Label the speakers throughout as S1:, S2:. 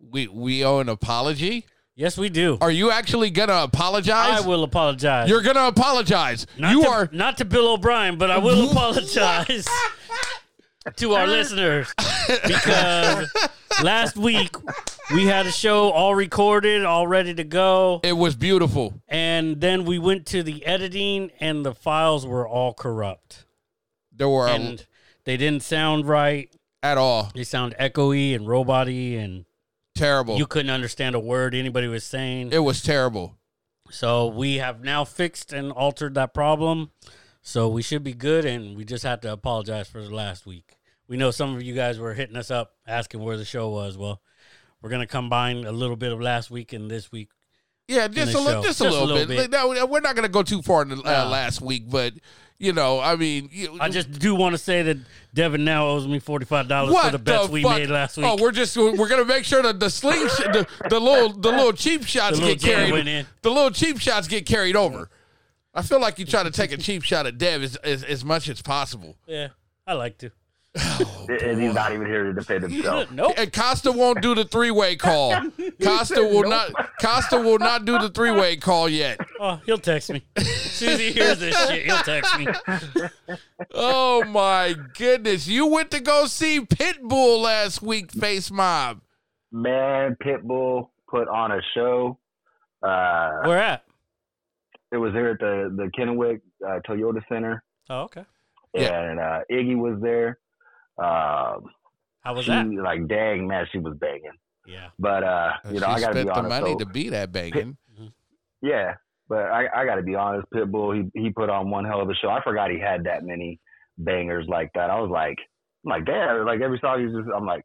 S1: we we owe an apology.
S2: Yes, we do.
S1: Are you actually gonna
S2: I
S1: apologize?
S2: will apologize.
S1: You're gonna apologize.
S2: not
S1: you
S2: to,
S1: are.
S2: not to Bill O'Brien, but I will apologize to our listeners because last week we had a show all recorded, all ready to go,
S1: It was beautiful.
S2: and then we went to the editing, and the files were all corrupt,
S1: There were a-
S2: and they didn't sound right.
S1: at all
S2: They sound echoey and roboty, and
S1: terrible.
S2: you couldn't understand a word anybody was saying.
S1: it was terrible.
S2: So we have now fixed and altered that problem. So we should be good, and we just have to apologize for the last week. We know some of you guys were hitting us up asking where the show was. Well, we're gonna combine a little bit of last week and this week.
S1: Yeah, just
S2: the
S1: a, li-
S2: show.
S1: just a
S2: Just a
S1: little
S2: little
S1: bit. Like, no, we're not going to go too far in the, uh,
S2: No.
S1: last week, but you know, I mean, you,
S2: I just do want to say that Devin now owes me forty five dollars for the bets we
S1: fuck?
S2: made last week.
S1: Oh, we're just we're gonna make sure that the sling, sh- the, the little the little cheap shots
S2: little
S1: get
S2: jab
S1: carried.
S2: went in.
S1: The little cheap shots get carried over. I feel like you try to take a cheap shot at Dev as, as, as much as possible.
S2: yeah, I like to.
S3: and he's not even here to defend himself.
S2: Nope.
S1: And Costa won't do the three way call. Costa will not. Costa will not do the three way call yet.
S2: Oh, he'll text me. As soon as he hears this shit, he'll text me.
S1: Oh my goodness! You went to go see Pitbull last week, Face Mob.
S3: Man, Pitbull put on a show. Uh,
S2: Where at?
S3: it was here at the the Kennewick uh, Toyota Center,
S2: Oh, okay.
S1: Yeah.
S3: and uh, Iggy was there. Um,
S2: How was
S3: she
S2: that?
S3: like, dang man, she was banging.
S2: Yeah.
S3: But uh, you
S1: she
S3: know, I gotta
S1: spent
S3: be
S1: the
S3: honest.
S1: money
S3: though.
S1: to be that banging.
S3: Yeah, but I, I got to be honest, Pitbull he he put on one hell of a show. I forgot he had that many bangers like that. I was like, I'm like, damn, like every song he's just, I'm like,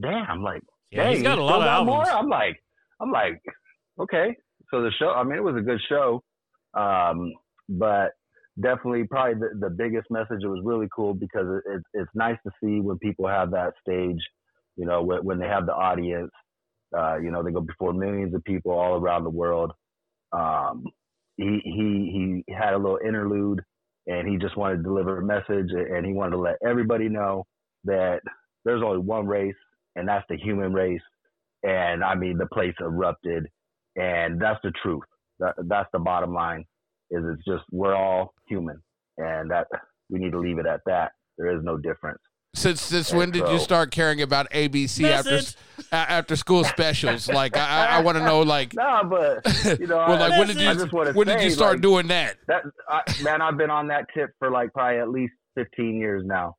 S3: damn, like,
S2: Yeah,
S3: dang,
S2: he's got a
S3: you
S2: lot
S3: still
S2: of
S3: got
S2: albums.
S3: More? I'm like, I'm like, okay. So the show, I mean, it was a good show, um, but definitely probably the, the biggest message. It was really cool because it, it, it's nice to see when people have that stage, you know, when, when they have the audience. Uh, you know, they go before millions of people all around the world. Um, he he he had a little interlude, and he just wanted to deliver a message, and he wanted to let everybody know that there's only one race, and that's the human race. And I mean, the place erupted, and that's the truth. That, that's the bottom line. Is it's just we're all human, and that we need to leave it at that. There is no difference.
S1: Since since
S3: And
S1: when did you
S3: so-
S1: start caring about ABC
S2: Message.
S1: after a- after school specials? like I I, I want to know like
S3: No, but you know,
S1: well,
S3: I,
S1: like when did
S3: I
S1: you
S3: just want to
S1: when did
S3: say,
S1: you start
S3: like,
S1: doing that?
S3: that I, man, I've been on that tip for like probably at least 15 years now.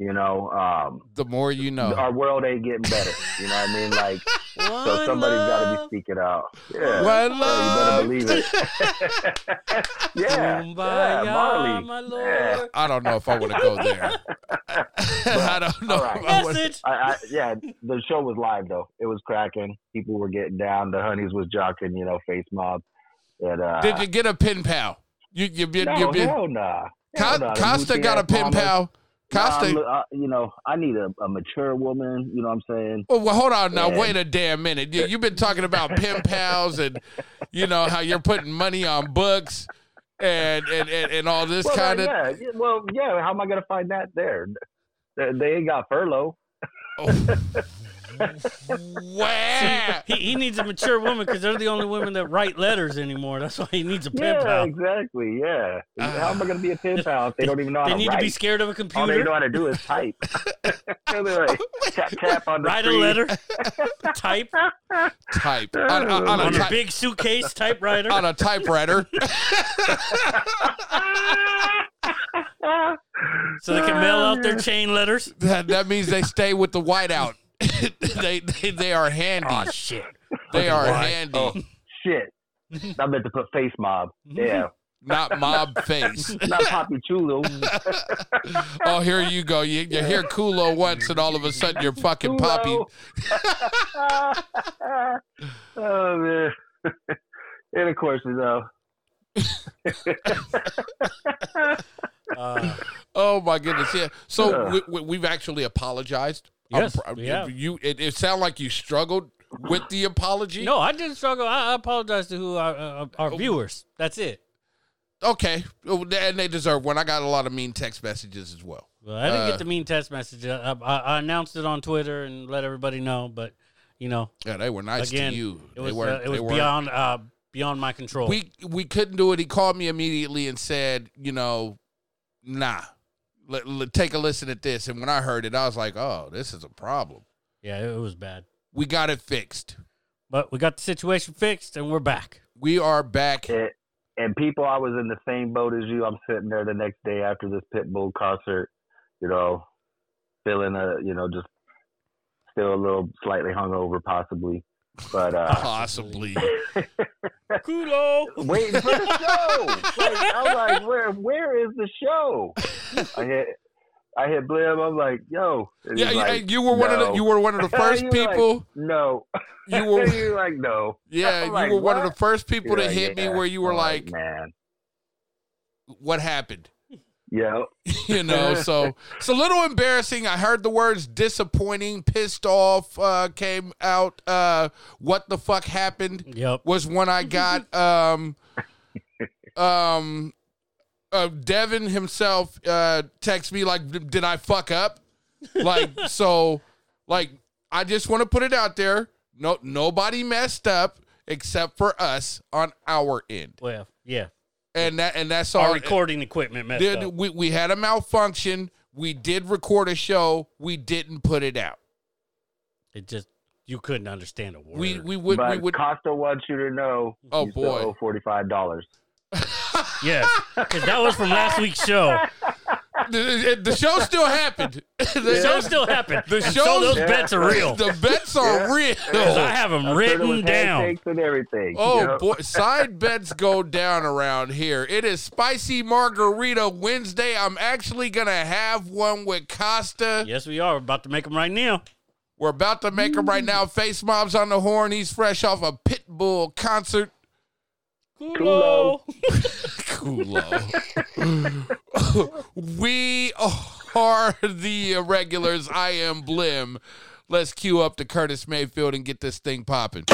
S3: You know, um,
S1: The more you know.
S3: our world ain't getting better. You know what I mean? Like, so somebody's got to be speaking out. Yeah.
S1: Well,
S3: Yeah,
S1: love.
S3: you better believe it. yeah.
S2: Kumbaya,
S3: yeah, Marley.
S2: my lord.
S3: Yeah.
S1: I don't know if I want to go there. I don't know.
S3: All right.
S1: if I wanna-
S2: Message.
S3: I, I, yeah, the show was live though. It was cracking. People were getting down. The honeys was jocking, you know, face mob. And uh,
S1: Did you get a pen pal? You you you,
S3: no,
S1: you, you
S3: hell nah.
S1: Co-
S3: Hell nah. The
S1: Costa
S3: goofy
S1: got a
S3: ass
S1: pen
S3: mamas.
S1: pal.
S3: Nah,
S1: Costa.
S3: I'm- I- you know, I need a, a mature woman. You know what I'm saying?
S1: Well, well, hold on now.
S3: Yeah.
S1: Wait a damn minute. You, you've been talking about pen pals and you know how you're putting money on books and and, and, and all this
S3: Well, uh,
S1: kind of.
S3: yeah, yeah. Well, yeah. How am I gonna find that there? They, they ain't got furlough.
S1: Oh. Wow.
S2: he, he needs a mature woman because they're the only women that write letters anymore. That's why he needs a pen
S3: yeah,
S2: pal.
S3: exactly. Yeah.
S1: Ah.
S3: how am I gonna be a pen pal if they don't even know
S2: They
S3: how to
S2: need
S3: write?
S2: to be scared of a
S3: All they
S2: computer.
S3: know how to do is type. They're like, tap, tap on the
S2: Write a
S3: screen.
S2: letter, type
S1: type on, on- on a,
S2: on a
S1: type-
S2: big suitcase typewriter.
S1: on a typewriter.
S2: so they can mail out their chain letters.
S1: that, that means they stay with the whiteout. they, they they are handy.
S2: Oh shit!
S1: they are
S2: why?
S1: handy.
S3: Oh. Shit.
S2: Mm-hmm.
S3: I meant to put face mob. Yeah.
S1: Not mob face.
S3: Not Poppy Chulo.
S1: Oh, here you go. You, you hear Kulo once, and all of a sudden you're fucking poppy.
S3: Kulo. oh, man. and of course, you know,
S2: Uh,
S1: Oh my goodness! Yeah. So
S3: Ugh.
S1: we, we, we've actually apologized. I'm
S2: Yes,
S1: pr-
S2: we have.
S1: You. It, it sounded like you struggled with the apology.
S2: no, I didn't struggle. I, I apologize to who our, uh, our viewers. That's it.
S1: Okay. Oh, they- And they deserve one. I got a lot of mean text messages as well.
S2: Well, I didn't
S1: Uh,
S2: get the mean text message. I, I, I announced it on Twitter and let everybody know, but you know,
S1: Yeah, they were nice
S2: again,
S1: to you.
S2: it was
S1: they were.
S2: uh, it was
S1: they were.
S2: beyond uh, beyond my control.
S1: We we couldn't do it. He called me immediately and said, you know, nah, Let- let- take a listen at this. And when I heard it, I was like, oh, this is a problem.
S2: yeah, it was bad,
S1: We got it fixed.
S2: but we got the situation fixed, and we're back.
S1: We are back.
S3: It, and people, I was in the same boat as you. I'm sitting there the next day after this Pitbull concert, you know, feeling a, you know, just still a little slightly hungover, possibly, but uh,
S1: Possibly.
S2: Kulo.
S3: waiting for the show. Like, I'm like, where, where is the show? I hit, I hit Blim. I'm like, yo, And
S1: Yeah,
S3: he's
S1: you-
S3: like,
S1: hey, you were one of the
S3: no.
S1: you were one of the first
S3: You were like-
S1: people.
S3: no.
S1: you were
S3: You're like, no.
S1: yeah,
S3: I'm
S1: you
S3: like,
S1: were one of
S3: what?
S1: the first people
S3: You're
S1: that
S3: like,
S1: hit me
S3: yeah.
S1: where you were
S3: I'm
S1: like,
S3: man,
S1: what happened?
S3: yeah.
S1: you know so it's a little embarrassing i heard the words disappointing pissed off uh came out uh what the fuck happened
S2: Yep.
S1: was one i got um um uh, devin himself uh text me like "D- did i fuck up like so like i just want to put it out there no nobody messed up except for us on our end
S2: Well, yeah.
S1: and that and that's
S2: Our
S1: all
S2: recording equipment messed
S1: did-
S2: up.
S1: we, we had a malfunction. We did record a show. We didn't put it out.
S2: It just you couldn't understand a word.
S1: We we would
S3: but
S1: we would
S3: Costa wants you to know.
S1: Oh,
S3: you still
S1: boy.
S3: owe forty-five dollars.
S2: yes, because that was from last week's show.
S1: the, the show still happened. The
S2: The show
S1: show-
S2: still happened.
S1: The
S2: And
S1: show-
S2: so those
S3: Yeah.
S2: bets are real. 'Cause
S1: the bets are
S2: I
S1: real.
S2: have them
S3: I said it was
S2: written down.
S3: handshakes and everything.
S1: Oh
S3: you know?
S1: boy, side bets go down around here. It is spicy margarita Wednesday. I'm actually gonna have one with Costa.
S2: Yes, we are. We're about to make them right now.
S1: We're about to make him right now. Face mobs on the horn. He's fresh off a Pitbull concert.
S2: Kulo.
S1: Kulo. we are the irregulars. I am Blim. Let's cue up to Curtis Mayfield and get this thing popping.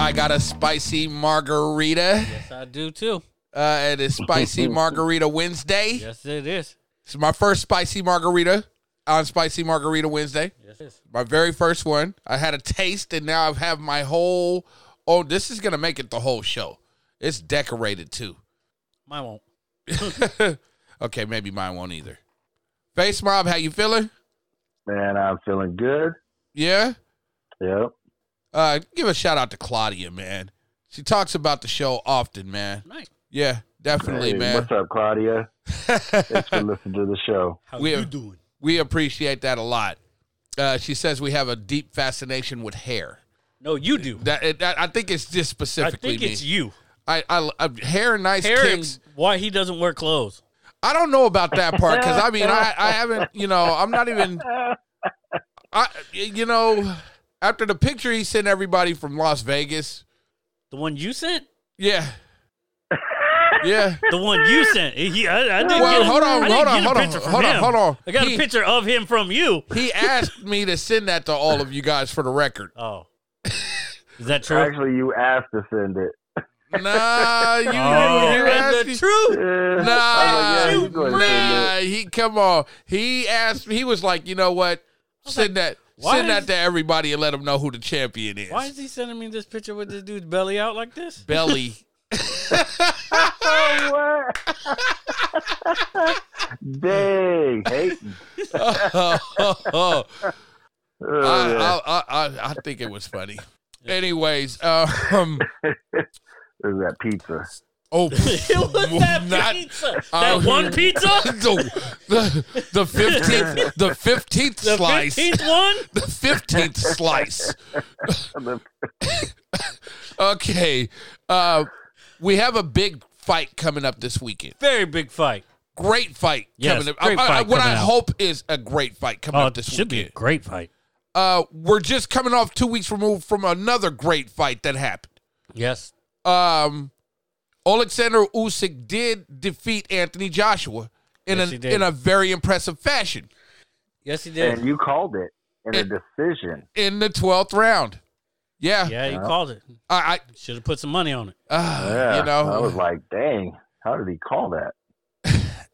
S1: I got a spicy margarita.
S2: Yes, I do too.
S1: Uh, it is Spicy Margarita Wednesday.
S2: Yes, it is.
S1: It's my first Spicy Margarita on Spicy Margarita Wednesday.
S2: Yes, it is.
S1: My very first one. I had a taste, and now I've had my whole. Oh, this is gonna make it the whole show. It's decorated too.
S2: Mine won't.
S1: okay, maybe mine won't either. Face mob, how you feeling?
S3: man, I'm feeling good.
S1: Yeah.
S3: Yep.
S1: Uh, give a shout out to Claudia, man. She talks about the show often, man.
S2: Nice.
S1: Yeah, definitely,
S3: Hey,
S1: man.
S3: What's up, Claudia? Thanks for listening to the show.
S2: How
S1: We
S2: you
S1: have-
S2: doing?
S1: We appreciate that a lot. Uh, she says we have a deep fascination with hair.
S2: No, you do.
S1: That, it, that I think it's just
S2: I
S1: specifically
S2: think
S1: me.
S2: it's you.
S1: I, I, I hair and nice
S2: Hair
S1: kicks.
S2: and why he doesn't wear clothes.
S1: I don't know about that part because I mean I, I haven't you know I'm not even I you know after the picture he sent everybody from Las Vegas
S2: The one you sent.
S1: yeah yeah
S2: The one you sent. He, I, I didn't
S1: well
S2: get a,
S1: hold on
S2: I didn't
S1: hold on
S2: get a
S1: hold on
S2: picture from
S1: hold on
S2: him.
S1: hold on
S2: I got
S1: he,
S2: a picture of him from you.
S1: he asked me to send that to all of you guys for the record
S2: Oh, is that true?
S3: Actually, you asked to send it.
S1: nah you,
S2: oh,
S1: you
S2: and
S1: asked
S2: the
S1: me-
S2: truth.
S3: Yeah.
S1: Nah,
S3: I'm like, Oh, yeah,
S1: you
S3: you go ahead and
S1: nah,
S3: send
S1: he come on. He asked. He was like, you know what? Send that.
S2: why
S1: Send that
S2: is-
S1: to everybody and let them know who the champion is.
S2: Why is he sending me this picture with this dude's belly out like this?
S1: Belly.
S3: it. Oh, What? Dang, hating.
S1: I, I,
S3: Oh, yeah.
S1: I, I- I think it was funny. Anyways, um,
S3: There's that pizza.
S1: oh,
S2: it was that
S1: not-
S2: pizza. That
S1: uh,
S2: one pizza.
S1: the the- the fifteenth the fifteenth
S2: The
S1: slice
S2: fifteenth one.
S1: the fifteenth slice.
S3: The-
S1: Okay, uh, we have a big fight coming up this weekend.
S2: Very big fight.
S1: great fight
S2: Yes,
S1: coming up.
S2: great
S1: I- I-
S2: fight
S1: what
S2: coming
S1: I
S2: up.
S1: hope is a great fight coming
S2: Oh,
S1: up
S2: this
S1: this
S2: should be a
S1: weekend.
S2: great fight.
S1: Uh, we're just coming off two weeks removed from another great fight that happened.
S2: Yes.
S1: Um, Alexander Usyk did defeat Anthony Joshua in
S2: Yes, he
S1: an,
S2: did.
S1: in a very impressive fashion.
S2: Yes, he did.
S3: and you called it. in a decision.
S1: in the twelfth round. Yeah,
S2: Yeah, you
S3: Yeah.
S2: called it.
S1: I,
S2: Should have put some money on it.
S1: I uh,
S3: Yeah,
S1: you know,
S3: I was like, dang, how did he call that?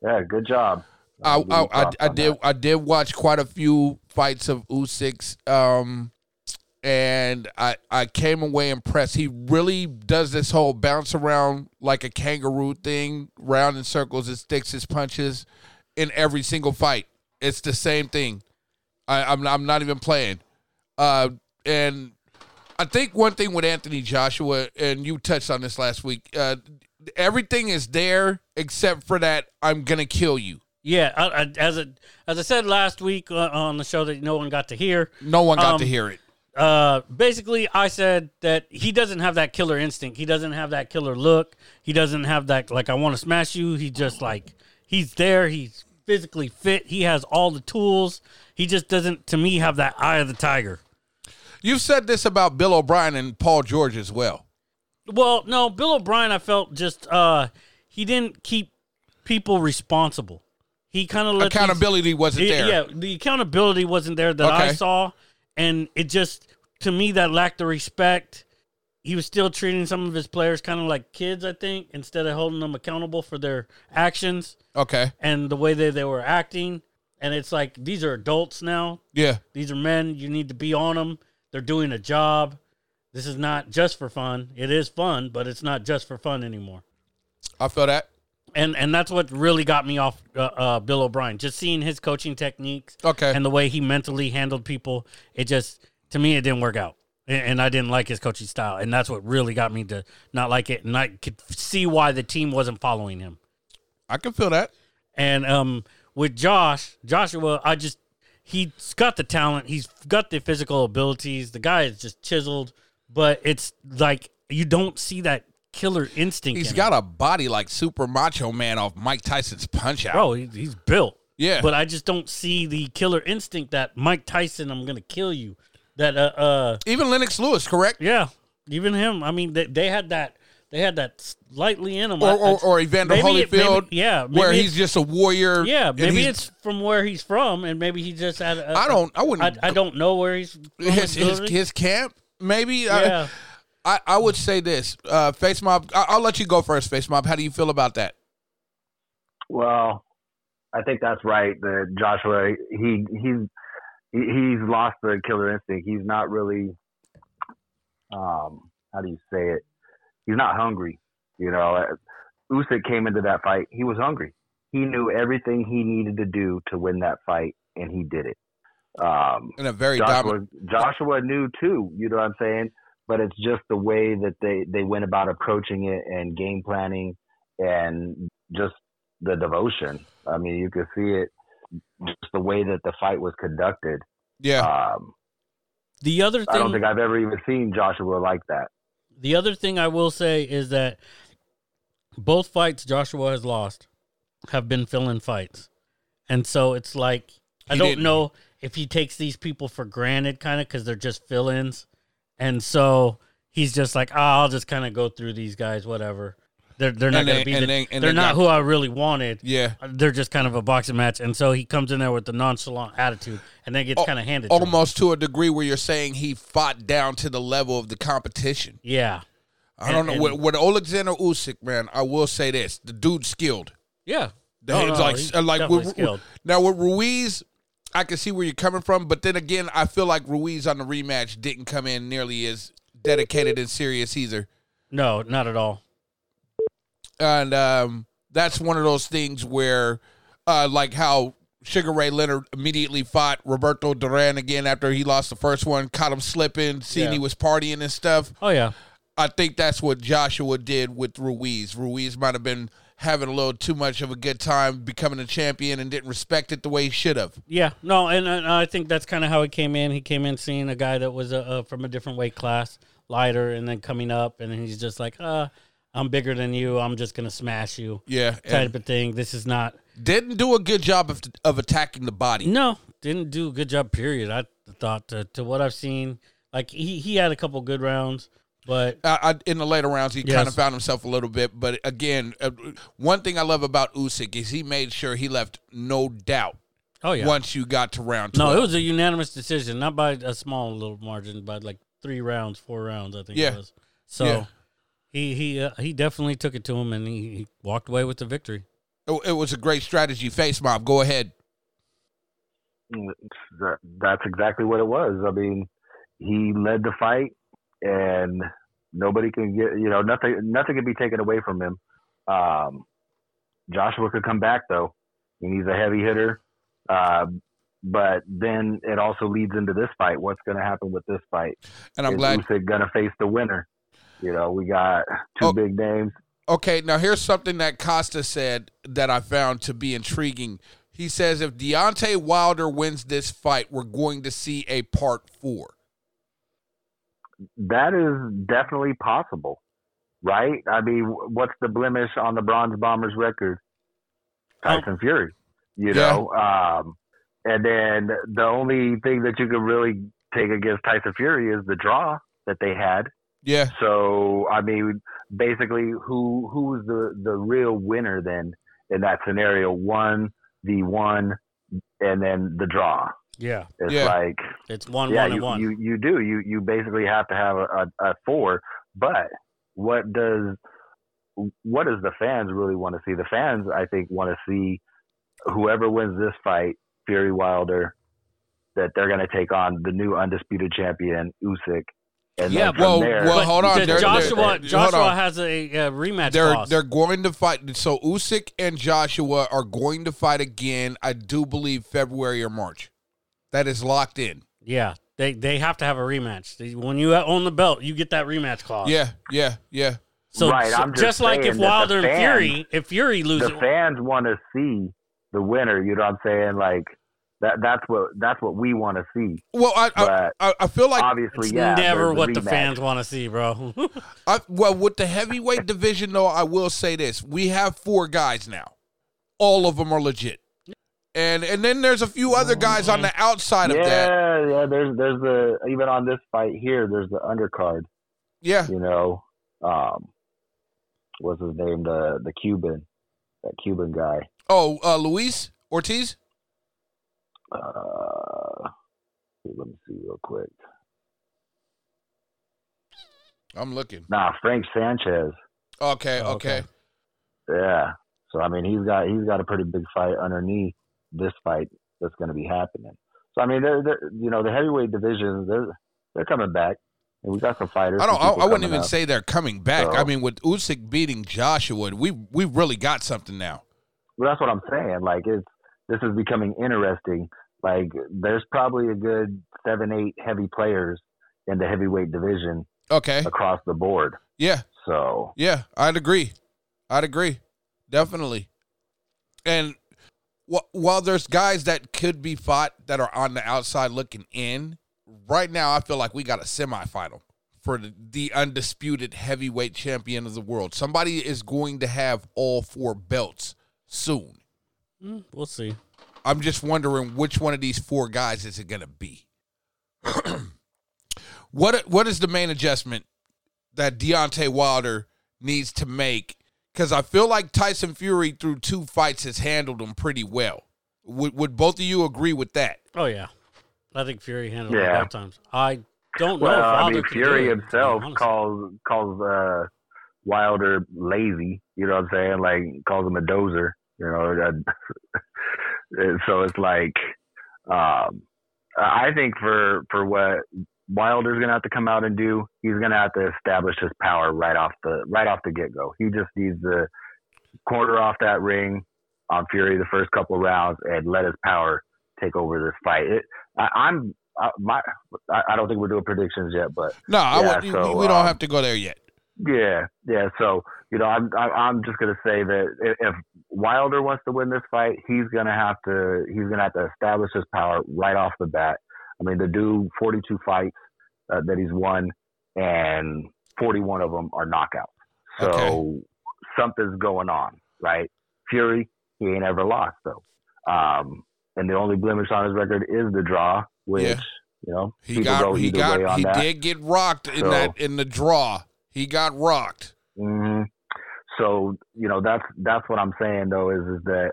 S3: yeah, good job.
S1: I,
S3: I'll give you
S1: I, I,
S3: props
S1: I
S3: on
S1: did
S3: that.
S1: I did watch quite a few fights of Usyk, um, and I I came away impressed. He really does this whole bounce around like a kangaroo thing, round in circles. It sticks his punches in every single fight. It's the same thing. I, I'm I'm not even playing. Uh, and I think one thing with Anthony Joshua, and you touched on this last week. Uh, everything is there except for that. I'm gonna kill you.
S2: Yeah, I, I, as I, as I said last week uh, on the show that no one got to hear,
S1: No one got
S2: Um,
S1: to hear it.
S2: uh, basically I said that he doesn't have that killer instinct. He doesn't have that killer look. He doesn't have that like I want to smash you. He just like he's there. He's physically fit. He has all the tools. He just doesn't to me have that eye of the tiger.
S1: You've said this about Bill O'Brien and Paul George as well.
S2: Well, no, Bill O'Brien, I felt just uh he didn't keep people responsible. He kind of let these-
S1: Accountability wasn't
S2: Yeah,
S1: there.
S2: Yeah, the accountability wasn't there that I
S1: Okay.
S2: saw, and it just to me that lacked the respect. He was still treating some of his players kind of like kids, I think, instead of holding them accountable for their actions
S1: Okay.
S2: and the way that they were acting. And it's like these are adults now;
S1: Yeah.
S2: these are men. You need to be on them. They're doing a job. This is not just for fun. It is fun, but it's not just for fun anymore
S1: I feel that.
S2: and and that's what really got me off uh, uh, Bill O'Brien. Just seeing his coaching techniques,
S1: Okay.
S2: and the way he mentally handled people, it just to me it didn't work out, and, and I didn't like his coaching style, and that's what really got me to not like it, and I could see why the team wasn't following him.
S1: I can feel that.
S2: And um, with Josh Joshua, I just he's got the talent, he's got the physical abilities. The guy is just chiseled, but it's like you don't see that killer instinct.
S1: He's
S2: in him.
S1: got a body like Super Macho Man off Mike Tyson's Punch Out.
S2: bro, he, he's built.
S1: yeah.
S2: but I just don't see the killer instinct that Mike Tyson, I'm gonna kill you. That uh, uh
S1: Even Lennox Lewis, correct?
S2: yeah, even him. I mean, they, they had that, they had that slightly in him.
S1: Or, or, or Evander
S2: Maybe it- maybe-
S1: Holyfield,
S2: yeah,
S1: where
S2: maybe
S1: he's just a warrior.
S2: yeah,
S1: and
S2: maybe
S1: he's-
S2: it's from where he's from, and maybe he just had. A,
S1: I don't. I
S2: I,
S1: wouldn't.
S2: I don't know where he's. From
S1: his, his,
S2: originally.
S1: his camp, maybe.
S2: yeah,
S1: I, I, I would say this. Uh, Face Mob, I, I'll let you go first, Face Mob. How do you feel about that?
S3: Well, I think that's right. That Joshua, he he's he, he's lost the killer instinct. He's not really, um, how do you say it? He's not hungry. You know, Usyk came into that fight. He was hungry. He knew everything he needed to do to win that fight, and he did it. Um,
S1: In a very dominant.
S3: Joshua, Joshua knew too. You know what I'm saying? But it's just the way that they they went about approaching it and game planning and just the devotion. I mean, you could see it just the way that the fight was conducted.
S1: Yeah.
S3: Um,
S2: the other
S3: I don't
S2: thing
S3: think I've ever even seen Joshua like that.
S2: The other thing I will say is that both fights Joshua has lost have been fill-in fights, and so it's like I
S1: He
S2: don't
S1: didn't.
S2: know if he takes these people for granted, kind of because they're just fill-ins, and so he's just like, ah, I'll just kind of go through these guys, whatever. They're they're not
S1: And
S2: gonna
S1: they-
S2: be
S1: and
S2: the-
S1: they- and
S2: they're
S1: they
S2: not
S1: got-
S2: who I really wanted.
S1: yeah.
S2: They're just kind of a boxing match, and so he comes in there with the nonchalant attitude, and then gets
S1: Al-
S2: kind of handed. to him.
S1: almost to a degree where you're saying he fought down to the level of the competition.
S2: Yeah,
S1: I don't
S2: And-
S1: know.
S2: and-
S1: with, with Alexander Usyk, man, I will say this: the dude's skilled.
S2: yeah.
S1: The-
S2: No,
S1: it's
S2: no,
S1: like,
S2: he's
S1: uh, like
S2: definitely
S1: with,
S2: skilled.
S1: now with Ruiz, I can see where you're coming from, but then again, I feel like Ruiz on the rematch didn't come in nearly as dedicated and serious either,
S2: No, not at all.
S1: and um, that's one of those things where, uh, like how. Sugar Ray Leonard immediately fought Roberto Duran again after he lost the first one, caught him slipping, seen
S2: Yeah.
S1: he was partying and stuff.
S2: Oh yeah.
S1: I think that's what Joshua did with Ruiz. Ruiz might have been having a little too much of a good time becoming a champion and didn't respect it the way he should have.
S2: Yeah, no, and, and I think that's kind of how he came in. He came in seeing a guy that was uh, uh, from a different weight class, lighter, and then coming up, and he's just like, uh, I'm bigger than you. I'm just going to smash you
S1: Yeah, and
S2: type of thing. This is not.
S1: didn't do a good job of, of attacking the body.
S2: No, didn't do a good job, period. I thought to, to what I've seen, like, he, he had a couple good rounds, but
S1: I, I, in the later rounds, he
S2: Yes.
S1: kind of found himself a little bit. But again, uh, one thing I love about Usyk is he made sure he left no doubt
S2: Oh yeah.
S1: once you got to round 12.
S2: No, it was a unanimous decision, not by a small little margin, by like three rounds, four rounds, I think
S1: Yeah.
S2: it was. So
S1: Yeah.
S2: he he uh, he definitely took it to him, and he, he walked away with the victory.
S1: It- it was a great strategy. Face mob, go ahead.
S3: that, that's exactly what it was. I mean, he led the fight, and nobody can get you know nothing nothing can be taken away from him. Um, Joshua could come back though, and he's a heavy hitter. Uh, but then it also leads into this fight. What's going to happen with this fight?
S1: And I'm
S3: Is
S1: glad.
S3: Usyk going to face the winner? You know, we got two
S1: Oh.
S3: big names.
S1: Okay, now here's something that Costa said that I found to be intriguing. He says if Deontay Wilder wins this fight, we're going to see a part four.
S3: that is definitely possible, right? I mean, wh- what's the blemish on the Bronze Bombers record? Tyson Fury, you
S1: Oh. Yeah.
S3: know. Um, and then the only thing that you could really take against Tyson Fury is the draw that they had.
S1: Yeah,
S3: So I mean, basically, who who's the the real winner then in that scenario? One the one, and then the draw.
S2: Yeah,
S3: It's
S1: Yeah.
S3: like
S2: it's one
S3: yeah,
S2: one
S3: you,
S2: and one.
S3: you you do. You you basically have to have a, a, a four. But what does what does the fans really want to see? The fans, I think, want to see whoever wins this fight, Fury Wilder, that they're going to take on the new undisputed champion Usyk. And
S2: Yeah,
S3: then from
S1: well,
S3: there,
S1: well, hold on,
S2: The
S1: they're-
S2: Joshua
S1: they're- hold
S2: Joshua
S1: on.
S2: has a, uh rematch
S1: they're
S2: clause.
S1: they're going to fight. So Usyk and Joshua are going to fight again. I do believe February or March. That is locked in.
S2: yeah, they they have to have a rematch. They- When you own the belt, you get that rematch clause.
S1: Yeah, yeah, yeah.
S2: So,
S3: Right,
S2: so
S3: I'm
S2: just,
S3: just
S2: like
S3: saying
S2: if
S3: that the
S2: Wilder and
S3: fans-
S2: Fury, if Fury loses,
S3: the fans want to see the winner. You know what I'm saying? Like that. That's what that's what we want to see.
S1: Well, I I,
S3: But
S1: I, I feel like
S3: obviously,
S2: Uh, it's
S3: yeah,
S2: never
S3: there's a
S2: what the
S3: rematch.
S2: fans want to see, bro.
S1: I, well, with the heavyweight division, though, I will say this: we have four guys now. All of them are legit, and and then there's a few
S2: Mm-hmm.
S1: other guys on the outside
S3: Yeah,
S1: of that.
S3: yeah. There's there's the even on this fight here. There's the undercard.
S1: Yeah,
S3: you know, um, what's his name? The the Cuban, that Cuban guy.
S1: Oh, uh, Luis Ortiz.
S3: Uh, let me see real quick.
S1: I'm looking.
S3: Nah, Frank Sanchez.
S1: Okay,
S2: Oh, okay.
S1: okay.
S3: Yeah. So I mean, he's got he's got a pretty big fight underneath this fight that's going to be happening. So I mean, they're, they're you know the heavyweight division they're they're coming back, and we got some fighters.
S1: I don't.
S3: some
S1: I,
S3: people
S1: I wouldn't
S3: coming
S1: even
S3: up.
S1: say they're coming back.
S3: So-
S1: I mean, with Usyk beating Joshua, we we really got something now.
S3: Well, that's what I'm saying. Like it's this is becoming interesting. Like there's probably a good seven, eight heavy players in the heavyweight division
S1: Okay.
S3: across the board.
S1: Yeah.
S3: So
S1: Yeah. I'd agree. I'd agree. Definitely. And wh- while there's guys that could be fought that are on the outside looking in, right now I feel like we got a semifinal for the, the undisputed heavyweight champion of the world. Somebody is going to have all four belts soon.
S2: Mm, we'll see.
S1: I'm just wondering which one of these four guys is it going to be? what what is the main adjustment that Deontay Wilder needs to make? Because I feel like Tyson Fury through two fights has handled him pretty well. Would would both of you agree with that?
S2: Oh yeah, I think Fury handled it
S3: Yeah.
S2: five times. I don't know.
S3: well,
S2: if
S3: I
S2: Wilder
S3: mean
S2: can
S3: Fury
S2: do it,
S3: himself
S2: honestly.
S3: calls calls uh, Wilder lazy. You know what I'm saying? Like calls him a dozer. You know, that- so it's like um, I think for for what Wilder's gonna have to come out and do, he's gonna have to establish his power right off the right off the get go. He just needs to quarter off that ring on Fury the first couple of rounds and let his power take over this fight. It, I, I'm I, my I, I don't think we're doing predictions yet, but
S1: No, I
S3: Yeah,
S1: would,
S3: so,
S1: we don't
S3: um,
S1: have to go there yet.
S3: yeah, yeah. So you know, I'm I, I'm just gonna say that i- if Wilder wants to win this fight, he's gonna have to he's gonna have to establish his power right off the bat. I mean, the dude 42 fights uh, that he's won, and 41 of them are knockouts. So
S1: Okay.
S3: something's going on, right? Fury, he ain't ever lost though. Um, and the only blemish on his record is the draw, which
S1: Yeah.
S3: you know
S1: He
S3: people
S1: got
S3: go
S1: he
S3: either way
S1: got
S3: on
S1: he
S3: that.
S1: did get rocked in
S3: So-
S1: that in the draw. He got rocked.
S3: Mm-hmm. hmm So you know that's that's what I'm saying though is is that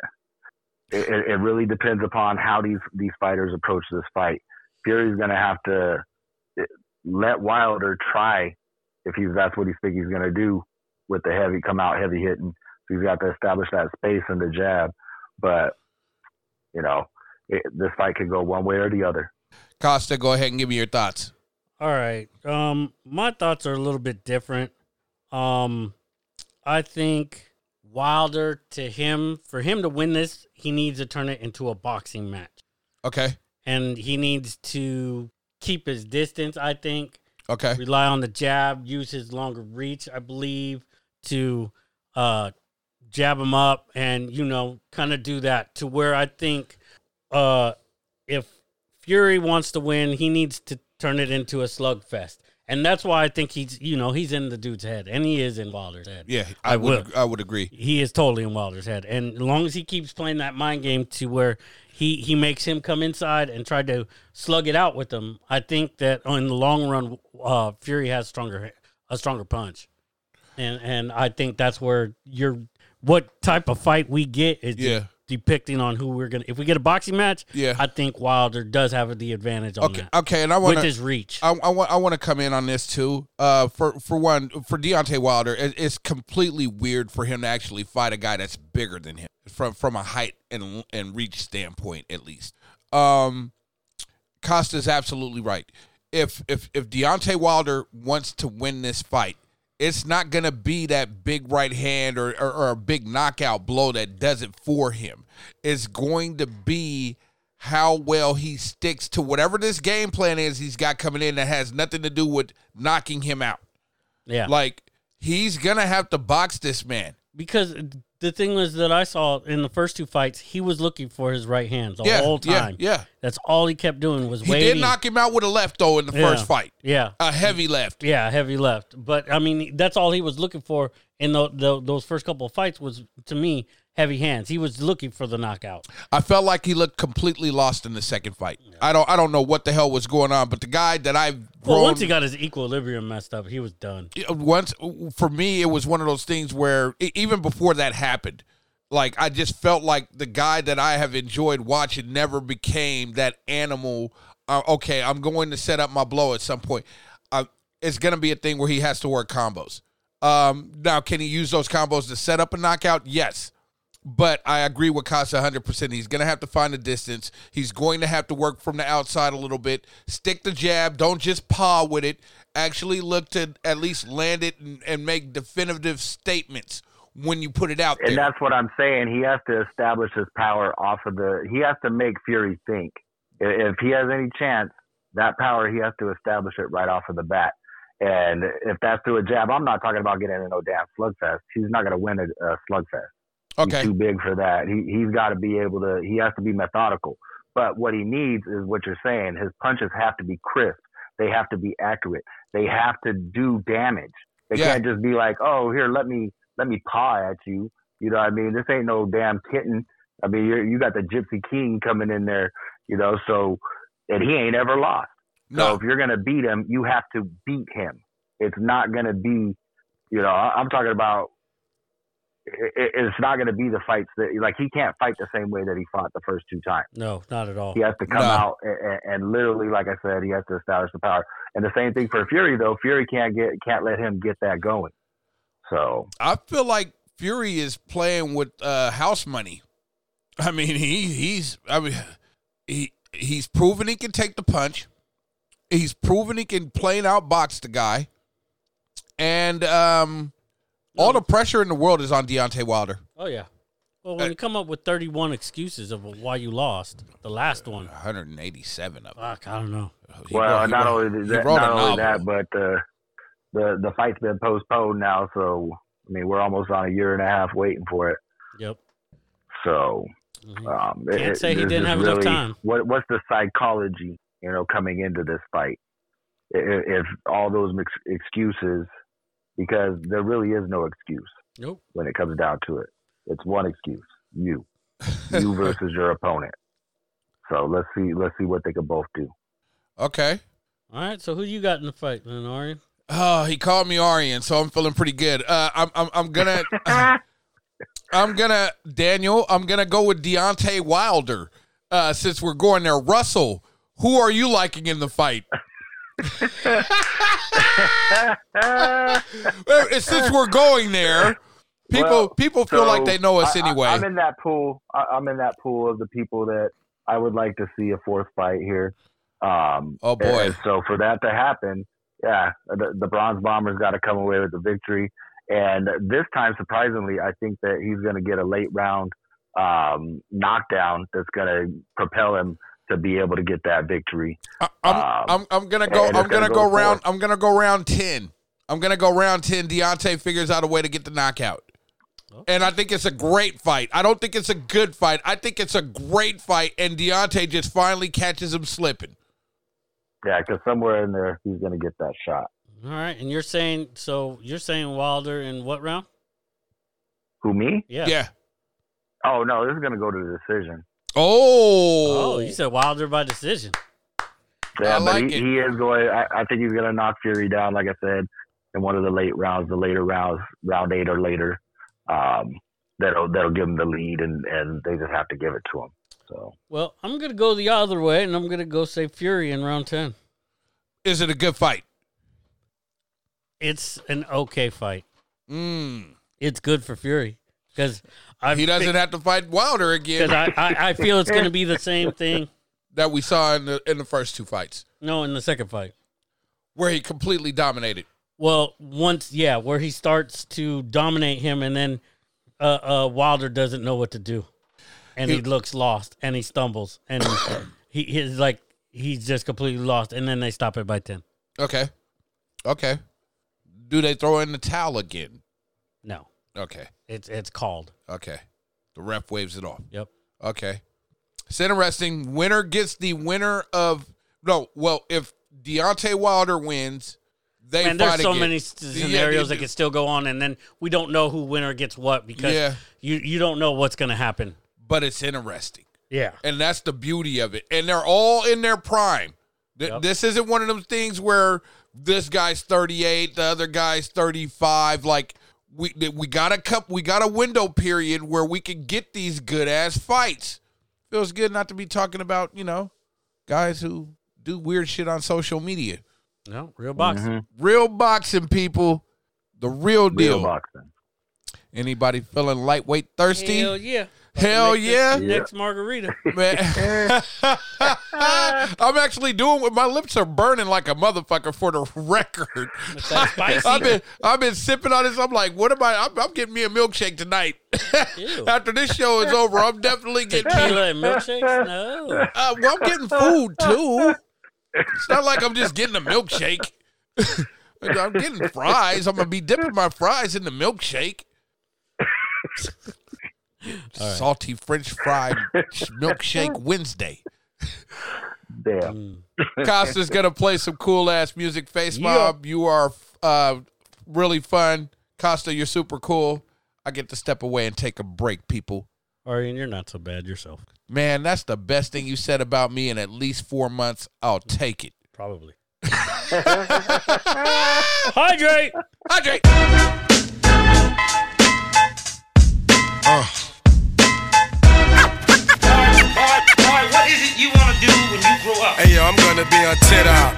S3: it, it it really depends upon how these these fighters approach this fight. Fury's gonna have to eh, let Wilder try if he's that's what he's think he's gonna do with the heavy come out heavy hitting. So he's got to establish that space and the jab. But you know, it, this fight could go one way or the other.
S1: Costa, go ahead and give me your thoughts.
S2: All right. Um, my thoughts are a little bit different. Um, I think Wilder to him for him to win this, he needs to turn it into a boxing match,
S1: Okay.
S2: and he needs to keep his distance. I think
S1: Okay.
S2: rely on the jab, use his longer reach, I believe, to uh, jab him up and, you know, kind of do that to where I think uh, if Fury wants to win, he needs to turn it into a slugfest. And that's why I think he's, you know, he's in the dude's head and he is in Wilder's head.
S1: Yeah, I,
S2: I
S1: would. I would agree.
S2: He is totally in Wilder's head, and as long as he keeps playing that mind game to where he he makes him come inside and try to slug it out with him, I think that in the long run, uh, Fury has stronger a stronger punch, and and I think that's where you're what type of fight we get is
S1: Yeah.
S2: depicting on who we're gonna. If we get a boxing match,
S1: Yeah.
S2: I think Wilder does have the advantage on
S1: okay.
S2: that
S1: Okay. And I want
S2: with
S1: to.
S2: his reach.
S1: I, I want I want to come in on this too. Uh, for for one, for Deontay Wilder, it, it's completely weird for him to actually fight a guy that's bigger than him from from a height and and reach standpoint, at least. Um, Costa's absolutely right. If if if Deontay Wilder wants to win this fight, it's not gonna be that big right hand or or, or a big knockout blow that does it for him. It's going to be how well he sticks to whatever this game plan is he's got coming in that has nothing to do with knocking him out.
S2: yeah,
S1: Like he's gonna have to box this man.
S2: because the thing was that I saw in the first two fights, he was looking for his right hands the
S1: yeah,
S2: whole
S1: yeah,
S2: time.
S1: yeah,
S2: That's all he kept doing was
S1: He
S2: waiting.
S1: did knock him out with a left though in the
S2: Yeah.
S1: first fight,
S2: Yeah,
S1: a heavy left.
S2: yeah, heavy left. But I mean, that's all he was looking for in tho- tho- those first couple of fights was to me heavy hands. He was looking for the knockout.
S1: I felt like he looked completely lost in the second fight. I don't I don't know what the hell was going on, but the guy that I've
S2: Well,
S1: grown
S2: once he got his equilibrium messed up, he was done.
S1: it- once for me it was one of those things where e- even before that happened like i just felt like the guy that i have enjoyed watching never became that animal uh, okay i'm going to set up my blow at some point uh, it's going to be a thing where he has to work combos um, now can he use those combos to set up a knockout yes but I agree with Casa 100%. He's going to have to find a distance. He's going to have to work from the outside a little bit. Stick the jab. Don't just paw with it. Actually look to at least land it and, and make definitive statements when you put it out there.
S3: And that's what I'm saying. He has to establish his power off of the. He has to make Fury think. I- If he has any chance, that power he has to establish it right off of the bat. And if that's through a jab, I'm not talking about getting in no damn slugfest. He's not going to win a, a slugfest. He's
S1: okay.
S3: too big for that. He he's got to be able to. He has to be methodical. But what he needs is what you're saying. His punches have to be crisp. They have to be accurate. They have to do damage. They
S1: Yeah.
S3: can't just be like, oh, here, let me let me paw at you. You know what I mean? This ain't no damn kitten. I mean, you're, you got the Gypsy King coming in there. You know, so and he ain't ever lost. So
S1: No.
S3: if you're gonna beat him, you have to beat him. It's not gonna be, you know, I- I'm talking about. i- i- It's not gonna be the fights that like he can't fight the same way that he fought the first two times.
S2: No, not at all.
S3: He has to come
S1: No.
S3: out and, and literally, like I said, he has to establish the power. And the same thing for Fury though. Fury can't get can't let him get that going. So
S1: I feel like Fury is playing with uh, house money. I mean, he he's I mean he he's proven he can take the punch. He's proven he can plain out box the guy. And um all the pressure in the world is on Deontay Wilder.
S2: Oh yeah.
S1: Uh,
S2: Well, when you come up with 31 excuses of why you lost the last one,
S1: 187 of them.
S2: fuck, I don't know.
S1: He
S3: well,
S1: wrote- he
S3: not
S1: wrote-
S3: only
S1: he
S3: that,
S1: wrote a
S3: not only that,
S1: novel.
S3: but uh, the the fight's been postponed now. So I mean, we're almost on a year and a half waiting for it.
S2: Yep.
S3: So
S2: Mhm.
S3: Um,
S2: Can't say he
S3: this
S2: didn't
S3: is
S2: have enough time.
S3: What, what's the psychology, you know, coming into this fight? I- i- If all those mix excuses, because there really is no excuse
S2: Nope.
S3: when it comes down to it. It's one excuse: you, you versus your opponent. So let's see, let's see what they can both do.
S1: Okay.
S2: All right. So who you got in the fight, then, Ari?
S1: Oh, he called me Arian, so I'm feeling pretty good. Uh I'm I'm I'm going to I'm gonna Daniel. I'm gonna go with Deontay Wilder uh, since we're going there. Russell, who are you liking in the fight? Uh, since we're going there, people
S3: Well,
S1: people feel
S3: so
S1: like they know us
S3: I- I-
S1: anyway.
S3: I'm in that pool. I, I'm in that pool of the people that I would like to see a fourth fight here. Um,
S1: Oh, boy.
S3: and so for that to happen, yeah, the, the Bronze Bomber's got to come away with the victory. And this time, surprisingly, I think that he's going to get a late round um, knockdown that's going to propel him to be able to get that victory.
S1: I- I'm,
S3: Um,
S1: I'm I'm gonna go.
S3: and it's
S1: I'm gonna,
S3: gonna
S1: go,
S3: go
S1: round. I'm gonna go round ten. I'm gonna go round ten. Deontay figures out a way to get the knockout, and I think it's a great fight. I don't think it's a good fight. I think it's a great fight, and Deontay just finally catches him slipping.
S3: Yeah, because somewhere in there, he's going to get that shot.
S2: All right, and you're saying so you're saying Wilder in what round?
S3: Who me?
S2: Yeah.
S1: Yeah.
S3: Oh no, this is going to go to the decision.
S1: Oh.
S2: Oh, you said Wilder by decision.
S1: I
S3: Yeah, but
S1: like
S3: he,
S1: it.
S3: he is going. I, I think he's going to knock Fury down, like I said, in one of the late rounds, the later rounds, round eight or later. Um, that'll that'll give him the lead, and and they just have to give it to him. So
S2: Well, I'm gonna go the other way, and I'm gonna go say Fury in round ten.
S1: Is it a good fight?
S2: It's an okay fight.
S1: Mm.
S2: It's good for Fury because I
S1: He doesn't have to fight Wilder again
S2: because I, I I feel it's gonna be the same thing.
S1: that we saw in the in the first two fights
S2: No, in the second fight.
S1: where he completely dominated.
S2: Well, once yeah, where he starts to dominate him, and then uh, uh, Wilder doesn't know what to do, and he,
S1: He-
S2: looks lost, and he stumbles, and he is like he's just completely lost, and then they stop it by ten.
S1: Okay. Okay. Do they throw in the towel again?
S2: No,
S1: Okay.
S2: it's it's called.
S1: Okay. The ref waves it off.
S2: Yep.
S1: Okay. It's interesting. Winner gets the winner of no. Well, if Deontay Wilder wins, they
S2: And
S1: fight
S2: there's so
S1: again.
S2: many s-
S1: Yeah,
S2: scenarios
S1: they-
S2: that could still go on, and then we don't know who winner gets what because
S1: Yeah.
S2: you you don't know what's gonna happen.
S1: But it's interesting,
S2: Yeah.
S1: and that's the beauty of it. And they're all in their prime. Th-
S2: Yep.
S1: This isn't one of those things where this guy's thirty eight, the other guy's thirty five. Like we th- we got a cup, we got a window period where we can get these good ass fights. Feels good not to be talking about you know guys who do weird shit on social media.
S2: No, real boxing.
S3: Mhm.
S1: Real boxing people, the real deal.
S3: real boxing.
S1: Anybody feeling lightweight thirsty?
S2: Hell
S1: Hell, yeah,
S2: yeah.
S3: Yeah.
S2: Next margarita.
S1: man! I'm actually doing what my lips are burning like a motherfucker for the record.
S2: With that spicy.
S1: I've been I've been sipping on this. I'm like, what am I? I'm, I'm getting me a milkshake tonight.
S2: Ew.
S1: After this show is over, I'm definitely getting. me-
S2: Tequila and milkshakes? No.
S1: Uh, well, I'm getting food too. It's not like I'm just getting a milkshake. I'm getting fries. I'm gonna be dipping my fries in the milkshake. Salty French fried milkshake Wednesday.
S3: Damn.
S2: Mm.
S1: Costa's gonna play some cool ass music. Face Mob, you are uh, really fun. Costa, you're super cool. I get to step away and take a break, people.
S2: Arian, you're not so bad yourself.
S1: Man, that's the best thing you said about me in at least four months. I'll take it.
S2: Probably. Hydrate!
S1: Hydrate.
S4: Boy, what is it you wanna do when you grow up?
S5: Hey yo, I'm gonna be on tit out.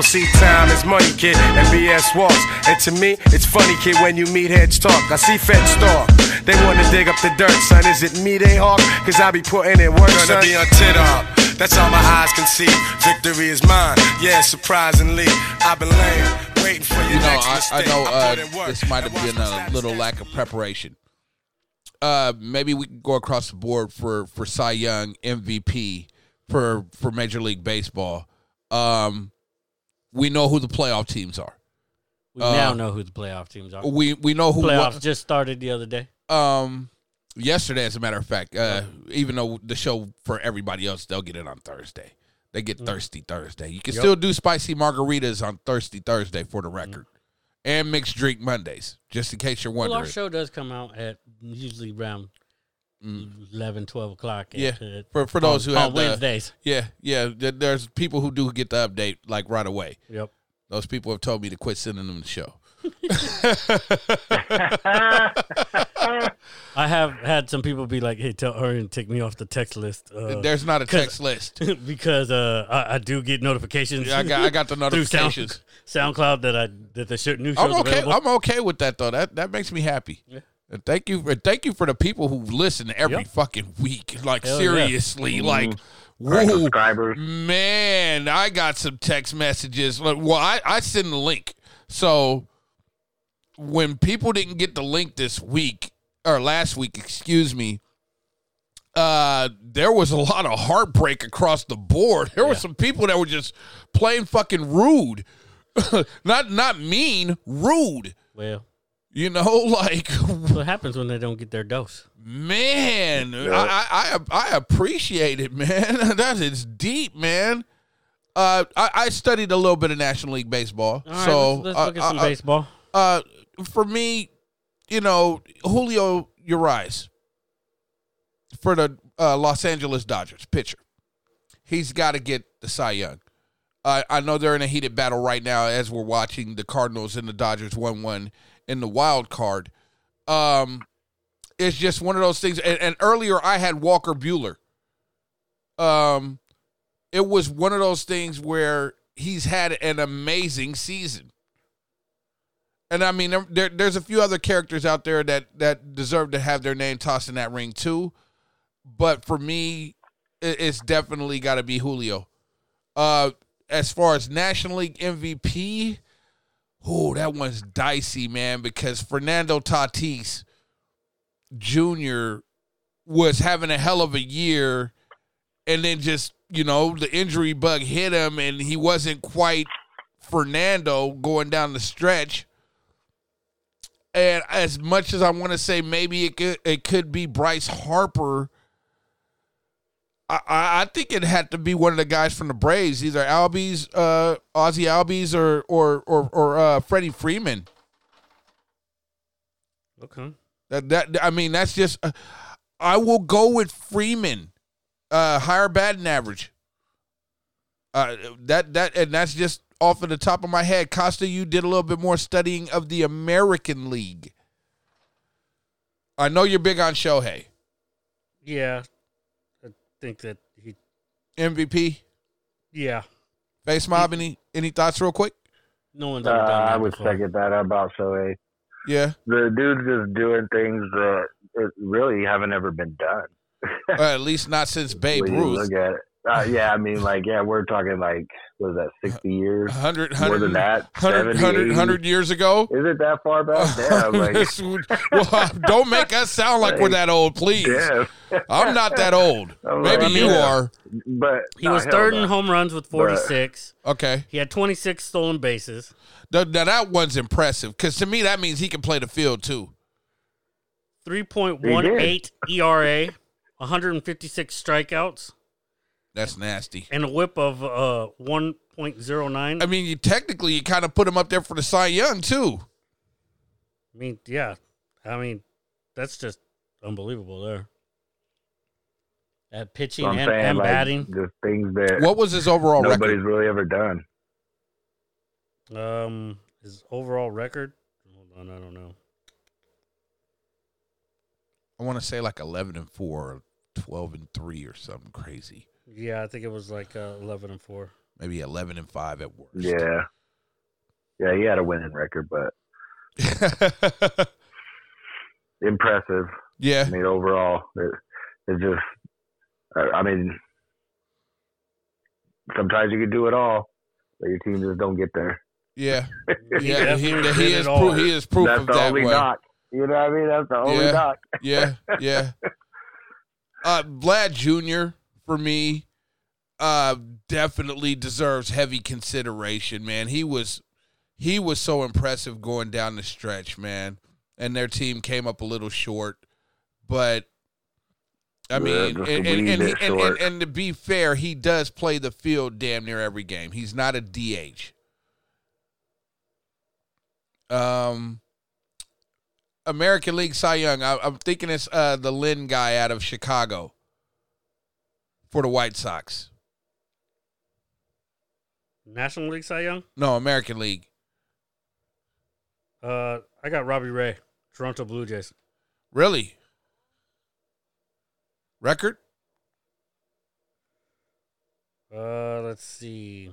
S5: See, time is money, kid, and BS walks. And to me, it's funny, kid, when you meet heads talk. I see feds talk. They wanna dig up the dirt, son. Is it me they hawk? Cause I be putting in work, son.
S6: gonna be on tit up. That's all my eyes can see. Victory is mine. Yeah, surprisingly, I've been laying, waiting for your
S1: You know,
S6: next
S1: I, I
S6: mistake.
S1: know
S6: put in
S1: uh,
S6: work
S1: this might
S6: and
S1: have been
S6: watch my
S1: a
S6: status
S1: little
S6: escalate.
S1: lack of preparation. Uh, maybe we can go across the board for for Cy Young MVP for for Major League Baseball. Um, we know who the playoff teams are. Uh,
S2: We now know who the playoff teams are.
S1: We we know who
S2: Playoffs
S1: won-
S2: just started the other day.
S1: um yesterday, as a matter of fact, uh, even though the show for everybody else, they'll get it on Thursday. They
S2: Mm.
S1: get Thirsty Thursday. You can still do spicy margaritas on Thirsty Thursday for the
S2: Mm.
S1: record. And mixed drink Mondays, just in case you're
S2: Well,
S1: wondering.
S2: our show does come out at usually around eleven, twelve 11, 12 o'clock. at-
S1: Mm. yeah.
S2: at-
S1: For for those
S2: on,
S1: who have
S2: on
S1: the-
S2: Oh, Wednesdays.
S1: yeah, yeah. th- There's people who do get the update like right away.
S2: Yep.
S1: Those people have told me to quit sending them the show.
S2: I have had some people be like, "Hey, tell Aaron, take me off the text list." Uh,
S1: There's not a text list.
S2: because uh, I, I do get notifications.
S1: Yeah, I got I got the
S2: through
S1: notifications.
S2: Sound, SoundCloud that I that the show, new show's
S1: I'm okay.
S2: available.
S1: I'm okay with that though. That that makes me happy. And thank you for thank you for the people who listen every
S2: Yep.
S1: fucking week. Like
S2: Hell yeah.
S1: seriously, like
S3: Our
S1: whoa,
S3: subscribers.
S1: man. I got some text messages. Like, well, I I send the link. So when people didn't get the link this week or last week, excuse me. Uh, there was a lot of heartbreak across the board. There were some people that were just plain fucking rude, not not mean, rude.
S2: well,
S1: You know, like
S2: what happens when they don't get their dose?
S1: man, I, I I I appreciate it, man. that is deep, man. Uh, I, I studied a little bit of National League Baseball,
S2: All right,
S1: so
S2: let's, let's
S1: uh,
S2: look at some
S1: uh, uh,
S2: baseball.
S1: uh, for me, you know, Julio Urias for the uh, Los Angeles Dodgers pitcher. He's got to get the Cy Young. I I know they're in a heated battle right now as we're watching the Cardinals and the Dodgers 1 1 in the wild card. Um, it's just one of those things. And, and earlier I had Walker Bueller. Um, it was one of those things where he's had an amazing season. And I mean, there- there, there's a few other characters out there that that deserve to have their name tossed in that ring too. But for me, it, it's definitely got to be Julio. Uh, as far as National League MVP, oh, that one's dicey, man, because Fernando Tatis Jr. was having a hell of a year, and then just you know the injury bug hit him, and he wasn't quite Fernando going down the stretch. And as much as I want to say, maybe it could it could be Bryce Harper. I, I I think it had to be one of the guys from the Braves, either Albies, uh, Ozzy Albies, or or or, or uh, Freddie Freeman.
S2: Okay.
S1: That that I mean, that's just. Uh, I will go with Freeman, uh, higher batting average. Uh, that that and that's just off of the top of my head. Costa, you did a little bit more studying of the American League. I know you're big on Shohei
S2: Yeah, I think that he.
S1: MVP.
S2: Yeah,
S1: Face mob. Any any thoughts, real quick?
S2: no one's
S3: Uh,
S2: ever done that
S3: I would
S2: before.
S3: second that about Shohei.
S1: Yeah.
S3: The dude's just doing things that it really haven't ever been done.
S1: Or at least not since Babe
S3: when you
S1: Ruth.
S3: Look at it. Uh, yeah, I mean, like, yeah, we're talking like, what is that, 60 years?
S1: 100,
S3: More
S1: 100,
S3: than that?
S1: 100,
S3: 70,
S1: 100,
S3: 80?
S1: 100 years ago.
S3: Is it that far back? Damn, like,
S1: This would- well, don't make us sound like we're that old, please.
S3: damn.
S1: I'm not that old.
S3: I'm
S1: Maybe
S3: like,
S1: you
S3: yeah.
S1: are.
S3: But
S2: He
S3: nah,
S2: was
S3: hell
S2: third in
S3: no.
S2: home runs with 46.
S1: Okay.
S2: He had 26 stolen bases.
S1: Now, now that one's impressive because to me that means he can play the field too.
S2: 3.18 ERA, 156 strikeouts,
S1: That's nasty.
S2: and a whip of uh 1.09.
S1: I mean, you technically you kind of put him up there for the Cy Young too.
S2: I mean, yeah. I mean, that's just unbelievable there. That pitching
S3: I'm
S2: and,
S3: saying,
S2: and
S3: like,
S2: batting.
S3: just things that
S1: What was his overall
S3: nobody's
S1: record?
S3: really ever done.
S2: Um, his overall record. Hold on, I don't know.
S1: I want to say like 11 and four, or 12 and three, or something crazy.
S2: Yeah, I think it was like uh, 11 and 4.
S1: Maybe 11 and five at worst.
S3: Yeah. Yeah, he had a winning record, but
S1: Yeah.
S3: impressive. I
S1: yeah.
S3: mean, overall, it, it's just, I I mean, sometimes you can do it all, but your team just don't get there.
S1: Yeah.
S2: He
S1: Yeah. He,
S2: definitely
S1: he
S2: did
S1: is
S2: it all.
S1: proof. He is proof
S3: That's
S1: of
S3: the
S1: that
S3: only
S1: way.
S3: knock. You know what I mean? That's the only
S1: Yeah.
S3: knock.
S1: yeah, yeah. Uh, Vlad Jr. for me, uh, definitely deserves heavy consideration. Man, he was he was so impressive going down the stretch, man. And their team came up a little short, but I mean,
S3: just a
S1: and, and,
S3: wee
S1: and,
S3: bit
S1: he- and, and,
S3: short.
S1: and to be fair, he does play the field damn near every game. He's not a DH. Um, American League Cy Young. I, I'm thinking it's uh, the Lynn guy out of Chicago for the White Sox.
S2: National League Cy Young.
S1: No, American League.
S2: Uh, I got Robbie Ray, Toronto Blue Jays.
S1: Really? Record?
S2: Uh, let's see.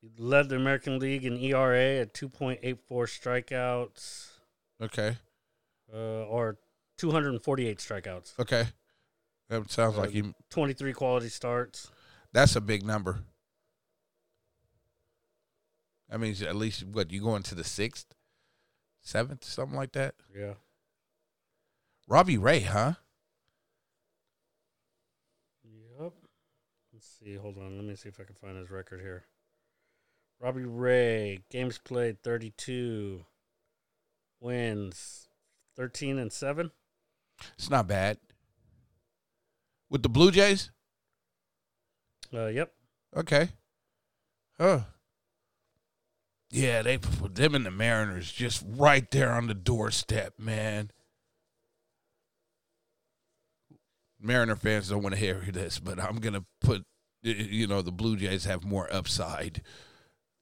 S2: He led the American League in ERA at 2.84 strikeouts,
S1: Okay.
S2: uh, or 248 strikeouts,
S1: Okay. That sounds like he
S2: 23 quality starts.
S1: That's a big number. I mean, at least what you going to the sixth, seventh, something like that.
S2: Yeah.
S1: Robbie Ray, huh?
S2: Yep. Let's see. Hold on. Let me see if I can find his record here. Robbie Ray, games played 32, wins 13 and 7.
S1: It's not bad. With the Blue Jays,
S2: Uh, yep.
S1: okay. Huh. Yeah, they put them and the Mariners just right there on the doorstep, man. Mariner fans don't want to hear this, but I'm gonna put y- y- you know the Blue Jays have more upside.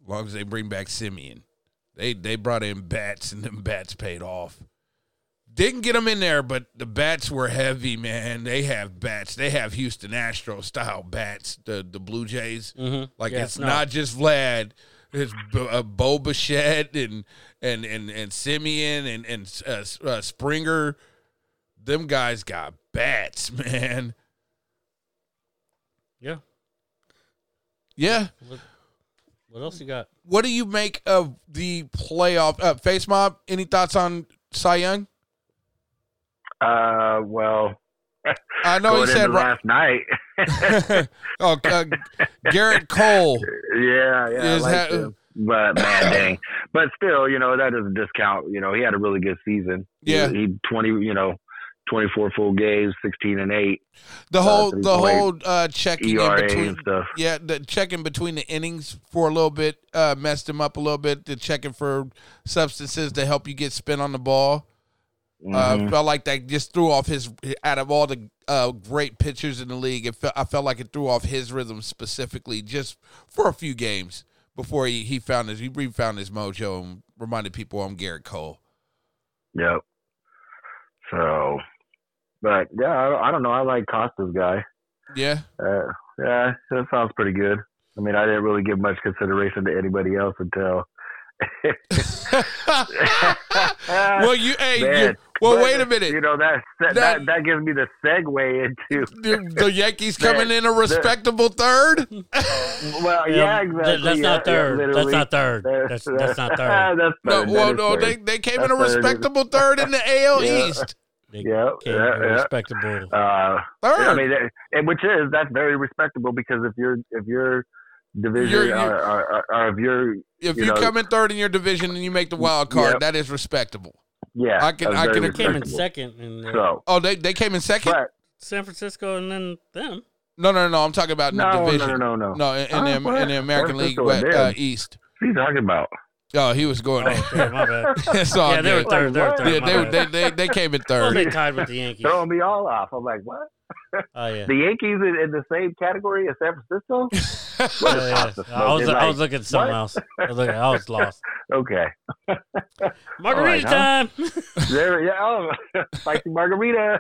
S1: As long as they bring back Simeon, they they brought in bats and them bats paid off. Didn't get them in there, but the bats were heavy, man. They have bats. They have Houston Astro style bats. The the Blue Jays,
S2: Mhm.
S1: Mm-hmm. like
S2: Yeah,
S1: it's
S2: no.
S1: not just Vlad. It's B- uh, Bo Bichette and and and and Simeon and and uh, S- uh, Springer. Them guys got bats, man.
S2: Yeah.
S1: Yeah.
S2: What else you got?
S1: What do you make of the playoff? Uh, Face Mob, any thoughts on Cy Young?
S3: Uh, well,
S1: I know he
S3: going
S1: said
S3: into last night.
S1: oh, uh, Garrett Cole.
S3: Yeah, yeah. I
S1: Is that-
S3: liked him. But man, dang. But still, you know that doesn't discount. You know he had a really good season.
S1: Yeah.
S3: he, he twenty. You know, twenty four full games, sixteen and eight
S1: The whole
S3: three
S1: the
S3: point
S1: whole uh, checking
S3: ERA
S1: in between.
S3: and stuff.
S1: Yeah, the checking between the innings for a little bit uh, messed him up a little bit. The checking for substances to help you get spin on the ball. Uh,
S3: Mhm.
S1: felt like that just threw off his. Out of all the uh, great pitchers in the league, it felt, I felt like it threw off his rhythm specifically just for a few games before he, he found his he refound his mojo and reminded people I'm Garrett Cole.
S3: Mm-hmm. Yep. So, but yeah, I, I don't know. I like Costa's guy.
S1: Yeah,
S3: Uh, yeah, that sounds pretty good. I mean, I didn't really give much consideration to anybody else until.
S1: well, you, hey, you-
S3: ah, Man.
S1: well,
S3: But, uh,
S1: wait a minute.
S3: You know that that,
S1: That-
S3: that that gives me the segue into
S1: The, the Yankees coming
S3: That-
S1: in a respectable third.
S3: well, yeah,
S2: Um,
S3: exactly.
S2: th- that's,
S3: yeah,
S2: not
S3: yeah,
S2: third. that's
S3: literally.
S2: not third. That's that's not third.
S3: that's
S1: No,
S3: third. That
S1: well,
S3: is
S1: no,
S3: third.
S1: they they came in
S3: That's
S1: a
S3: third, isn't it?
S1: respectable third in the AL
S3: Yeah.
S1: East.
S2: They
S3: Yeah,
S2: came
S3: yeah,
S2: to
S3: yeah.
S2: respectable.
S3: Uh, I
S1: Third.
S3: mean, that- and which is that's very respectable because if you're if your division
S1: You're- you're-
S3: or, or, or, or if you're
S1: if you,
S3: you know-
S1: come in third in your division and you make the wild card,
S3: Yep.
S1: that is respectable.
S3: yeah,
S1: I can-
S3: that's
S1: I
S3: very
S1: can-
S2: They came in
S3: respectable.
S2: second in the
S3: So,
S1: Oh, they they came in second.
S3: but
S2: San Francisco and then them.
S1: No, no, no. I'm talking about in the
S3: no, no,
S1: division.
S3: no, no, no,
S1: No, in, in,
S3: Oh,
S1: the,
S3: what?
S1: in the American
S3: San
S1: League
S3: Francisco
S1: West,
S3: did.
S1: uh, East.
S3: What are you talking about?
S1: Oh, he was going.
S2: Oh, damn, my bad.
S1: it's all
S2: yeah, they were
S1: good.
S2: third. They were third.
S1: yeah,
S2: my
S1: they, were-
S2: bad.
S1: they, they, they came in
S2: well,
S1: third.
S2: they tied with the Yankees.
S3: Throwing me all off. I'm like, what?
S2: Oh yeah.
S3: The Yankees in, in the same category as San Francisco? What
S2: Oh,
S3: is
S2: yeah.
S3: possible?
S2: I was
S3: It's
S2: I was
S3: like,
S2: looking at something
S3: what?
S2: else. I was, looking, I was lost.
S3: okay.
S2: Margarita time.
S3: There, yeah, oh, spicy margarita.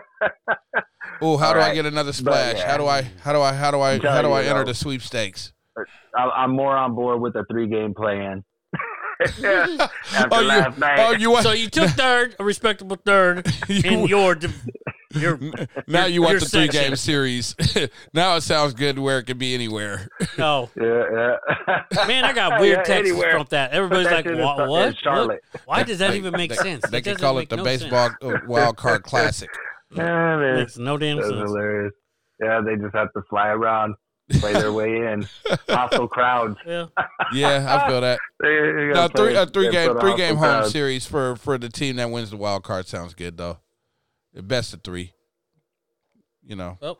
S1: Oh, how
S3: All
S1: do I
S3: right.
S1: get another splash?
S3: yeah.
S1: How do I? How do I? How do I?
S3: I'm
S1: How do I
S3: telling you,
S1: enter
S3: though.
S1: the sweepstakes?
S3: I, I'm more on board with the three game plan. After
S1: oh, you,
S3: last night,
S1: oh, you want?
S2: So you took third, a respectable third in
S1: you-
S2: your div- your
S1: now you want
S2: your
S1: the three
S2: section.
S1: game series. now it sounds good where it could be anywhere.
S2: no.
S3: yeah, yeah.
S2: Oh. Man, I got weird
S3: Yeah,
S2: texts
S3: anywhere.
S2: from that. Everybody's
S3: Put that
S2: like,
S3: shit in
S2: "Wha-
S3: Star-
S2: what?
S3: in
S2: What?
S3: Charlotte."
S2: Why does that
S1: They-
S2: even make
S1: they,
S2: sense?
S1: They
S2: It
S1: could
S2: doesn't
S1: call it
S2: make
S1: the
S2: no sense.
S1: baseball uh, wild card classic.
S3: yeah, man.
S2: Makes no damn
S3: That's
S2: sense.
S3: hilarious. Yeah, they just have to fly around, play their way in. Hostile crowds.
S2: Yeah.
S1: Yeah, I feel that.
S3: They- they
S1: No,
S3: gotta
S1: three
S3: play-
S1: a three
S3: they
S1: game
S3: put
S1: three
S3: hostile
S1: game home
S3: crowds.
S1: series for for the team that wins the wild card sounds good though. The best of three. you know.
S2: Well,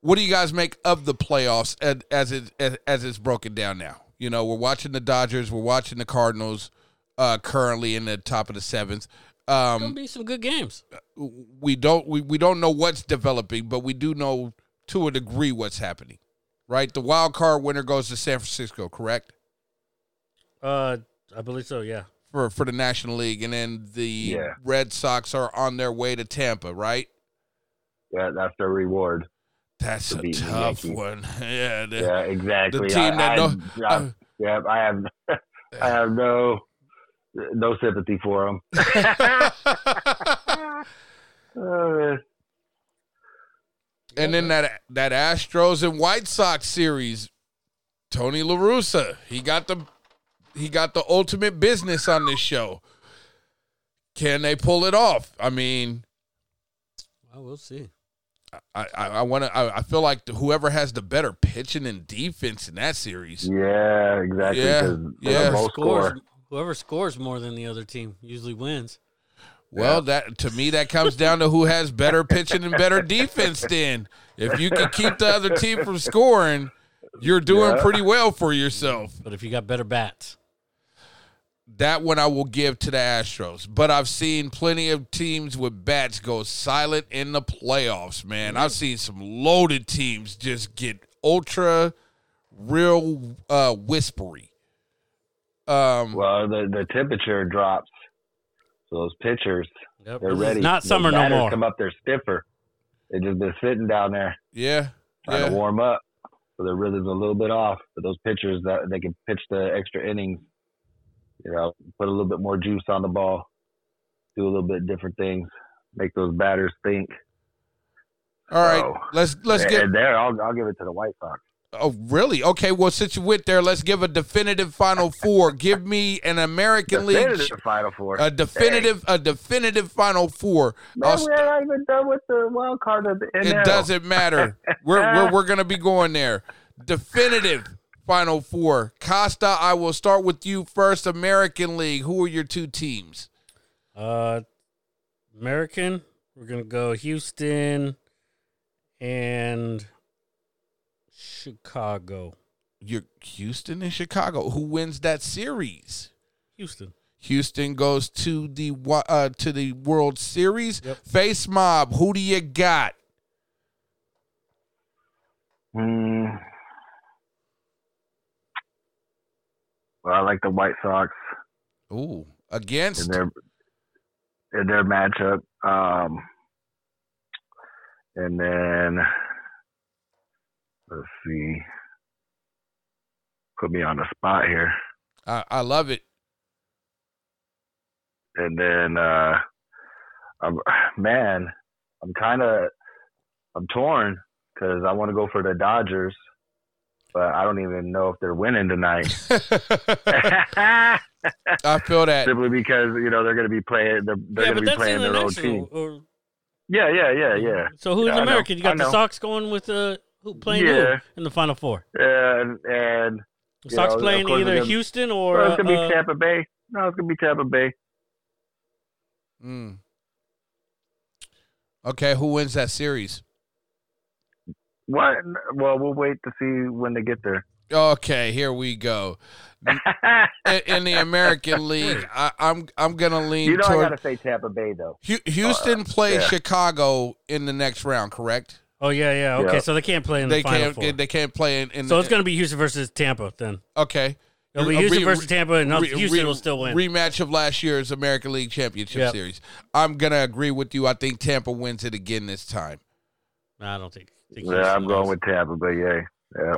S1: What do you guys make of the playoffs as as it as, as it's broken down now? You know, we're watching the Dodgers, we're watching the Cardinals uh, currently in the top of the seventh.
S2: gonna
S1: Um,
S2: be some good games.
S1: we don't we, we don't know what's developing, but we do know to a degree what's happening. Right? The wild card winner goes to San Francisco, correct?
S2: Uh, I believe so. Yeah.
S1: For for the National League and then the
S3: Yeah.
S1: Red Sox are on their way to Tampa, right?
S3: Yeah, that's their reward.
S1: That's
S3: To
S1: a
S3: beat the
S1: tough
S3: Yankees.
S1: one. Yeah. the-
S3: Yeah, exactly.
S1: team that
S3: I,
S1: know-
S3: I, I- yeah, I have, I have no, no sympathy for them. Uh,
S1: and then that that Astros and White Sox series, Tony La Russa, he got the he got the ultimate business on this show. Can they pull it off? I mean,
S2: Well, we'll see.
S1: I I, I want to. I, I feel like whoever has the better pitching and defense in that series,
S3: yeah, exactly.
S1: Yeah,
S3: 'cause they
S1: yeah.
S3: both score.
S2: Scores. Whoever scores more than the other team usually wins.
S1: well, that to me that comes down to who has better pitching and better defense. Then, if you can keep the other team from scoring, you're doing
S3: Yeah.
S1: pretty well for yourself.
S2: But if you got better bats,
S1: That one I will give to the Astros. But I've seen plenty of teams with bats go silent in the playoffs, man. I've seen some loaded teams just get ultra real uh whispery. Um
S3: Well, the the temperature drops, so those pitchers
S2: yep.
S3: they're
S2: this is
S3: ready.
S2: not
S3: Those
S2: summer no
S3: batters
S2: more.
S3: Come up, they're stiffer. They just been sitting down there
S1: yeah.
S3: trying to
S1: yeah.
S3: warm up, so their rhythm's a little bit off. But those pitchers that they can pitch the extra innings, you know, put a little bit more juice on the ball, do a little bit different things, make those batters think.
S1: All right.
S3: Oh.
S1: Let's let's
S3: and,
S1: get
S3: and there. I'll I'll give it to the White Sox.
S1: Oh, really? Okay, well since you went there, let's give a definitive final four. give me an American League
S3: Definitive Final
S2: uh,
S3: Four.
S1: a definitive a definitive final four.
S3: Man,
S1: I'll
S3: we're
S1: st-
S3: not even done with the wild card of the NL.
S1: It doesn't matter. We're we're, we're going to be going there. Definitive Final Four. Costa, I will start with you first. American League. Who are your two teams?
S2: Uh, American. We're gonna go Houston and Chicago.
S1: Your Houston and Chicago. Who wins that series?
S2: Houston.
S1: Houston goes to the wa- uh, to the World Series.
S2: Yep.
S1: Face mob. Who do you got?
S3: Hmm. Well, I like the White Sox
S1: Ooh, against
S3: in their in their matchup, um, and then let's see. Put me on the spot here,
S1: I, I love it.
S3: and then uh, I'm, man, I'm kind of I'm torn because I want to go for the Dodgers, but I don't even know if they're winning tonight.
S1: I feel that.
S3: simply because you know they're going to be playing they're, they're going to be playing their own team.
S2: Or,
S3: Yeah, yeah, yeah, yeah.
S1: Mm-hmm.
S2: Mm-hmm. So who's
S3: Yeah, I know.
S2: American? You
S3: I
S2: got the
S3: know.
S2: Sox going with uh, who playing who
S3: Yeah.
S2: in the Final Four?
S3: And and
S2: The
S3: You
S2: Sox
S3: know, of
S2: playing
S3: course,
S2: either
S3: they're-
S2: Houston or
S3: well, it's going to be
S2: uh,
S3: Tampa Bay. No, it's going to be Tampa Bay.
S1: Mm. Okay, who wins that series?
S3: What? Well, we'll wait to see when they get there.
S1: Okay, here we go. in, in the American League, I, I'm I'm gonna lean
S3: you know, I
S1: toward
S3: got to say Tampa Bay though.
S1: Hu- Houston plays
S3: yeah.
S1: Chicago in the next round, correct?
S2: Oh yeah, yeah. Okay,
S3: Yeah.
S2: so they can't play in the
S1: they
S2: Final
S1: can't
S2: Four.
S1: they can't play in. in
S2: so
S1: the,
S2: it's going to be Houston versus Tampa then.
S1: okay.
S2: It'll be
S1: A
S2: Houston
S1: re-
S2: versus Tampa, and
S1: re-
S2: Houston
S1: re-
S2: will still win.
S1: Rematch of last year's American League Championship
S2: Yep.
S1: Series. I'm gonna agree with you. I think Tampa wins it again this time.
S2: no, I don't think. think
S3: Yeah,
S2: Houston
S3: I'm going
S2: wins.
S3: with Tampa Bay. Yeah, yeah.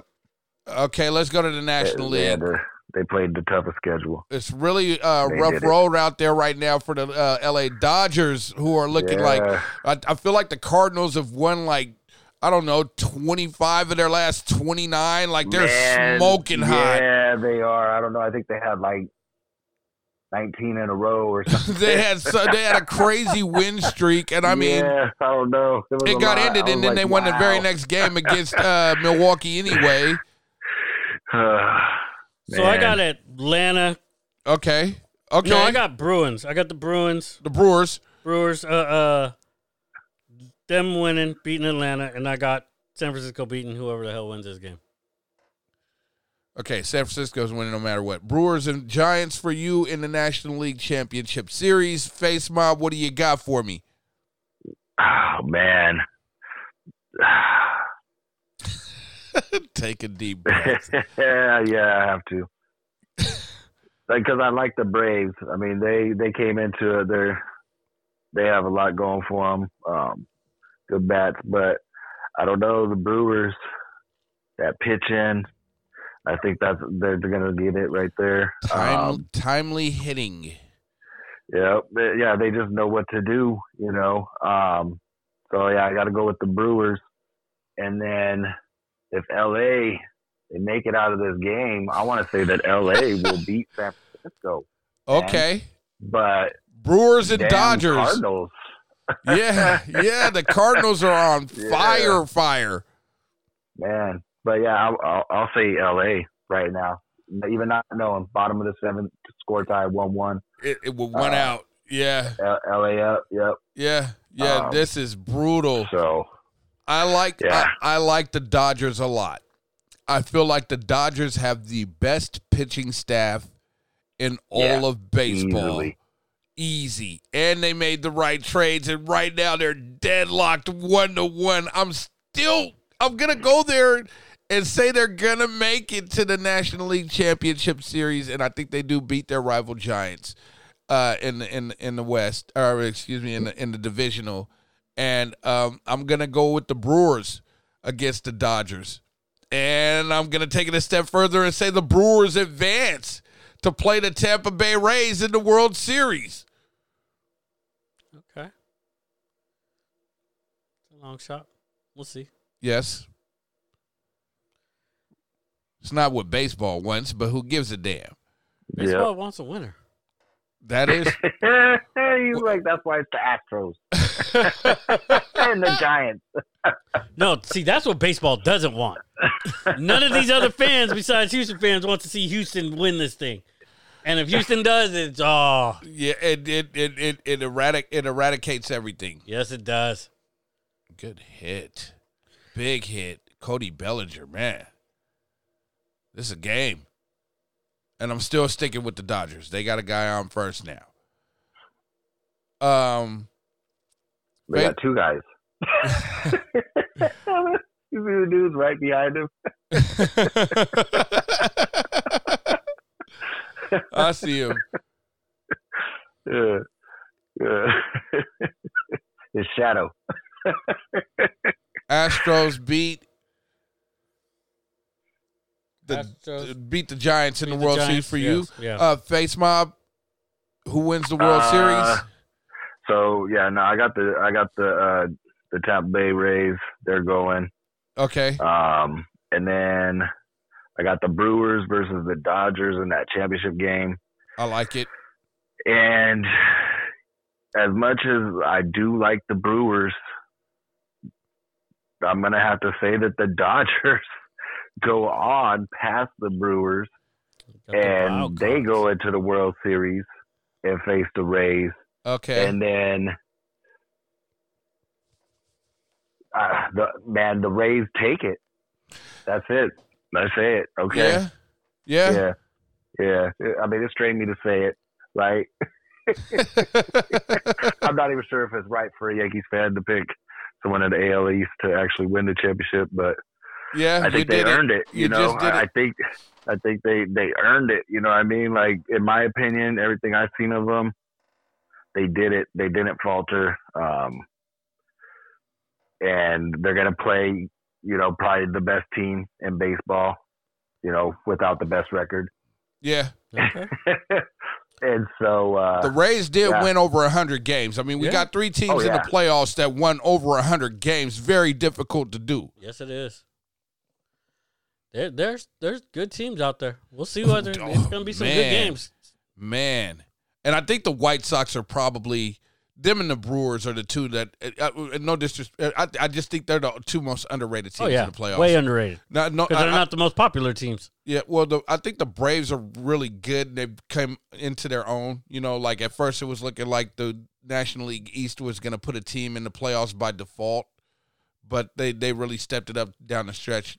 S1: Okay, let's go to the National
S3: They,
S1: League.
S3: had the- they played the toughest schedule.
S1: It's really uh,
S3: They
S1: rough
S3: did it.
S1: road out there right now for the uh, LA Dodgers, who are looking
S3: Yeah.
S1: like I, I feel like the Cardinals have won like I don't know twenty five of their last twenty nine. Like they're
S3: Man,
S1: smoking hot.
S3: Yeah, they are. I don't know. I think they had like 19 in a row or something.
S1: they had so, they had a crazy win streak, and I mean
S3: yeah, I don't know. was
S1: it
S3: a
S1: got
S3: lot.
S1: ended,
S3: I
S1: and then
S3: was like,
S1: they won the very
S3: wow.
S1: next game against uh, Milwaukee anyway.
S2: So I
S3: Man.
S2: got Atlanta.
S1: Okay, okay.
S2: No, I got Bruins. I got the Bruins.
S1: the Brewers.
S2: Brewers. Uh, uh, them winning, beating Atlanta, and I got San Francisco beating whoever the hell wins this game.
S1: Okay, San Francisco's winning no matter what. Brewers and Giants for you in the National League Championship Series. Face mob, what do you got for me?
S3: Oh man.
S1: Take a deep breath.
S3: yeah, yeah, I have to. like, because I like the Braves. I mean, they they came into it. They they have a lot going for them. Um, good bats, but I don't know the Brewers. That pitching, I think that's they're, they're gonna get it right there.
S1: Time,
S3: Um,
S1: timely hitting.
S3: yeah, they- yeah, they just know what to do, you know. Um, so yeah, I got to go with the Brewers, and then if LA they make it out of this game, I want to say that LA will beat San Francisco,
S1: Okay.
S3: but
S1: Brewers and
S3: damn
S1: Dodgers.
S3: Cardinals,
S1: Yeah, yeah. The Cardinals are on
S3: Yeah.
S1: fire, fire.
S3: man. But yeah, I'll, I'll, I'll say LA right now, even not knowing bottom of the seventh, score tie one one,
S1: It, it will one
S3: Uh,
S1: out. Yeah,
S3: LA up, yep.
S1: yeah, yeah.
S3: um,
S1: this is brutal.
S3: So
S1: I like
S3: Yeah.
S1: I, I like the Dodgers a lot. I feel like the Dodgers have the best pitching staff in all
S3: Yeah,
S1: of baseball.
S3: easily.
S1: Easy. And they made the right trades and right now they're deadlocked one to one. I'm still I'm gonna go there and say they're gonna make it to the National League Championship Series, and I think they do beat their rival Giants uh, in the in in the West, or excuse me, in the in the divisional. And um, I'm gonna go with the Brewers against the Dodgers, and I'm gonna take it a step further and say the Brewers advance to play the Tampa Bay Rays in the World Series.
S2: Okay. It's a long shot. We'll see.
S1: Yes. It's not what baseball wants, but who gives a damn?
S2: Baseball wants a winner.
S1: That is
S3: yep. He's like, that's why it's the Astros and the Giants.
S2: No, see, that's what baseball doesn't want. None of these other fans, besides Houston fans, want to see Houston win this thing. And if Houston does, it's oh,
S1: Yeah, it it it it, it erratic it eradicates everything.
S2: yes, it does.
S1: Good hit, big hit, Cody Bellinger, man. This is a game, and I'm still sticking with the Dodgers. They got a guy on first now. Um,
S3: They got two guys. you see the dudes right behind him.
S1: I see him.
S3: Yeah. Yeah. His shadow.
S1: Astros beat the
S2: Astros
S1: beat the Giants in
S2: beat
S1: the
S2: the
S1: World
S2: Giants,
S1: Series for
S2: yes,
S1: you.
S2: yeah.
S1: Uh, face mob, who wins the World
S3: Uh,
S1: Series?
S3: So yeah, no, I got the I got the uh, the Tampa Bay Rays. They're going.
S1: Okay,
S3: Um, and then I got the Brewers versus the Dodgers in that championship game.
S1: I like it.
S3: And as much as I do like the Brewers, I'm going to have to say that the Dodgers go on past the Brewers and they go into the World Series and face the Rays.
S1: Okay,
S3: And then, uh, the, man, the Rays take it. That's it. That's it. Okay
S1: yeah, yeah.
S3: yeah, yeah. I mean, it's strange me to say it, right? I'm not even sure if it's right for a Yankees fan to pick someone in the AL East to actually win the championship, but
S1: Yeah,
S3: I
S1: you
S3: think they
S1: did it.
S3: earned it. you,
S1: You
S3: know,
S1: just did
S3: I, I
S1: it.
S3: think I think they they earned it. You know, what I mean, like in my opinion, everything I've seen of them, they did it. They didn't falter, um, and they're gonna play. You know, probably the best team in baseball. You know, without the best record.
S1: Yeah,
S2: Okay.
S3: and so uh,
S1: the Rays did
S3: yeah. Oh,
S1: win over hundred games. I mean, we
S2: Yeah.
S1: got three teams in
S3: yeah.
S1: the playoffs that won over hundred games. Very difficult to do.
S2: Yes, it is. There, there's there's good teams out there. We'll see whether
S1: Oh,
S2: it's gonna be some good
S1: man.
S2: games.
S1: Man, and I think the White Sox are probably them and the Brewers are the two that. Uh, uh, no disrespect, I, I just think they're the two most underrated teams
S2: Oh yeah,
S1: in the playoffs.
S2: way underrated
S1: No, no,
S2: because
S1: I-
S2: they're
S1: I-
S2: not the most popular teams.
S1: yeah, well, the, I think the Braves are really good. They've come into their own. You know, like at first it was looking like the National League East was going to put a team in the playoffs by default, but they they really stepped it up down the stretch.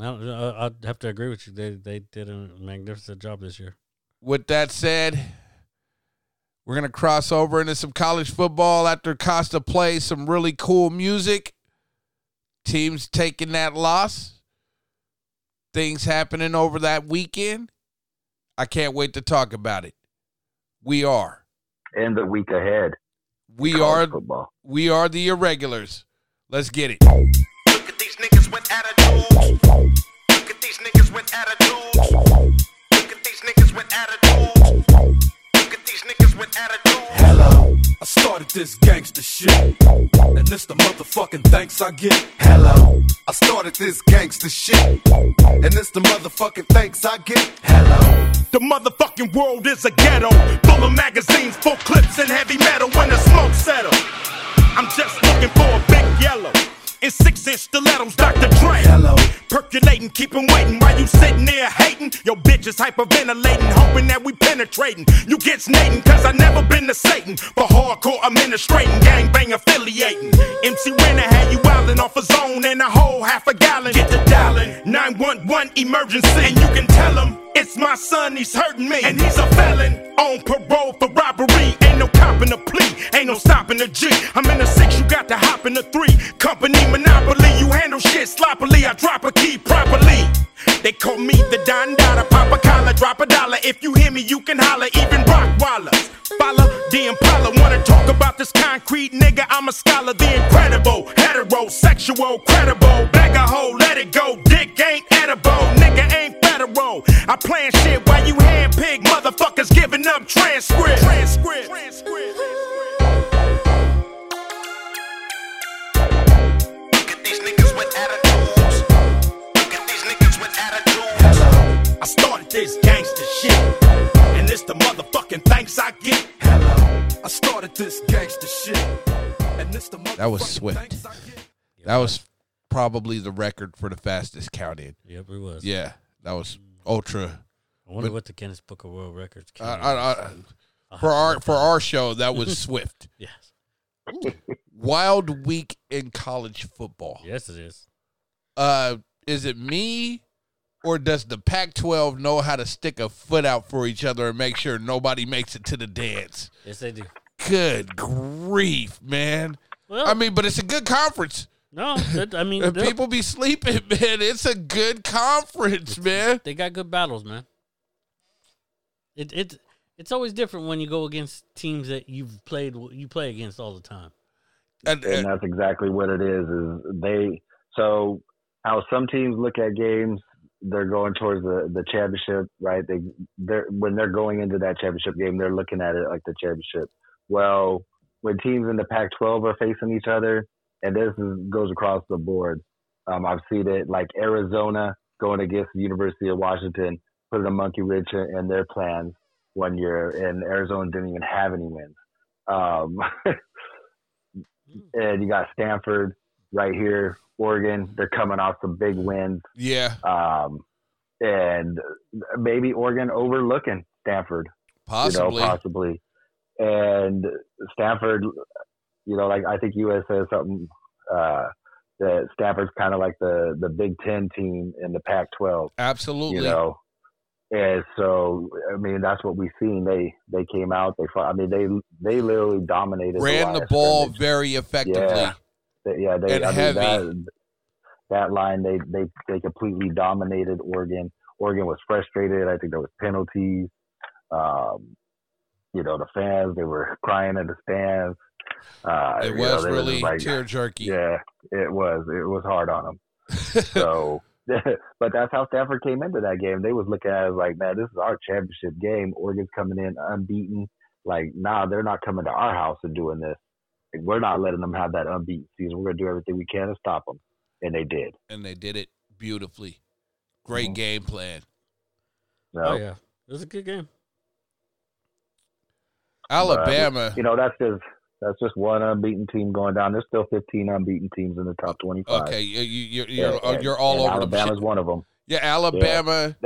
S2: I don't- I- I'd have to agree with you. They they did a magnificent job this year.
S1: With that said, we're going to cross over into some college football after Costa plays some really cool music. Teams taking that loss. Things happening over that weekend. I can't wait to talk about it. We are.
S3: And the week ahead,
S1: We
S3: college
S1: are
S3: football.
S1: we are the irregulars. Let's get it.
S5: Look at these niggas with attitudes. Look at these niggas with attitudes. Look at these niggas with attitudes. Look at these niggas with attitudes. Hello, I started this gangster shit. And it's the motherfucking thanks I get. Hello, I started this gangster shit. And it's the motherfucking thanks I get. Hello. The motherfucking world is a ghetto. Full of magazines, full clips, and heavy metal when the smoke settles. I'm just looking for a big yellow. In six inch stilettos, Dr. Dre. Hello. Percolating, keeping waiting while you sitting there hating. Your bitch is hyperventilating, hoping that we penetrating. You get snating, cause I never been to Satan. But hardcore administrating, gangbang affiliating. MC Renner had you wildin' off a zone and a whole half a gallon. Get the dialing, 911 emergency. And you can tell him, it's my son, he's hurting me. And he's a felon on parole for robbery. Ain't no copping a plea, ain't no stopping a G. I'm in a six, you got to hop in a three. Company monopoly, you handle shit sloppily. I drop a key properly. They call me the Don Dada, pop a collar, drop a dollar. If you hear me, you can holler, even rock wallers. Follow the Impala, wanna talk about this concrete nigga? I'm a scholar, the incredible, heterosexual, credible. Bag a hole, let it go. Dick ain't edible, nigga ain't federal. I plan shit while you handpick motherfuckers giving up transcript. Transcript.
S6: Look at these niggas with attitudes. Look at these niggas with attitudes. I started this gangster shit, and it's the motherfucking thanks I get. Hello. I started this gangster shit, and it's the motherfucking
S1: That was Swift.
S6: thanks I get.
S1: That was probably the record for the fastest counted.
S2: Yep, it was.
S1: Yeah, that was ultra.
S2: I wonder what the Guinness Book of World Records.
S1: I, I, I, for our for our show, that was Swift.
S2: yes,
S1: Wild week in college football.
S2: yes, it is.
S1: Uh, is it me, or does the Pac-12 know how to stick a foot out for each other and make sure nobody makes it to the dance?
S2: Yes, they do.
S1: Good grief, man!
S2: Well,
S1: I mean, but it's a good conference.
S2: no, that- I mean,
S1: If
S2: they're-
S1: people be sleeping, man, it's a good conference, man.
S2: they got good battles, man. It it it's always different when you go against teams that you've played you play against all the time.
S1: And, uh,
S3: and
S1: and-
S3: that's exactly what it is. Is they so how some teams look at games, they're going towards the the championship, right? They they're when they're going into that championship game, they're looking at it like the championship. Well, when teams in the Pac-12 are facing each other, and this is, goes across the board, um, I've seen it like Arizona going against the University of Washington, putting a monkey wrench in, in their plans one year, and Arizona didn't even have any wins. Um, and you got Stanford right here, Oregon. They're coming off some big wins,
S1: yeah,
S3: um, and maybe Oregon overlooking Stanford,
S1: possibly.
S3: you know, possibly. And Stanford, you know, like I think US says something uh, that Stanford's kind of like the the Big Ten team in the Pac-12
S1: Absolutely.
S3: you know. And so, I mean, that's what we've seen. They they came out. They, fought- I mean, they they literally dominated.
S1: Ran
S3: line
S1: the
S3: of
S1: ball
S3: scrimmage.
S1: very effectively.
S3: Yeah. They- yeah, they
S1: and
S3: I mean,
S1: heavy.
S3: That, that line they, they they completely dominated Oregon. Oregon was frustrated. I think there was penalties. Um, you know, the fans they were crying in the stands. Uh,
S1: It
S3: you know,
S1: was
S3: they were just
S1: really
S3: like,
S1: tear jerky.
S3: yeah, it was. It was hard on them. So, but that's how Stafford came into that game. They was looking at it like, man, this is our championship game. Oregon's coming in unbeaten. Like, nah, they're not coming to our house and doing this. Like, we're not letting them have that unbeaten season. We're gonna do everything we can to stop them, and they did.
S1: And they did it beautifully. Great
S3: Mhm.
S1: game plan.
S3: So,
S2: Oh yeah, it was a good game.
S1: Alabama.
S3: you know, that's just that's just one unbeaten team going down. There's still 15 unbeaten teams in the top 25.
S1: okay, you, you, you're, you're,
S3: And-
S1: you're all
S3: and
S1: over
S3: Alabama's
S1: the
S3: one of them.
S1: Yeah, Alabama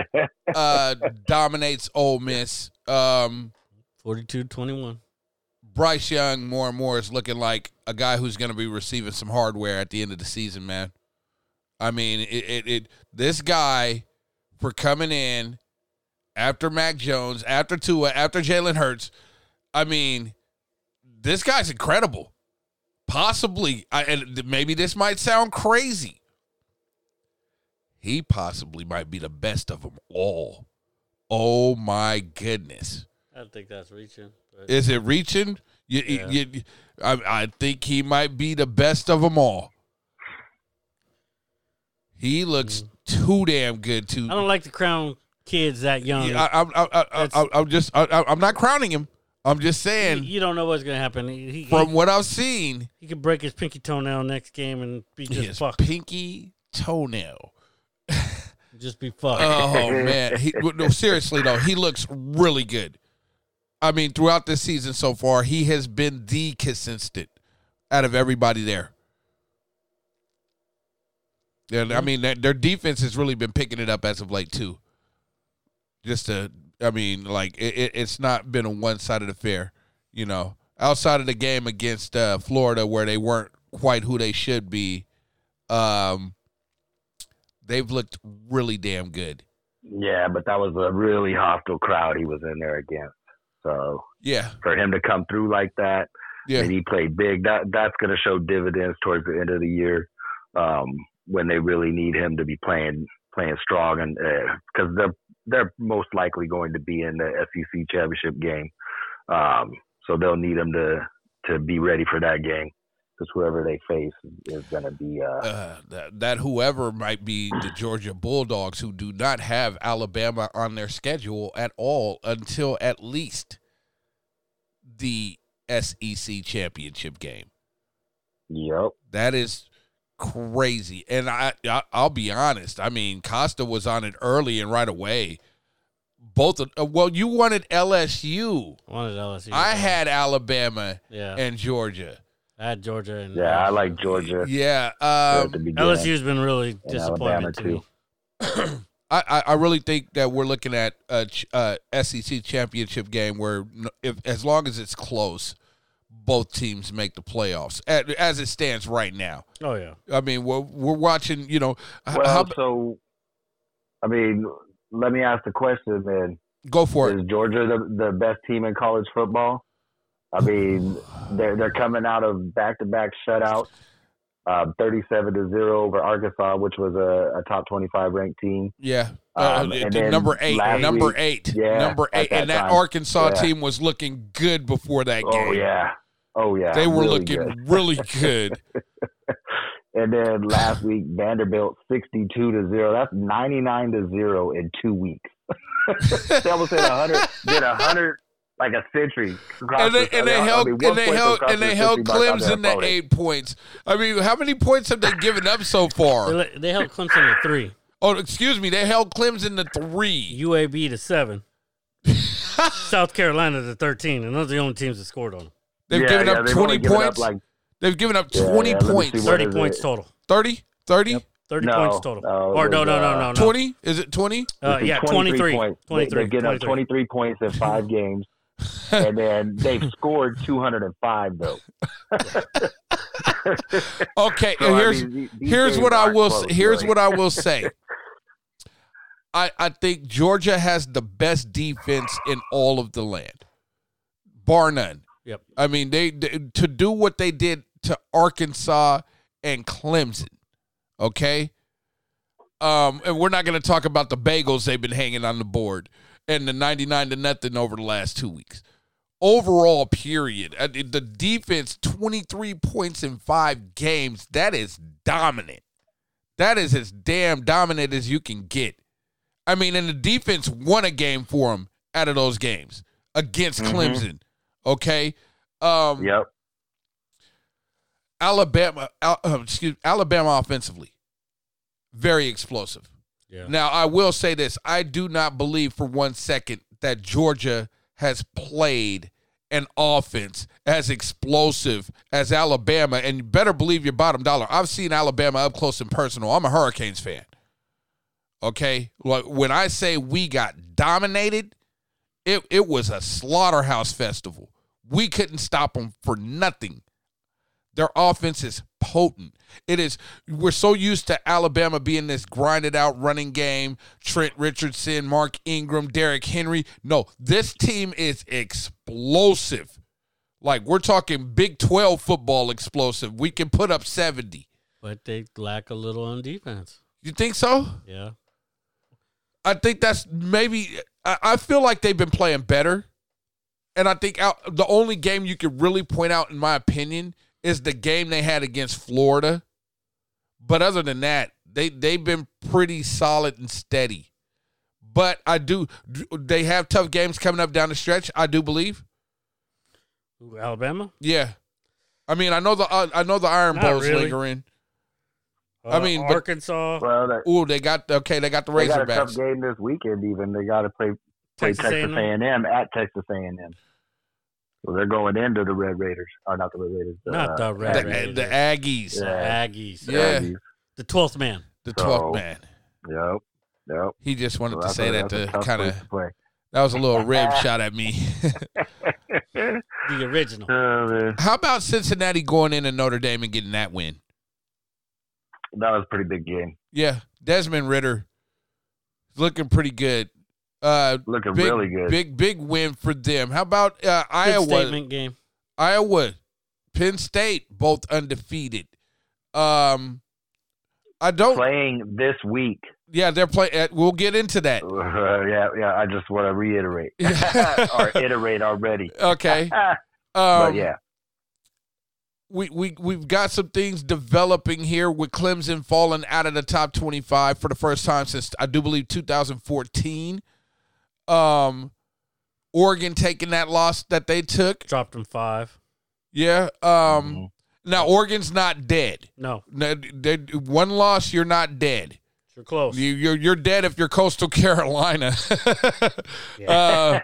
S1: uh, dominates Ole Miss. Um,
S2: 42 21.
S1: Bryce Young more and more is looking like a guy who's going to be receiving some hardware at the end of the season, man. I mean, it, it, it this guy for coming in after Mac Jones, after Tua, after Jalen Hurts. I mean, this guy's incredible. Possibly, I, and th- maybe this might sound crazy. He possibly might be the best of them all. Oh my goodness.
S2: I think that's reaching. but-
S1: Is it reaching? You, you-
S2: Yeah.
S1: you, I, I think he might be the best of them all. He looks too damn good to.
S2: Mm. I don't like to crown kids that young.
S1: Yeah, I, I, I, I, I,
S2: That's-
S1: I'm just. I, I, I'm not crowning him. I'm just
S2: you,
S1: saying.
S2: you don't know what's going to happen. He, he,
S1: from what I've seen,
S2: he could break his pinky toenail next game and be
S1: his
S2: just fucked.
S1: pinky toenail.
S2: just be fucked.
S1: Oh man! He, well, no, seriously though, he looks really good. I mean, throughout this season so far, he has been the consistent out of everybody there. And I mean, their- their defense has really been picking it up as of late too. Just to, I mean, like it, it, it's not been a one-sided affair, you know. Outside of the game against uh, Florida, where they weren't quite who they should be, um, they've looked really damn good.
S3: Yeah, but that was a really hostile crowd he was in there against. So
S1: Yeah,
S3: for him to come through like that,
S1: yeah,
S3: and he played big. That that's going to show dividends towards the end of the year um, when they really need him to be playing playing strong, and because they're they're most likely going to be in the SEC championship game, um, so they'll need him to to be ready for that game because whoever they face is going to be. Uh,
S1: uh, that, that whoever might be the Georgia Bulldogs who do not have Alabama on their schedule at all until at least the SEC championship game.
S3: yep.
S1: That is crazy, and I, I I'll be honest. I mean, Costa was on it early and right away. Both of uh, well, you wanted LSU.
S2: I wanted LSU.
S1: I had Alabama
S2: Yeah.
S1: and Georgia.
S2: I had Georgia. And uh,
S3: Yeah, I
S2: LSU.
S3: like Georgia.
S1: Yeah,
S3: at
S1: um,
S3: the beginning.
S2: LSU's been really
S3: Alabama,
S2: disappointing to me.
S3: too.
S1: I, I I really think that we're looking at a ch- uh, SEC championship game where, n- if as long as it's close, both teams make the playoffs. At, as it stands right now,
S2: Oh, yeah.
S1: I mean, we're we're watching. You know, h-
S3: Well,
S1: how,
S3: so I mean, let me ask the question then.
S1: go for
S3: Is
S1: it.
S3: Georgia the, the best team in college football? I mean, they're they're coming out of back to back shutouts, uh, thirty seven to zero over Arkansas, which was a, a top twenty five ranked team.
S1: Yeah, Uh,
S3: um,
S1: the-
S3: and
S1: the
S3: then
S1: number eight,
S3: last
S1: number
S3: week-
S1: eight,
S3: yeah,
S1: number
S3: at
S1: eight,
S3: that
S1: and that
S3: time.
S1: Arkansas
S3: Yeah.
S1: team was looking good before that
S3: Oh
S1: game.
S3: yeah, oh yeah,
S1: They were
S3: really
S1: looking
S3: good.
S1: really good.
S3: And then last week Vanderbilt sixty two to zero. That's ninety nine to zero in two weeks. they almost hit hundred, did hundred like a century. across
S1: and they
S3: the-
S1: and they
S3: I mean,
S1: held
S3: one
S1: and they
S3: point
S1: held
S3: across
S1: and
S3: the
S1: they held
S3: 50 mark on their
S1: Clemson to
S3: opponent.
S1: eight points. I mean, how many points have they given up so
S2: They,
S1: far?
S2: let- they held Clemson at three,
S1: Oh, excuse me, they held Clemson to three.
S2: UAB to seven, South Carolina to 13, and those are the only teams that scored on them.
S1: They've given up
S3: they've
S1: twenty
S3: only given up,
S1: points.
S3: like
S1: they've given up
S3: Yeah, yeah,
S1: twenty
S3: let me see
S1: points.
S3: what-
S2: 30
S3: is
S2: points
S3: it?
S2: total.
S1: 30? 30?
S2: 30
S3: No,
S2: points total.
S3: no,
S2: or no,
S3: it was,
S2: no,
S3: uh,
S2: no, no, no.
S1: 20? Is it 20?
S2: Uh,
S3: It's
S2: yeah, 23.
S3: 23 points. They-
S2: 23.
S3: They're getting up
S2: 23.
S3: 23 points in five games, and then they've scored 205 though.
S1: Okay,
S3: So, I
S1: here's
S3: mean, these- these
S1: here's
S3: games
S1: what I
S3: aren't
S1: will
S3: close,
S1: s- here's
S3: really.
S1: what I will say. I I think Georgia has the best defense in all of the land, bar none.
S2: Yep.
S1: I mean they, they to do what they did to Arkansas and Clemson. Okay. Um, and we're not going to talk about the bagels they've been hanging on the board and the ninety nine to nothing over the last two weeks. Overall, period. Uh, The the defense twenty three points in five games. That is dominant. That is as damn dominant as you can get. I mean, and the defense won a game for him out of those games against
S3: Mhm.
S1: Clemson. Okay. Um,
S3: Yep.
S1: Alabama, Al, uh, excuse Alabama offensively, very explosive.
S2: Yeah.
S1: Now, I will say this: I do not believe for one second that Georgia has played an offense as explosive as Alabama, and you better believe your bottom dollar. I've seen Alabama up close and personal. I'm a Hurricanes fan. Okay, like when I say we got dominated, it it was a slaughterhouse festival. We couldn't stop them for nothing. Their offense is potent. It is. We're so used to Alabama being this grinded out running game. Trent Richardson, Mark Ingram, Derrick Henry. No, this team is explosive. Like we're talking Big Twelve football explosive. We can put up seventy.
S2: but they lack a little on defense.
S1: You think so?
S2: Yeah.
S1: I think that's maybe. I, I feel like they've been playing better, and I think out, the only game you could really point out, in my opinion, is the game they had against Florida. But other than that, they they've been pretty solid and steady. But I do they have tough games coming up down the stretch. I do believe.
S2: Who, Alabama.
S1: Yeah, I mean I know the uh, I know the Iron
S2: Not
S1: Bowl's
S2: really.
S1: lingering.
S2: Uh,
S1: mean, but-
S2: Arkansas,
S3: Well, that,
S1: Ooh, they got okay. They got the
S3: they got a tough
S1: Razorbacks.
S3: game this weekend. Even they got to play play
S2: Texas
S3: Texas A
S2: A&M.
S3: and M at Texas A and M. So they're going into the Red Raiders, or not the Red Raiders. uh,
S2: Not the Red
S1: The,
S3: Aggies.
S2: Raiders.
S1: the Aggies,
S2: the
S3: Yeah.
S2: Aggies,
S1: Yeah.
S3: Aggies.
S2: the twelfth man.
S1: the
S3: So-
S1: twelfth man.
S3: Yep. Yep.
S1: He just wanted
S3: So
S1: to
S3: that's
S1: say
S3: a-
S1: that
S3: that's a
S1: to
S3: tough
S1: kind of
S3: place to play.
S1: that was a little rib shot at me.
S2: The original.
S1: Uh,
S3: Oh, man.
S1: How about Cincinnati going into Notre Dame and getting that win?
S3: that was a pretty big game.
S1: Yeah, Desmond Ritter is looking pretty good. Uh,
S3: Looking
S1: big,
S3: really good.
S1: big, big win for them. How about uh,
S2: Good
S1: Iowa?
S2: statement game.
S1: Iowa, Penn State, both undefeated. Um, I don't.
S3: Playing this week.
S1: Yeah, they're playing. We'll get into that.
S3: yeah, yeah. I just want to reiterate or iterate already.
S1: Okay.
S3: Ah,
S1: Um,
S3: but yeah,
S1: we, we we've got some things developing here with Clemson falling out of the top 25 for the first time since I do believe 2014. Um Oregon taking that loss that they took.
S2: Dropped them five.
S1: Yeah. Um
S2: Mm-hmm.
S1: now Oregon's not dead.
S2: No,
S1: No, they- one loss you're not dead.
S2: you're close.
S1: You you're, you're dead if you're Coastal Carolina. yeah. Uh,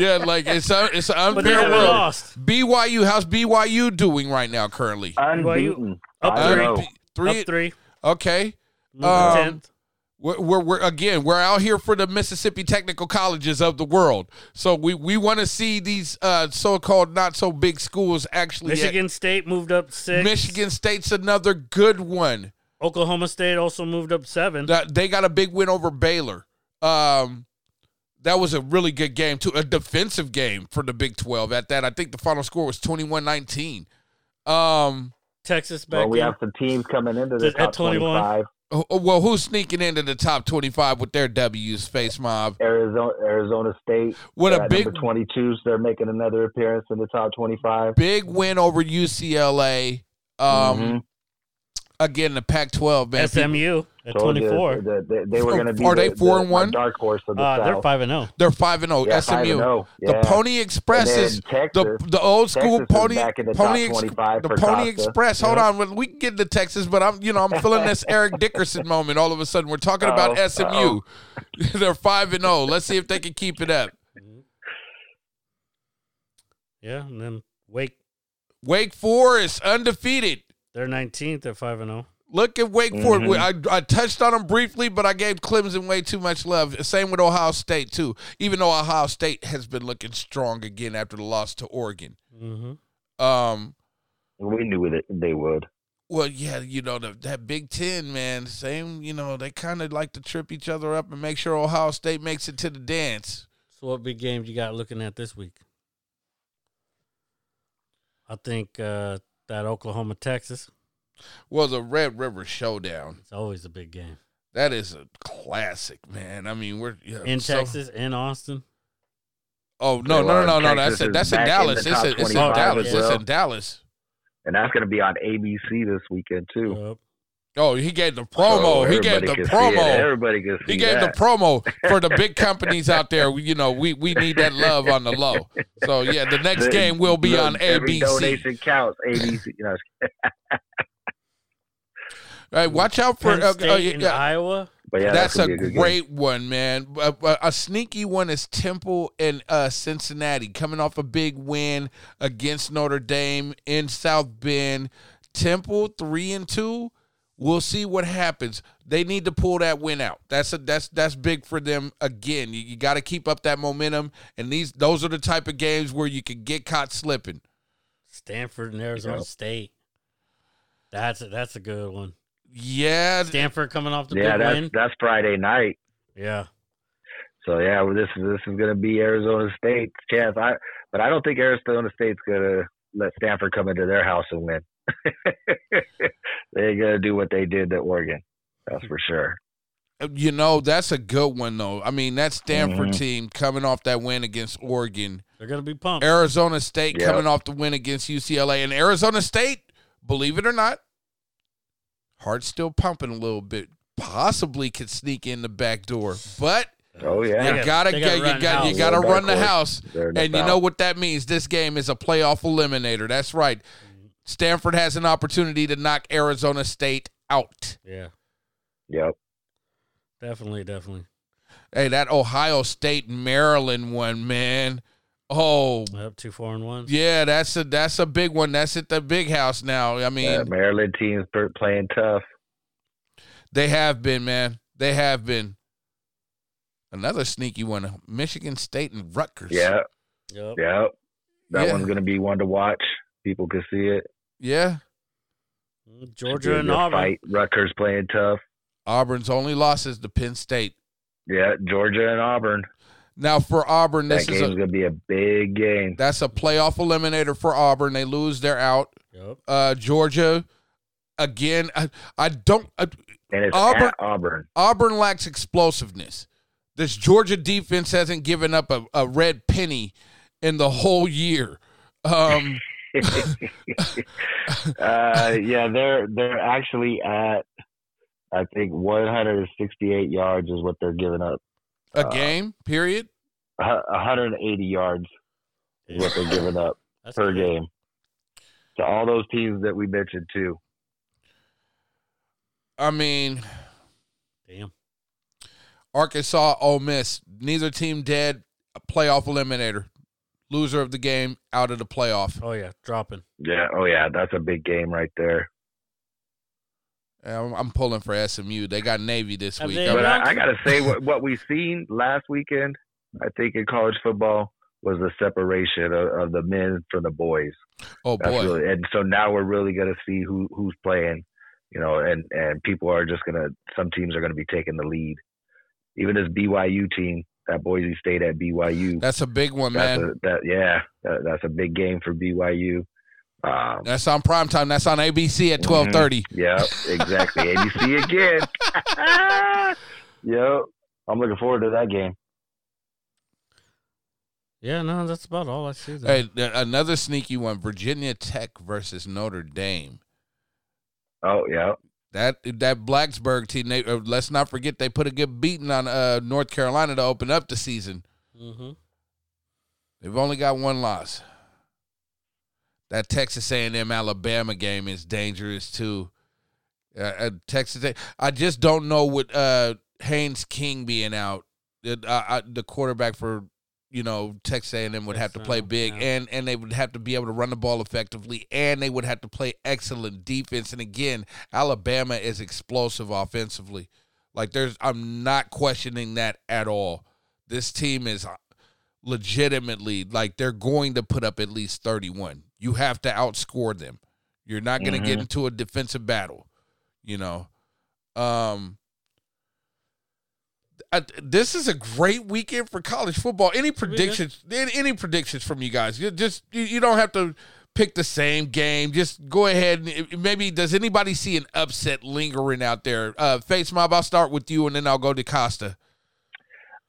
S1: yeah, like it's a, it's an
S2: but they
S1: unfair
S2: haven't
S1: world.
S2: lost.
S1: BYU how's BYU doing right now currently?
S3: unbeaten.
S2: Up
S3: I
S2: three.
S3: know.
S1: Three,
S2: Up three.
S1: Okay. Um,
S2: Tenth.
S1: We're, we're, we're again we're out here for the Mississippi technical colleges of the world, so we, we want to see these uh, so-called not so big schools actually. at-
S2: Michigan State moved up six.
S1: Michigan State's another good one.
S2: Oklahoma State also moved up seven.
S1: That- They got a big win over Baylor. Um, that was a really good game too, a defensive game for the Big Twelve. At that, I think the final score was 21-19. Um,
S2: Texas back
S3: Well, we
S2: in.
S3: have some teams coming into the
S2: At
S3: top
S2: 21.
S3: 25.
S1: oh, oh, well, who's sneaking into the top twenty-five with their W's? Face mob.
S3: Arizona, Arizona State.
S1: What
S3: They're
S1: a
S3: at
S1: big
S3: number 22, so they're making another appearance in the top 25.
S1: big win over UCLA. Um,
S3: Mhm.
S1: again the Pac-12, man. People-
S2: SMU at
S3: Told you
S2: twenty four.
S3: that They, they were
S1: Oh,
S3: going to be
S1: are
S3: the,
S1: they four
S3: the-
S1: and one?
S3: the dark horse of the
S2: Uh,
S3: South.
S2: they're five and zero.
S1: They're five and zero.
S3: Yeah, five and
S1: SMU.
S3: oh, yeah.
S1: The Pony Express
S3: And then
S1: is the
S3: Texas.
S1: the old school
S3: Texas is
S1: Pony
S3: back in the top
S1: Pony
S3: 25
S1: the
S3: for
S1: Pony
S3: Costa.
S1: Express. Hold on, well, we can get into Texas, but I'm you know I'm feeling this Eric Dickerson moment. All of a sudden, we're talking about
S3: Uh-oh,
S1: SMU. They're five and zero. Let's see if they can keep it up.
S2: Yeah, and then Wake.
S1: Wake Forest undefeated.
S2: They're nineteenth at five and oh. zero.
S1: Look at Wake Forest. We-
S3: Mm-hmm.
S1: I, I touched on them briefly, but I gave Clemson way too much love. Same with Ohio State too. Even though Ohio State has been looking strong again after the loss to Oregon.
S2: Mm-hmm.
S1: Um,
S3: we knew that they would.
S1: well, yeah, you know the, that Big Ten man. Same, you know they kind of like to trip each other up and make sure Ohio State makes it to the dance.
S2: So what big games you got looking at this week? I think uh, that Oklahoma Texas.
S1: Well, the Red River Showdown.
S2: It's always a big game
S1: That is a classic, man. I mean, we're yeah,
S2: in
S1: so-
S2: Texas in Austin.
S1: Oh no,
S3: They
S1: no,
S3: are.
S1: no, no, no! That's
S3: Texas
S1: it.
S3: is
S1: That's in
S3: back in
S1: Dallas.
S3: the
S1: It's
S3: top
S1: in it's in
S2: 25
S1: Dallas.
S2: as
S1: It's
S3: well.
S1: in Dallas.
S3: And that's going to be on ABC this weekend, too.
S2: Yup.
S1: Oh, he gave the
S3: So
S1: promo. he gave
S3: everybody
S1: the
S3: can see it.
S1: promo.
S3: Everybody can see
S1: He gave
S3: that.
S1: the promo for the big companies out there. We- You know, we, we need that love on the low. So yeah, the next
S3: The-
S1: game will be
S3: look,
S1: on ABC.
S3: Every donation counts. ABC. You know,
S1: Right, watch out for.
S2: Penn
S1: Uh,
S2: State
S1: uh,
S2: in
S1: yeah,
S2: Iowa.
S3: but yeah,
S1: that's a
S3: gonna be good game.
S1: great one, man. A, a- a sneaky one is Temple and uh, Cincinnati coming off a big win against Notre Dame in South Bend. Temple three and two. We'll see what happens. They need to pull that win out. That's a, that's that's big for them again. You, you got to keep up that momentum, and these those are the type of games where you can get caught slipping.
S2: Stanford and Arizona State. That's a, that's a good one.
S1: Yeah,
S2: Stanford coming off the
S3: yeah,
S2: big
S3: that's
S2: win.
S3: that's Friday night.
S2: Yeah.
S3: So yeah, well, this is this is gonna be Arizona State's chance. I but I don't think Arizona State's gonna let Stanford come into their house and win. They're gonna do what they did to Oregon. That's for sure.
S1: uh, you know that's a good one though. I mean that Stanford
S3: Mhm.
S1: team coming off that win against Oregon,
S2: They're going to be pumped.
S1: Arizona State
S3: Yep.
S1: coming off the win against UCLA, and Arizona State, believe it or not, heart's still pumping a little bit. Possibly could sneak in the back door, but
S3: Oh yeah.
S1: you
S2: got-
S1: gotta
S2: they
S1: get
S2: gotta
S1: you got
S2: run
S1: you
S2: house.
S1: gotta
S3: Little
S1: run the
S3: dark horse.
S1: house.
S3: They're in the
S1: And you
S3: South.
S1: know what that means? This game is a playoff eliminator. That's right. Stanford has an opportunity to knock Arizona State out.
S2: Yeah.
S3: Yep.
S2: Definitely, definitely.
S1: Hey, that Ohio State Maryland one, man. Oh,
S2: Up to 4 and 1.
S1: yeah, that's a that's a big one. That's at the big house now. I mean,
S3: That Maryland team's per- playing tough.
S1: they have been, man. They have been. Another sneaky one: Michigan State and Rutgers.
S3: Yeah.
S2: Yep.
S3: Yep. That
S1: Yeah.
S3: one's gonna be one to watch. People can see it.
S1: yeah.
S2: Mm, Georgia and
S3: Good
S2: Auburn.
S3: Fight. Rutgers playing tough.
S1: Auburn's only loss is to Penn State.
S3: Yeah, Georgia and Auburn.
S1: Now for Auburn,
S3: That
S1: this
S3: game's
S1: is a
S3: gonna be a big game.
S1: that's a playoff eliminator for Auburn. They lose, they're out.
S2: Yep.
S1: Uh, Georgia, again. I, I don't. I,
S3: And it's
S1: Auburn-
S3: at Auburn.
S1: Auburn lacks explosiveness. This Georgia defense hasn't given up a, a red penny in the whole year. Um,
S3: uh, yeah, they're they're actually at I think 168 yards is what they're giving up.
S1: a
S3: Uh,
S1: game, period.
S3: Hu- 180 yards is what they're giving up
S2: That's
S3: per
S2: good.
S3: game to all those teams that we mentioned too.
S1: I mean,
S2: Damn.
S1: Arkansas, Ole Miss, neither team dead. A playoff eliminator, loser of the game out of the playoff.
S2: Oh, yeah. Dropping.
S3: Yeah. Oh yeah, that's a big game right there.
S1: I'm, I'm pulling for SMU. They got Navy this
S2: Have
S1: week.
S2: they-
S1: I
S3: But
S1: mean,
S3: I, I gotta say, what what we seen last weekend, I think in college football was the separation of, of the men from the boys.
S1: oh
S3: That's
S1: boy,
S3: really, and so now we're really going to see who who's playing, you know, and and people are just going to some teams are going to be taking the lead. Even this BYU team, that Boise State at BYU,
S1: that's a big one,
S3: that's
S1: man.
S3: a, that yeah, that, that's a big game for BYU. Um,
S1: that's on prime time. That's on ABC at
S3: Mhm.
S1: 12:30.
S3: yeah, exactly. ABC again. yep, I'm looking forward to that game.
S2: Yeah, no, that's about all I see. there.
S1: Hey, th- another sneaky one: Virginia Tech versus Notre Dame.
S3: Oh yeah,
S1: That that Blacksburg team. They, uh, let's not forget they put a good beating on uh, North Carolina to open up the season.
S2: Mm-hmm.
S1: They've only got one loss. That Texas A&M Alabama game is dangerous too. Uh, uh, Texas, A- I just don't know with uh, Haynes King being out, it, I, I, the quarterback for you know Texas A&M would have to
S2: Yes,
S1: play
S2: no,
S1: big,
S2: no.
S1: and and they would have to be able to run the ball effectively, and they would have to play excellent defense. And again, Alabama is explosive offensively. Like there's, I'm not questioning that at all. This team is uh, legitimately like they're going to put up at least 31. You have to outscore them. You're not going to get
S3: Mhm.
S1: into a defensive battle, you know. Um I, this is a great weekend for college football. Any
S2: good.
S1: predictions? Any, any predictions from you guys? You just you, you don't have to pick the same game. Just go ahead and if- maybe does anybody see an upset lingering out there? Uh Face Mob, I'll start with you and then I'll go to Costa.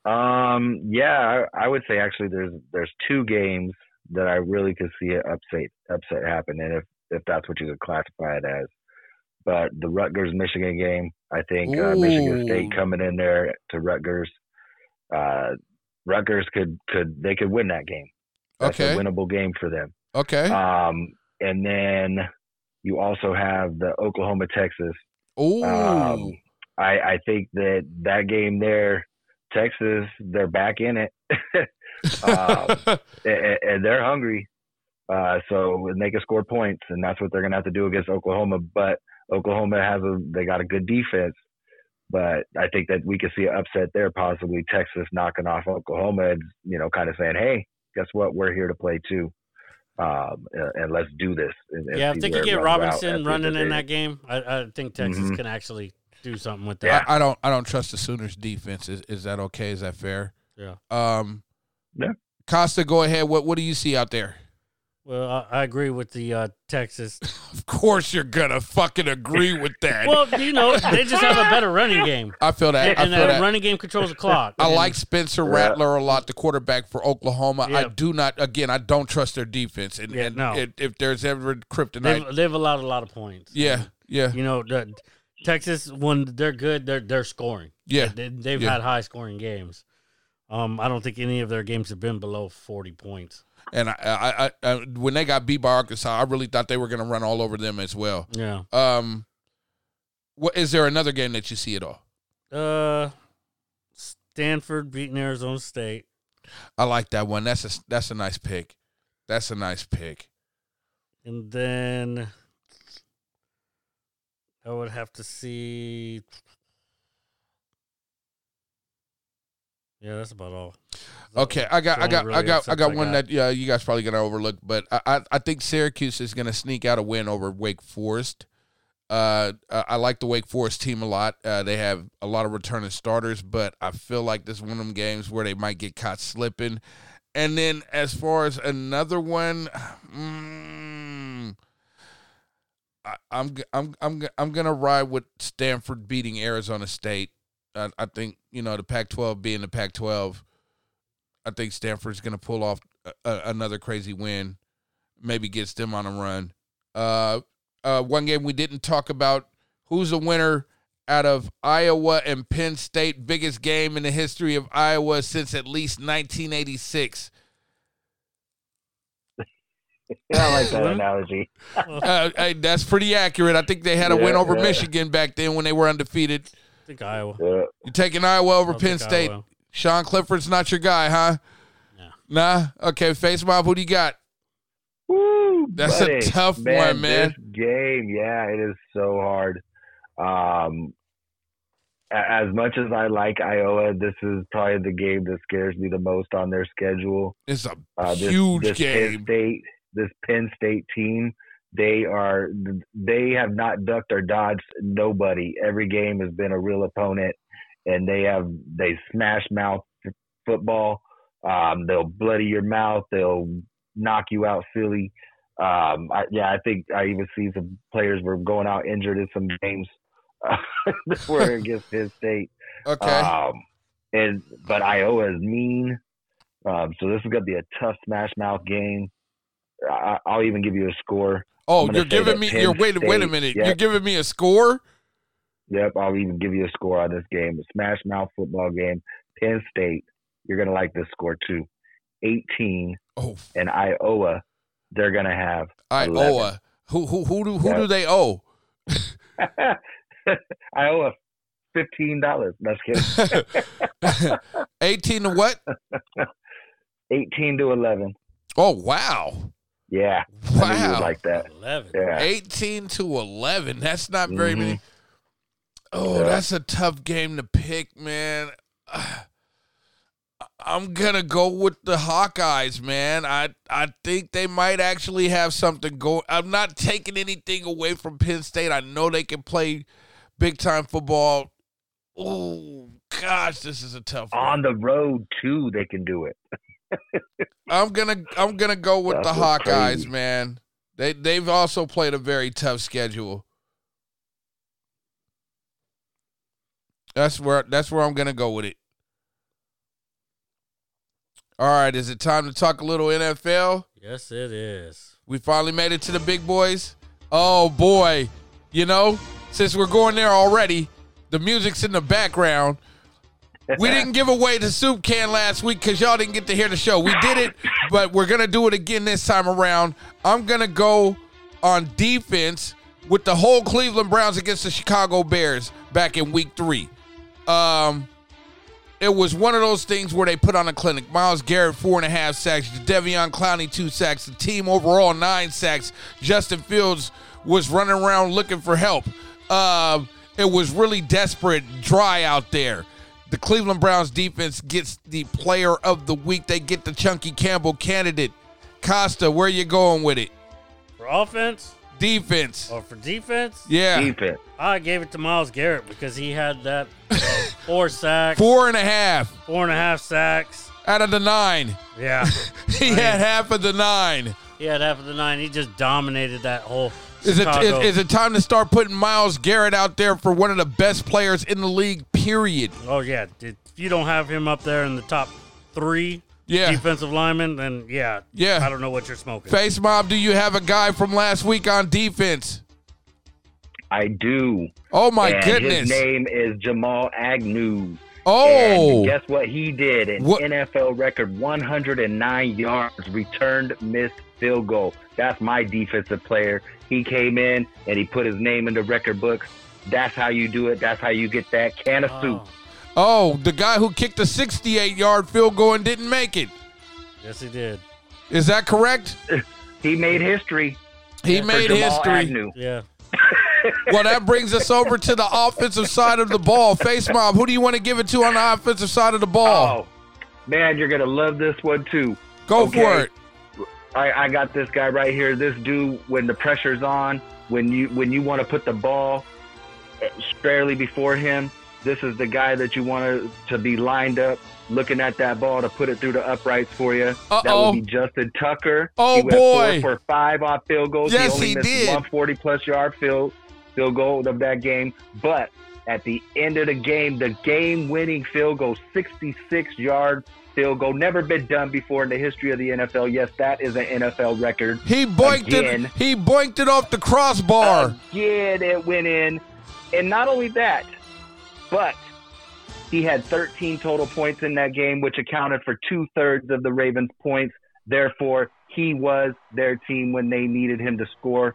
S3: Um, yeah, I, I would say actually there's there's two games that I really could see an upset upset happen, and if if that's what you could classify it as. But the Rutgers Michigan game, I think uh, Michigan State
S1: Ooh.
S3: coming in there to Rutgers, uh, Rutgers could could they could win that game. That's
S1: Okay.
S3: a winnable game for them.
S1: Okay.
S3: Um, and then you also have the Oklahoma Texas
S1: Ooh.
S3: um, I, I think that that game there, Texas, they're back in it, um, and, and they're hungry. Uh, so and they can score points, and that's what they're going to have to do against Oklahoma. But Oklahoma has a they got a good defense, but I think that we could see an upset there, possibly Texas knocking off Oklahoma and you know kind of saying, hey, guess what, we're here to play too, um, and, and let's do this. and- and
S2: Yeah, if
S3: see
S2: they
S3: where
S2: could
S3: it
S2: get
S3: runs out at
S2: Robinson
S3: the end of
S2: running
S3: the
S2: in
S3: day.
S2: that game, I, I think Texas
S3: Mhm.
S2: can actually do something with
S3: Yeah.
S2: that.
S1: I, I don't I don't trust the Sooners defense. Is, is that okay? Is that fair?
S2: Yeah.
S1: Um
S3: Yeah.
S1: Costa, go ahead. What what do you see out there?
S2: Well, I, I agree with the uh, Texas.
S1: Of course you're gonna fucking agree with that.
S2: Well, you know, they just have a better running game,
S1: I feel that.
S2: and,
S1: I
S2: and
S1: feel
S2: that
S1: that.
S2: running game controls the clock.
S1: I
S2: And-
S1: like Spencer
S3: Yeah.
S1: Rattler a lot, the quarterback for Oklahoma. I
S2: Yeah.
S1: do not again, I don't trust their defense. And,
S2: Yeah,
S1: and
S2: no.
S1: it, if there's ever kryptonite.
S2: they've, they've allowed a lot of points.
S1: yeah, yeah,
S2: you know, the, Texas when they're good, they're they're scoring.
S1: yeah.
S2: They, they've
S1: Yeah.
S2: had high scoring games. Um, I don't think any of their games have been below forty points.
S1: And I, I, I, I when they got beat by Arkansas, I really thought they were gonna run all over them as well.
S2: Yeah.
S1: Um what is there another game that you see at all?
S2: Uh, Stanford beating Arizona State.
S1: I like that one. That's a that's a nice pick. That's a nice pick.
S2: And then I would have to see. Yeah, that's about all.
S1: Okay, I got I
S2: Don't
S1: got I
S2: really
S1: got I
S2: upset
S1: got
S2: like
S1: one
S2: that.
S1: that yeah you guys probably gonna overlook, but I I, I think Syracuse is gonna sneak out a win over Wake Forest. Uh, I I like the Wake Forest team a lot. Uh, they have a lot of returning starters, but I feel like this is one of them games where they might get caught slipping. And then as far as another one, mm, I, I'm g- I'm I'm g- I'm gonna ride with Stanford beating Arizona State. I, I think you know the Pac-12 being the Pac-12. I think Stanford's going to pull off a, a, another crazy win, maybe gets them on a run. Uh, uh, one game we didn't talk about who's the winner out of Iowa and Penn State, biggest game in the history of Iowa since at least 1986.
S3: Yeah, I like that analogy.
S1: Uh, hey, that's pretty accurate. I think they had a win
S3: Yeah,
S1: over
S3: yeah.
S1: Michigan back then when they were undefeated.
S2: I think Iowa.
S3: Yeah.
S1: You're taking Iowa over
S2: I'll
S1: Penn
S2: take
S1: State.
S2: Iowa.
S1: Sean Clifford's not your guy, huh?
S2: No.
S1: Nah. Okay, face mob. Who do you got?
S3: Woo,
S1: That's a tough one, man.
S3: This game, yeah, it is so hard. Um, a- as much as I like Iowa, this is probably the game that scares me the most on their schedule.
S1: It's a
S3: Uh, this,
S1: huge
S3: this Penn
S1: game.
S3: State, this Penn State team, they are they have not ducked or dodged nobody. Every game has been a real opponent, and they have they smash mouth f- football. Um, they'll bloody your mouth. They'll knock you out silly. Um, I, yeah, I think I even see some players were going out injured in some games uh, that were against Penn State.
S1: Okay.
S3: Um, and but Iowa is mean, um, so this is gonna be a tough smash mouth game. I, I'll even give you a score. I'm
S1: Oh,
S3: gonna
S1: you're
S3: say
S1: giving
S3: that
S1: me.
S3: Penn
S1: You're wait. Wait a
S3: State-
S1: minute.
S3: yeah.
S1: You're giving me a score.
S3: Yep, I'll even give you a score on this game. A smash mouth football game. Penn State, you're gonna like this score too. 18
S1: Oh, f-
S3: and Iowa, they're gonna have.
S1: I owe.
S3: 11.
S1: a- Who who who do who
S3: Yeah.
S1: do they owe?
S3: Iowa, fifteen dollars. That's kidding.
S1: Eighteen to what?
S3: Eighteen to eleven.
S1: Oh wow,
S3: Yeah, I knew you would
S1: wow.
S3: like that.
S2: Eleven.
S3: Yeah.
S1: Eighteen to eleven. That's not very
S3: Mhm.
S1: many. Oh,
S3: Mm-hmm. Yeah.
S1: that's a tough game to pick, man. Ah. I'm gonna go with the Hawkeyes, man. I I think they might actually have something going. I'm not taking anything away from Penn State. I know they can play big time football. Oh gosh, this is a tough one.
S3: On the road too, they can do it.
S1: I'm gonna I'm gonna go with
S3: That's
S1: the
S3: what's
S1: Hawkeyes,
S3: crazy.
S1: man. They they've also played a very tough schedule. That's where that's where I'm gonna go with it. All right, is it time to talk a little NFL?
S2: Yes, it is.
S1: We finally made it to the big boys. Oh boy, you know, since we're going there already, the music's in the background. We didn't give away the soup can last week because y'all didn't get to hear the show. We did it, but we're gonna do it again this time around. I'm gonna go on defense with the whole Cleveland Browns against the Chicago Bears back in week three. Um, It was one of those things where they put on a clinic. Miles Garrett, four and a half sacks. Devion Clowney, two sacks. The team overall, nine sacks. Justin Fields was running around looking for help. Uh, it was really desperate, dry out there. The Cleveland Browns defense gets the player of the week. They get the Chunky Campbell candidate. Costa, where you going with it?
S2: For offense
S1: Defense.
S2: or for Oh, defense,
S1: Yeah.
S3: defense.
S2: I gave it to Miles Garrett because he had that uh, four sacks,
S1: Four and a half
S2: four and a half sacks.
S1: out of the nine.
S2: Yeah.
S1: He had half of the nine.
S2: He had half of the nine. He just dominated that whole.
S1: Is it,
S2: Chicago.
S1: is, is it time to start putting Miles Garrett out there for one of the best players in the league, period?
S2: Oh yeah. If you don't have him up there in the top three
S1: Yeah.
S2: defensive linemen, then yeah,
S1: Yeah.
S2: I don't know what you're smoking.
S1: Face Mob, do you have a guy from last week on defense?
S3: I do.
S1: Oh, my
S3: and His
S1: goodness.
S3: name is Jamal Agnew.
S1: Oh.
S3: And guess what he did? An
S1: What-
S3: NFL record 109 yards, returned missed field goal. That's my defensive player. He came in and he put his name in the record books. That's how you do it. That's how you get that can of soup.
S2: Oh,
S1: Oh, the guy who kicked a 68 yard field goal and didn't make it.
S2: yes, he did.
S1: Is that correct?
S3: He made history.
S1: He
S3: for
S1: made
S3: Jamal
S1: history.
S3: Agnew.
S2: Yeah.
S1: Well, that brings us over to the offensive side of the ball. Face Mob, who do you want to give it to on the offensive side of the ball?
S3: Oh, man, you're going to love this one too.
S1: Go for
S3: Oh, okay.
S1: it.
S3: I, I got this guy right here. This dude, when the pressure's on, when you when you want to put the ball eh, squarely before him, this is the guy that you want to to be lined up, looking at that ball to put it through the uprights for you. That
S1: Uh-oh.
S3: would be Justin Tucker.
S1: Oh,
S3: he went
S1: boy.
S3: four for five on field goals.
S1: Yes,
S3: he only
S1: he
S3: missed
S1: did.
S3: one forty plus yard field field goal of that game, but. At the end of the game, the game-winning field goal, 66-yard field goal, never been done before in the history of the NFL. Yes, that is an NFL record.
S1: He boinked
S3: Again.
S1: it. He boinked it off the crossbar.
S3: Again, it went in. And not only that, but he had 13 total points in that game, which accounted for two thirds of the Ravens' points. Therefore, he was their team when they needed him to score.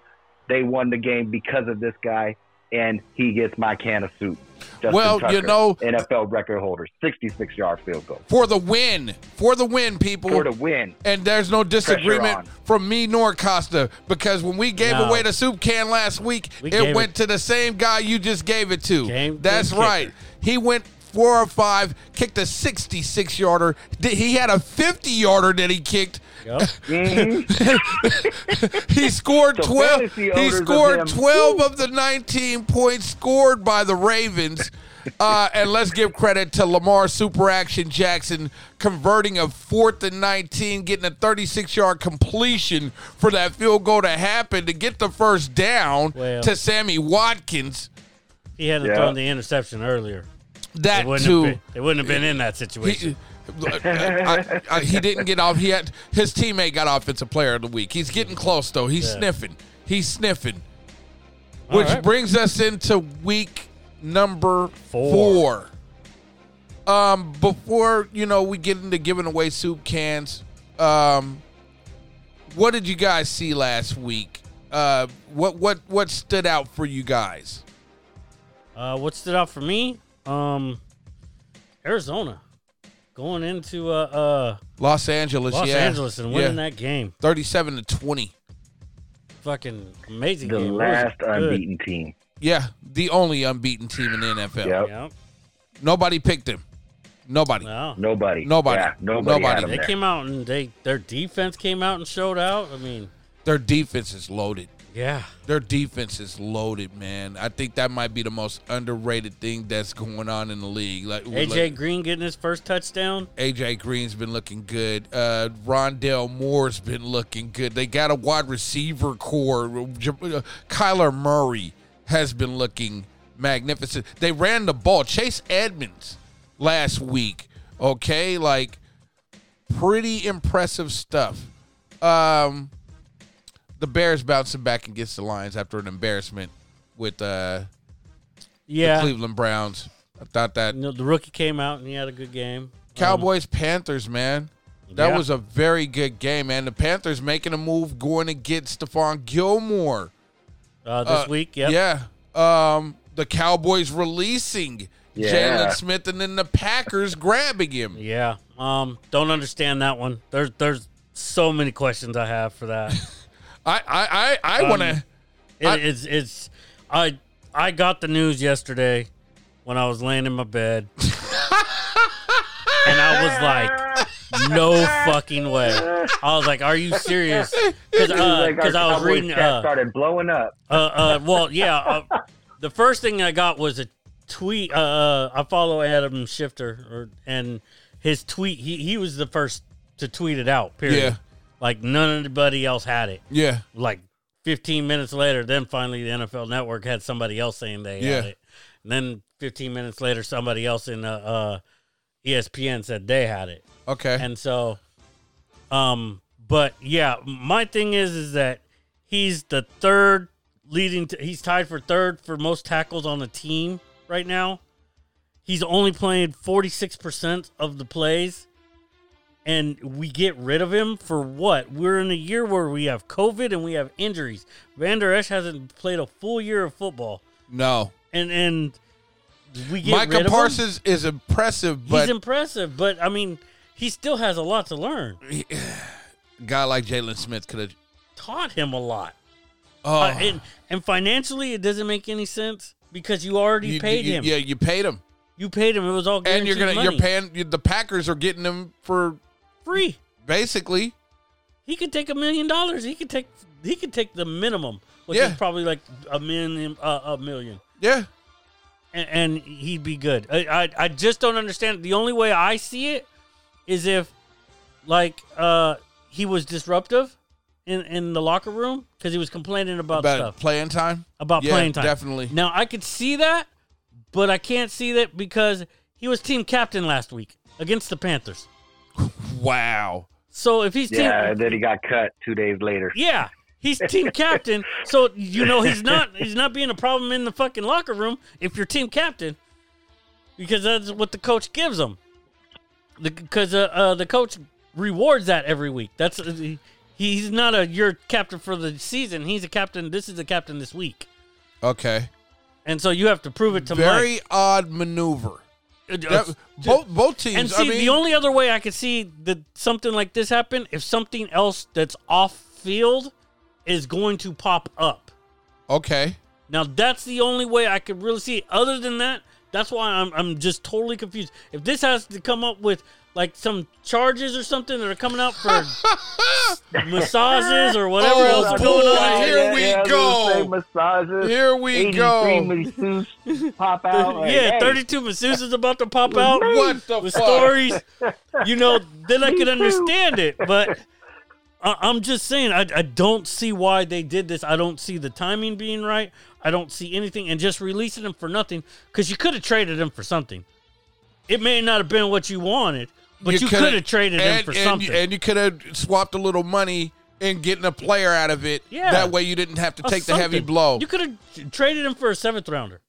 S3: They won the game because of this guy, and he gets my can of soup. Justin
S1: Well, you
S3: Tucker,
S1: know-
S3: NFL record holder, 66 yard field goal
S1: for the win. For the win, people.
S3: for the win.
S1: and there's no disagreement
S3: on.
S1: from me nor Costa because when we gave
S2: No.
S1: away the soup can last week,
S2: We
S1: it
S2: gave
S1: went
S2: it-
S1: to the same guy you just gave it to.
S2: Game-
S1: That's
S2: game kicker.
S1: right. He went four or five, kicked a 66 yarder. He had a 50 yarder that he kicked.
S2: Yep.
S1: He scored
S3: The
S1: 12.
S3: fantasy
S1: He
S3: owners of
S1: scored
S3: him.
S1: 12 of the 19 points scored by the Ravens. Uh, and let's give credit to Lamar Super Action Jackson converting a fourth and 19, getting a 36 yard completion for that field goal to happen to get the first down
S2: Well.
S1: to Sammy Watkins.
S2: He hadn't
S3: Yeah.
S2: thrown the interception earlier. It
S1: That
S2: wouldn't,
S1: too.
S2: have been, it wouldn't have been in that situation.
S1: He, uh, I, I, uh, he didn't get off. He had his teammate got offensive player of the week. He's getting close though. He's
S2: Yeah.
S1: sniffing. He's sniffing.
S2: All
S1: Which
S2: right.
S1: brings us into week number four.
S2: Four.
S1: Um, before you know, we get into giving away soup cans. Um, what did you guys see last week? Uh, what what what stood out for you guys?
S2: Uh, what stood out for me? Um, Arizona going into uh, uh,
S1: Los Angeles,
S2: Los
S1: yeah.
S2: Angeles and winning that game.
S1: thirty-seven to twenty.
S2: Fucking amazing
S3: The
S2: game. It was
S3: last
S2: good.
S3: unbeaten team.
S1: Yeah, the only unbeaten team in the NFL.
S3: Yep.
S2: Yep.
S1: Nobody picked him. Nobody.
S2: Wow.
S3: Nobody.
S1: Nobody.
S3: Yeah, nobody.
S1: Nobody.
S3: Had him
S2: They
S3: there.
S2: came out and they their defense came out and showed out. I mean,
S1: Their defense is loaded.
S2: yeah.
S1: Their defense is loaded, man. I think that might be the most underrated thing that's going on in the league. Like
S2: AJ Green getting his first touchdown.
S1: AJ Green's been looking good. Uh, Rondell Moore's been looking good. They got a wide receiver core. J- uh, Kyler Murray has been looking magnificent. They ran the ball. Chase Edmonds last week. Okay, like pretty impressive stuff. Um, the Bears bouncing back against the Lions after an embarrassment with uh,
S2: Yeah.
S1: Cleveland Browns. I thought that
S2: You know, the rookie came out and he had a good game.
S1: Cowboys Panthers, man. That
S2: Yeah.
S1: was a very good game, man. The Panthers making a move going to get Stephon Gilmore.
S2: Uh,
S1: Uh,
S2: this week, yep.
S1: Yeah. Um, the Cowboys releasing
S3: Yeah.
S1: Jalen Smith, and then the Packers grabbing him.
S2: Yeah. Um. Don't understand that one. There's there's so many questions I have for that.
S1: I I
S2: Um,
S1: I, I want to.
S2: It,
S1: I-
S2: it's it's I I got the news yesterday when I was laying in my bed, and I was like, "No fucking way!" I was like, "Are you serious?" Because
S3: Like our
S2: uh, I was
S3: Cowboys
S2: reading.
S3: chat
S2: Uh,
S3: started blowing up.
S2: uh, uh, well, yeah. Uh, the first thing I got was a tweet. Uh, uh, I follow Adam Shifter, or, and his tweet. He he was the first to tweet it out. Period.
S1: Yeah.
S2: Like none anybody else had it
S1: Yeah,
S2: like 15 minutes later, then finally the NFL Network had somebody else saying they had
S1: Yeah.
S2: it. And then 15 minutes later, somebody else in uh, uh, ESPN said they had it.
S1: okay.
S2: And so, um, but yeah, my thing is, is that he's the third leading. To, he's tied for third for most tackles on the team right now. He's only playing forty six percent of the plays, and we get rid of him for what? We're in a year where we have COVID and we have injuries. Van Der Esch hasn't played a full year of football,
S1: no,
S2: and and we get rid
S1: Micah
S2: of him?
S1: Parsons is impressive,
S2: He's
S1: but
S2: impressive, but I mean, he still has a lot to learn.
S1: a guy like Jalen Smith could have.
S2: Taught him a lot,
S1: Oh,
S2: Uh, and and financially, it doesn't make any sense because you already
S1: you-
S2: paid
S1: you-
S2: him.
S1: Yeah, you paid him,
S2: You paid him. It was all
S1: and you're gonna
S2: money.
S1: you're paying. you- The Packers are getting him for
S2: free.
S1: basically.
S2: He could take a million dollars. He could take he could take the minimum, which
S1: Yeah.
S2: is probably like a million uh, a million.
S1: Yeah,
S2: and, and he'd be good. I, I I just don't understand. The only way I see it is if like uh he was disruptive in in the locker room because he was complaining about,
S1: about
S2: stuff
S1: playing time.
S2: about
S1: Yeah,
S2: playing time.
S1: definitely.
S2: Now I could see that, but I can't see that because he was team captain last week against the Panthers.
S1: Wow.
S2: So if he's
S3: Yeah,
S2: team
S3: and then he got cut two days later.
S2: Yeah. He's team captain, so you know he's not he's not being a problem in the fucking locker room if you're team captain, because that's what the coach gives him. Because uh, uh, the coach rewards that every week. That's uh, he, he's not a you're captain for the season. He's a captain. This is a captain this week,
S1: Okay.
S2: and so you have to prove it to
S1: Very odd maneuver.
S2: Mike.
S1: That- both both teams.
S2: Uh, and
S1: I
S2: see,
S1: mean,
S2: the only other way I could see that something like this happen if something else that's off field is going to pop up.
S1: okay.
S2: Now that's the only way I could really see. It. Other than that, that's why I'm I'm just totally confused. If this has to come up with like some charges or something that are coming out for massages or whatever
S1: Oh,
S2: else is
S1: boy.
S2: going on,
S1: Here we
S3: I was gonna say
S1: go.
S3: massages,
S1: Here we go.
S3: 83 masseuse pop out. like,
S2: yeah,
S3: hey,
S2: thirty-two masseuses is about to pop out.
S1: What the
S2: with
S1: fuck?
S2: stories? You know, then I could understand it, but. I- I'm just saying, I, I don't see why they did this. I don't see the timing being right. I don't see anything, and just releasing him for nothing because you could have traded him for something. It may not have been what you wanted, but you,
S1: coulda-
S2: could have traded him
S1: and-
S2: for
S1: and you-
S2: something.
S1: and you could have swapped a little money and getting a player out of it.
S2: Yeah.
S1: That way you didn't have to
S2: Or
S1: take the heavy
S2: something.
S1: blow.
S2: You could have traded him for a seventh rounder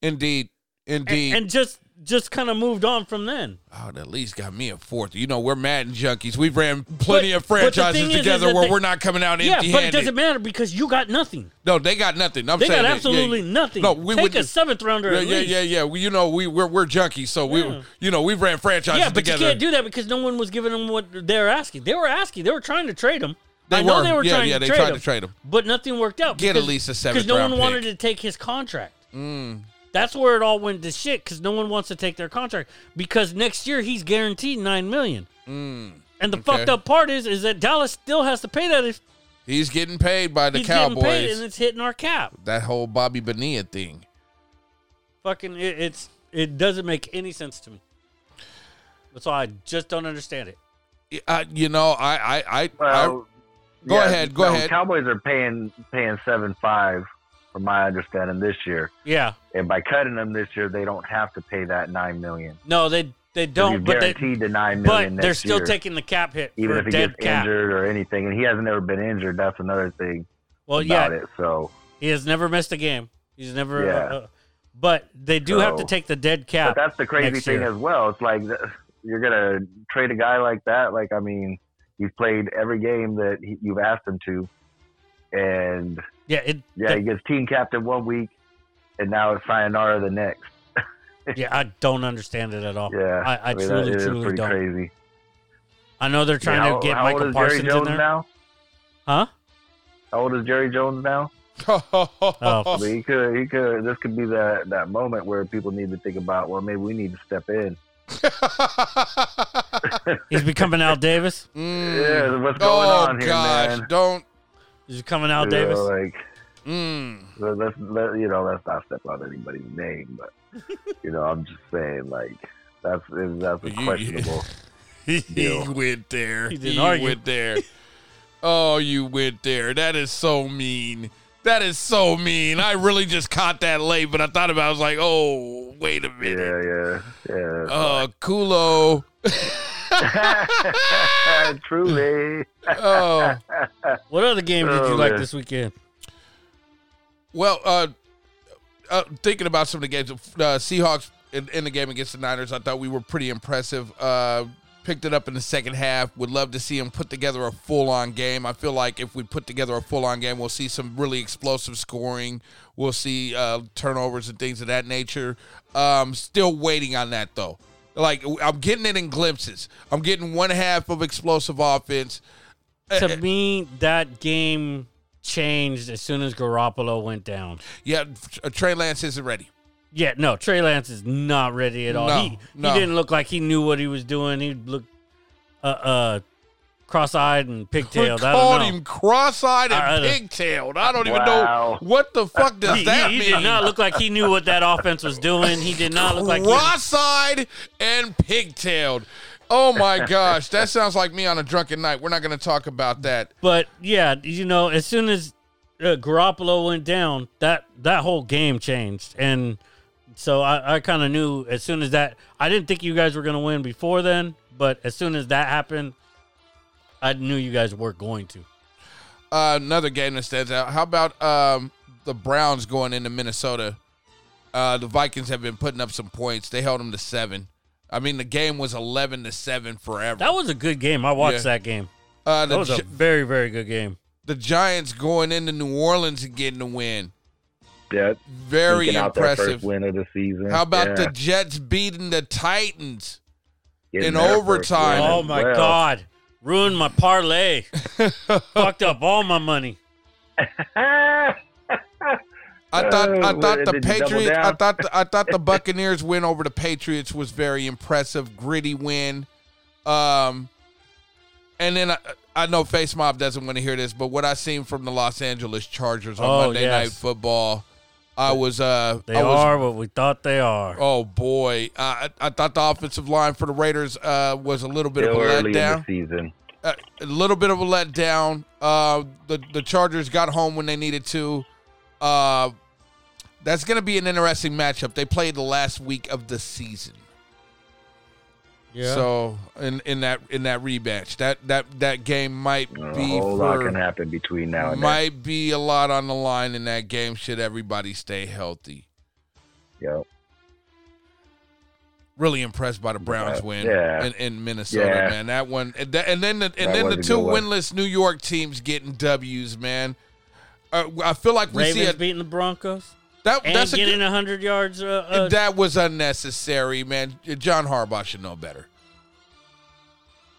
S1: Indeed. Indeed.
S2: and just just kind of moved on from then.
S1: oh, that at least got me a fourth. You know, we're Madden junkies. We've ran plenty
S2: But-
S1: of
S2: but the
S1: franchises
S2: thing is, is
S1: together
S2: that
S1: where
S2: they-
S1: we're not coming out
S2: Yeah,
S1: empty
S2: but it doesn't
S1: handed.
S2: matter because you got nothing.
S1: No, they got nothing. I'm
S2: They
S1: saying
S2: got
S1: that- yeah,
S2: absolutely
S1: yeah.
S2: nothing.
S1: No, we
S2: Take
S1: would
S2: a seventh rounder.
S1: Yeah,
S2: at
S1: yeah,
S2: least.
S1: yeah, yeah. We, you know, we we're we're junkies, so we you know we ran franchises
S2: Yeah, but you
S1: together.
S2: can't do that because no one was giving them what they're asking. They were asking. They were trying to trade him.
S1: They
S2: I know
S1: were.
S2: they were
S1: Yeah,
S2: trying
S1: yeah,
S2: to
S1: they
S2: trade
S1: tried
S2: him,
S1: to trade him.
S2: but nothing worked out.
S1: Get at
S2: because-
S1: least a
S2: because
S1: seventh
S2: no
S1: round
S2: one wanted
S1: pick. Mm.
S2: to take his contract. That's where it all went to shit because no one wants to take their contract because next year he's guaranteed nine million.
S1: Mm.
S2: And the fucked up part is is that Dallas still has to pay that if
S1: He's getting paid by the
S2: he's
S1: Cowboys.
S2: getting paid and it's hitting our cap.
S1: that whole Bobby Bonilla thing.
S2: Fucking, it, it's it doesn't make any sense to me. That's why I just don't understand it.
S1: Uh, you know, I I I,
S3: Well,
S1: Go
S3: yeah,
S1: ahead, go
S3: no,
S1: ahead.
S3: Cowboys are paying paying seven five, from my understanding this year,
S2: Yeah.
S3: and by cutting them this year, they don't have to pay that nine million.
S2: No, they they
S3: You're
S2: don't. But they
S3: guaranteed to nine million.
S2: but they're
S3: next
S2: still
S3: year,
S2: taking the cap hit
S3: even
S2: for
S3: if he
S2: dead
S3: gets
S2: cap.
S3: injured or anything, and he hasn't ever been injured. That's another thing
S2: well, yeah,
S3: about it. So,
S2: he has never missed a game. He's never.
S3: Yeah.
S2: Uh, uh, but they do have to
S3: So-
S2: take the dead
S3: but
S2: cap.
S3: that's the crazy
S2: next
S3: thing
S2: year.
S3: as well. It's like th- you're gonna trade a guy like that. Like I mean, he's played every game that he, you've asked him to, and
S2: Yeah, it,
S3: yeah, he gets team captain one week, and now it's Sayonara the next.
S2: yeah, I don't understand it at all.
S3: Yeah,
S2: I, I,
S3: mean, that-
S2: truly,
S3: it is
S2: truly
S3: pretty
S2: don't.
S3: crazy.
S2: I know they're trying
S3: Yeah, how,
S2: to get
S3: how old
S2: Michael
S3: is
S2: Parsons
S3: Jerry Jones
S2: in there,
S3: now?
S2: huh?
S3: How old is Jerry Jones now?
S1: Oh,
S3: I
S2: Oh.
S3: mean, he could, he could. This could be that that moment where people need to think about. Well, maybe we need to step in.
S2: He's becoming Al Davis.
S1: Mm.
S3: Yeah, what's going
S1: Oh
S3: on here,
S1: gosh,
S3: man?
S1: don't.
S2: He's becoming Al
S3: You know,
S2: Davis.
S3: like
S1: Mm.
S3: let- let's let, you know, let's not step on anybody's name, but you know, I'm just saying, like that's that's a
S1: You-
S3: questionable.
S1: he
S3: Deal.
S1: went there.
S2: He didn't
S1: He
S2: argue.
S1: went there. oh, you went there. That is so mean. That is so mean. I really just caught that late, but I thought about. it. I was like, oh, wait a
S3: Yeah,
S1: minute.
S3: yeah, yeah.
S1: Uh, Kulo.
S3: Truly,
S1: Oh,
S2: What other game did you
S3: Oh,
S2: like
S3: man.
S2: this weekend?
S1: well. Uh, uh, thinking about some of the games, uh, Seahawks in, in the game against the Niners, I thought we were pretty impressive. Uh, picked it up in the second half. Would love to see them put together a full on game. I feel like if we put together a full on game, we'll see some really explosive scoring. We'll see uh, turnovers and things of that nature. Um, still waiting on that though. Like I'm getting it in glimpses. I'm getting one half of explosive offense.
S2: to me, that game changed as soon as Garoppolo went down.
S1: Yeah, Trey Lance isn't ready.
S2: Yeah, no, Trey Lance is not ready at all.
S1: No,
S2: he,
S1: no.
S2: he didn't look like he knew what he was doing. He looked uh, uh, cross-eyed and
S1: We
S2: pigtailed. I
S1: called
S2: don't know.
S1: him cross-eyed and
S2: I- I don't-
S1: pigtailed. I don't even know
S3: Wow.
S1: what the fuck does
S2: He,
S1: that
S2: he- he
S1: mean.
S2: did not look like he knew what that offense was doing. He did not look like he was
S1: cross-eyed and pigtailed. Oh my gosh, that sounds like me on a drunken night. We're not going to talk about that.
S2: But yeah, you know, as soon as uh, Garoppolo went down, that that whole game changed, and so I, I kind of knew as soon as that. I didn't think you guys were gonna win before then, but as soon as that happened, I knew you guys were going to.
S1: Uh, another game that stands out. How about um, the Browns going into Minnesota? Uh, the Vikings have been putting up some points. They held them to seven. I mean, the game was eleven to seven forever.
S2: That was a good game. I watched
S1: Yeah.
S2: that game.
S1: uh,
S2: That
S1: the,
S2: was a
S1: Gi-
S2: very very good game.
S1: the Giants going into New Orleans and getting the win.
S3: yeah,
S1: Very
S3: sneaking out their
S1: impressive.
S3: first win of the season.
S1: How about
S3: Yeah,
S1: the Jets beating the Titans?
S3: getting
S1: in
S3: their first
S1: overtime?
S3: win
S2: Oh
S3: as
S2: my
S3: well.
S2: god, ruined my parlay. Fucked up all my money.
S1: I thought I thought
S3: Uh,
S1: the
S3: did you double
S1: Patriots I
S3: down?
S1: thought the, I thought the Buccaneers win over the Patriots was very impressive, gritty win. Um and then I, I know Face Mob doesn't want to hear this, but what I seen from the Los Angeles Chargers on
S2: Oh,
S1: Monday
S2: yes.
S1: Night Football, I was uh
S2: They
S1: I was
S2: are what we thought they are.
S1: Oh boy, uh, I, I thought the offensive line for the Raiders uh, was a little bit
S3: Still
S1: of a
S3: early
S1: letdown.
S3: in the season.
S1: a a little bit of a letdown. Uh, the the Chargers got home when they needed to. Uh, that's going to be an interesting matchup. They played the last week of the season,
S2: Yeah.
S1: so in in that in that rematch, that that that game might
S3: A
S1: be
S3: whole lot
S1: for-
S3: can happen between now and then.
S1: might be a lot on the line in that game. Should everybody stay healthy?
S3: Yep.
S1: Really impressed by the Browns
S3: Yeah.
S1: win
S3: Yeah.
S1: in, in Minnesota,
S3: Yeah.
S1: man. That one, and, th- and then the, and
S3: That
S1: then
S3: was
S1: the
S3: a
S1: two
S3: good one.
S1: winless New York teams getting W's, man. Uh, I feel like we see
S2: Ravens
S1: a
S2: beating the Broncos.
S1: That
S2: and
S1: that's a
S2: getting
S1: good,
S2: hundred yards. Uh, uh,
S1: that was unnecessary, man. John Harbaugh should know better.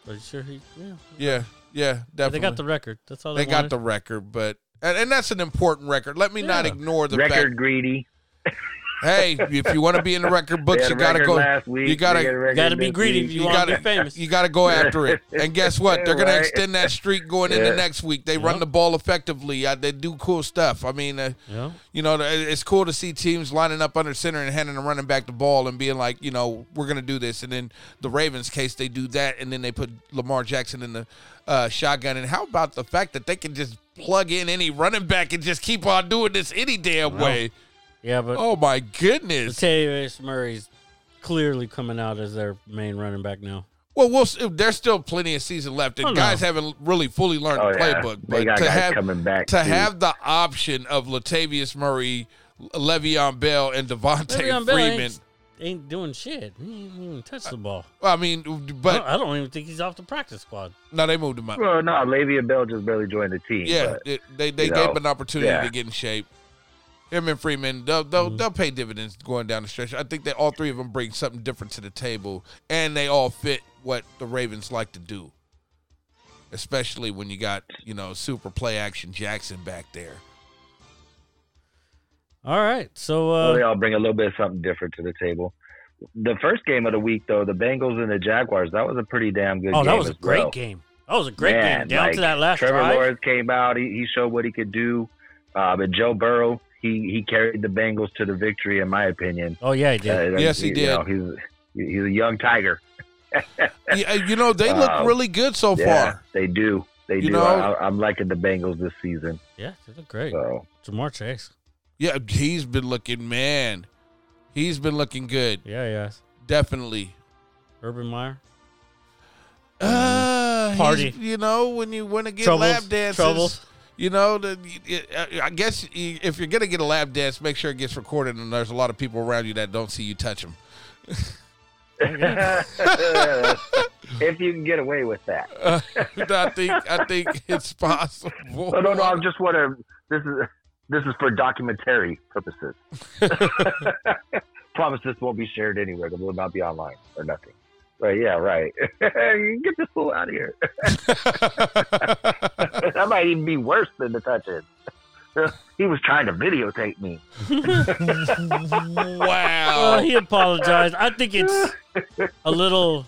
S2: but sure, he, yeah.
S1: Yeah, yeah,
S2: They
S1: definitely.
S2: got the record. That's all
S1: They
S2: they,
S1: got the record, but and, and that's an important record. Let me not
S2: Yeah.
S1: ignore the
S3: record greedy.
S1: fact. Hey, if you want to be in the record
S3: They
S1: books,
S3: had
S1: you
S3: a
S1: gotta
S3: record
S1: go.
S3: Last week.
S1: you gotta-
S3: They got a record
S2: Got to be
S3: this
S2: greedy
S3: week.
S2: if you,
S1: You
S2: want to
S1: gotta-
S2: be famous.
S1: You got to go after it. And guess what? They're going to
S3: Right.
S1: extend that streak going into
S3: Yeah.
S1: next week. They run
S2: Yeah.
S1: the ball effectively. Uh, they do cool stuff. I mean, uh,
S2: yeah.
S1: you know, th- it's cool to see teams lining up under center and handing the running back the ball and being like, you know, we're going to do this. And then the Ravens case, they do that. And then they put Lamar Jackson in the uh, shotgun. And how about the fact that they can just plug in any running back and just keep on doing this any damn way?
S2: yeah, but
S1: Oh, my goodness.
S2: Latavius Murray's clearly coming out as their main running back now.
S1: Well, we'll s- there's still plenty of season left. And
S2: Oh, no.
S1: guys haven't really fully learned
S3: Oh,
S1: the
S3: yeah.
S1: playbook.
S3: They
S1: But
S3: got
S1: to
S3: guys
S1: have,
S3: coming back.
S1: to
S3: too.
S1: have the option of Latavius Murray, Le'Veon Bell, and Devontae
S2: Le'Veon Bell
S1: Freeman.
S2: ain't, ain't doing shit. He ain't even touched the ball.
S1: I mean,
S2: I
S1: but
S2: don't, Oh, I don't even think he's off the practice squad.
S1: No, they moved him up.
S3: Well, no, Le'Veon Bell just barely joined the team.
S1: yeah,
S3: but-
S1: it- they they
S3: you
S1: gave
S3: know,
S1: him an opportunity
S3: yeah.
S1: to get in shape. him and Freeman, they'll they'll, they'll pay dividends going down the stretch. I think that all three of them bring something different to the table, and they all fit what the Ravens like to do. Especially when you got you know super play action Jackson back there.
S2: All right. So
S3: Well, they
S2: uh,
S3: all bring a little bit of something different to the table. The first game of the week, though, the Bengals and the Jaguars, that was a pretty damn good
S2: oh,
S3: game.
S2: that was a
S3: as
S2: great
S3: well.
S2: game. That was a great
S3: Man,
S2: game. Down
S3: like,
S2: to that last
S3: Trevor
S2: drive.
S3: Lawrence came out. He, he showed what he could do. Uh, but Joe Burrow, he, he carried the Bengals to the victory, in my opinion.
S2: Oh yeah, he did.
S3: Uh,
S1: Yes, he
S3: you
S1: did.
S3: know, he's, he's a young tiger.
S1: Yeah, you know they look
S3: Um,
S1: really good so
S3: Yeah,
S1: far.
S3: they do. They
S1: You
S3: do.
S1: know-
S3: I, I'm liking the Bengals this season.
S2: yeah, they look great.
S3: So
S2: Jamar Chase.
S1: Yeah, he's been looking man. He's been looking good,
S2: Yeah, yeah.
S1: definitely.
S2: Urban Meyer.
S1: Uh, he's-
S2: Party.
S1: You know when you want to get
S2: Troubles,
S1: lap dances.
S2: troubles.
S1: You know, the, I guess you- if you're gonna get a lap dance, make sure it gets recorded, and there's a lot of people around you that don't see you touch them.
S3: if you can get away with that.
S1: I think I think it's possible.
S3: No, Oh, no, no. I'm just wondering. This is this is for documentary purposes. Promise this won't be shared anywhere. It will not be online or nothing. But yeah, right. Get this fool out of here. that might even be worse than the touching. he was trying to videotape me.
S2: Well,
S1: wow.
S2: Oh, he apologized. I think it's a little.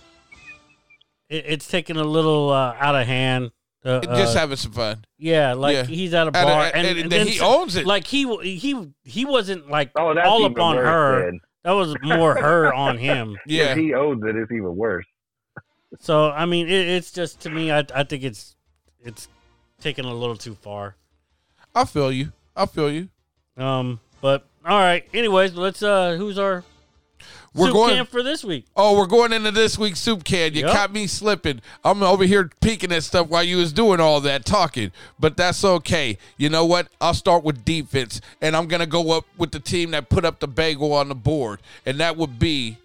S2: It, it's taken a little uh, out of hand. Uh,
S1: just
S2: uh,
S1: having some fun.
S2: yeah, like
S1: yeah.
S2: he's at a
S1: And,
S2: bar,
S1: and-
S2: and,
S1: and
S2: and
S1: then
S2: then
S1: he
S2: s-
S1: owns it.
S2: like he he he wasn't like
S3: Oh, that's
S2: all
S3: even
S2: up on
S3: worse
S2: her.
S3: then.
S2: That was more her on him.
S1: yeah.
S3: If he owes it, it's even worse.
S2: So I mean, it, it's just to me, I I think it's it's taken a little too far.
S1: I feel you. I feel you.
S2: Um, but all right. Anyways, let's uh, who's our
S1: We're
S2: soup
S1: going.
S2: can for this week?
S1: Oh, we're going into this week's soup can. You
S2: Yep.
S1: caught me slipping. I'm over here peeking at stuff while you was doing all that talking, but that's okay. You know what? I'll start with defense, and I'm gonna go up with the team that put up the bagel on the board, and that would be.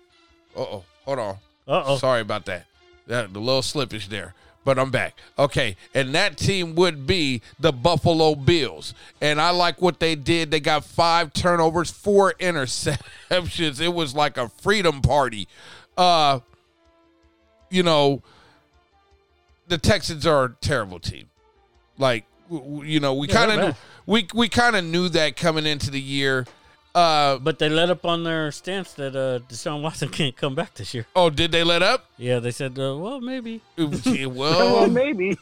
S1: Uh oh, hold on.
S2: Uh oh.
S1: Sorry about that. That the little slippage there. But I'm back. Okay. And that team would be the Buffalo Bills. And I like what they did. They got five turnovers, four interceptions. It was like a freedom party. Uh you know, the Texans are a terrible team. Like w- w- you know, we
S2: Yeah,
S1: kind
S2: they're
S1: of
S2: bad.
S1: we we kind of knew that coming into the year. Uh
S2: But they let up on their stance that uh, Deshaun Watson can't come back this year.
S1: oh, did they let up?
S2: Yeah, they said, uh, well, maybe.
S3: Well,
S1: well,
S3: maybe.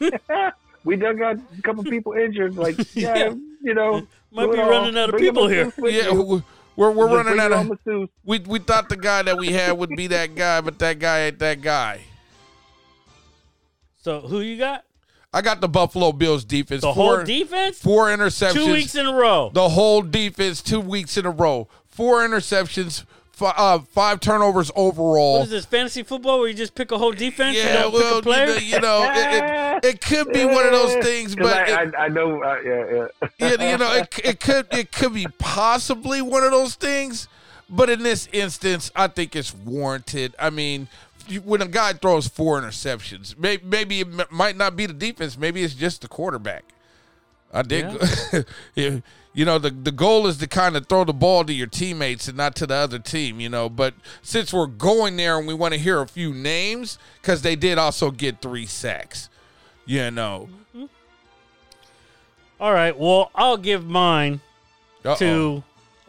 S3: we done got a couple people injured. Like, yeah,
S2: Yeah.
S3: you know.
S2: Might
S3: do
S2: be
S3: it all.
S2: running out of
S3: Bring
S2: people
S3: a
S2: here.
S3: masseuse with
S1: yeah,
S3: you.
S1: we're we're
S3: Just
S1: running
S3: bring
S1: out
S3: your
S1: of.
S3: own masseuse.
S1: We we thought the guy that we had would be that guy, but that guy ain't that guy.
S2: So who you got?
S1: I got the Buffalo Bills defense.
S2: The
S1: four,
S2: whole defense?
S1: Four interceptions.
S2: Two weeks in a row.
S1: the whole defense two weeks in a row. Four interceptions. Five, uh, five turnovers overall.
S2: what is this, fantasy football where you just pick a whole defense and
S1: yeah,
S2: don't
S1: well,
S2: pick a player?
S1: you know, you know, it, it, it could be one of those things,
S3: 'Cause
S1: but it-
S3: I, I, I know. Uh, yeah, yeah.
S1: you, you know, it, it could it could be possibly one of those things, but in this instance, I think it's warranted. I mean, you- when a guy throws four interceptions, may, maybe it m- might not be the defense. Maybe it's just the quarterback. I did, yeah. you know, the the goal is to kind of throw the ball to your teammates and not to the other team, you know. But since we're going there and we want to hear a few names, because they did also get three sacks, you know.
S2: All right, well, I'll give mine
S1: Uh-oh.
S2: to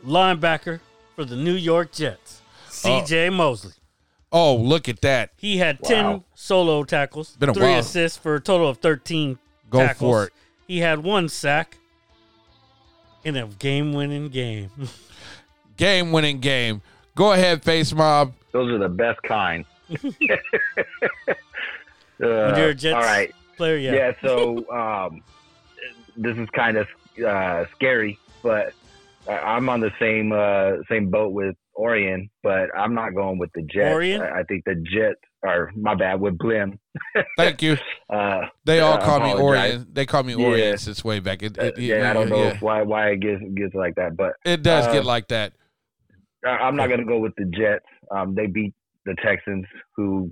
S2: linebacker for the New York Jets, CJ Mosley.
S1: oh, look at that.
S2: He had
S3: Wow.
S2: 10 solo tackles,
S1: Been a
S2: three
S1: while.
S2: assists for a total of 13
S1: Go
S2: tackles.
S1: for it.
S2: He had one sack in a game winning game.
S1: game winning game. Go ahead, Face Mob.
S3: Those are the best kind. uh,
S2: When you're a Jets
S3: all right.
S2: player, yeah.
S3: Yeah. so um, this is kind of uh, scary, but I- I'm on the same uh, same boat with Orion, but I'm not going with the Jets.
S2: Orion?
S3: I, I think the Jets, or my bad, with Blim.
S1: Thank you.
S3: Uh,
S1: They all
S3: Yeah, I
S1: call me
S3: apologize.
S1: Orion. They call me
S3: Yeah.
S1: Orion since way back. It,
S3: Uh,
S1: it-
S3: yeah,
S1: yeah,
S3: I don't know
S1: yeah.
S3: why why it gets gets like that, but
S1: It does
S3: Uh,
S1: get like that.
S3: I- I'm not going to go with the Jets. Um, they beat the Texans, who,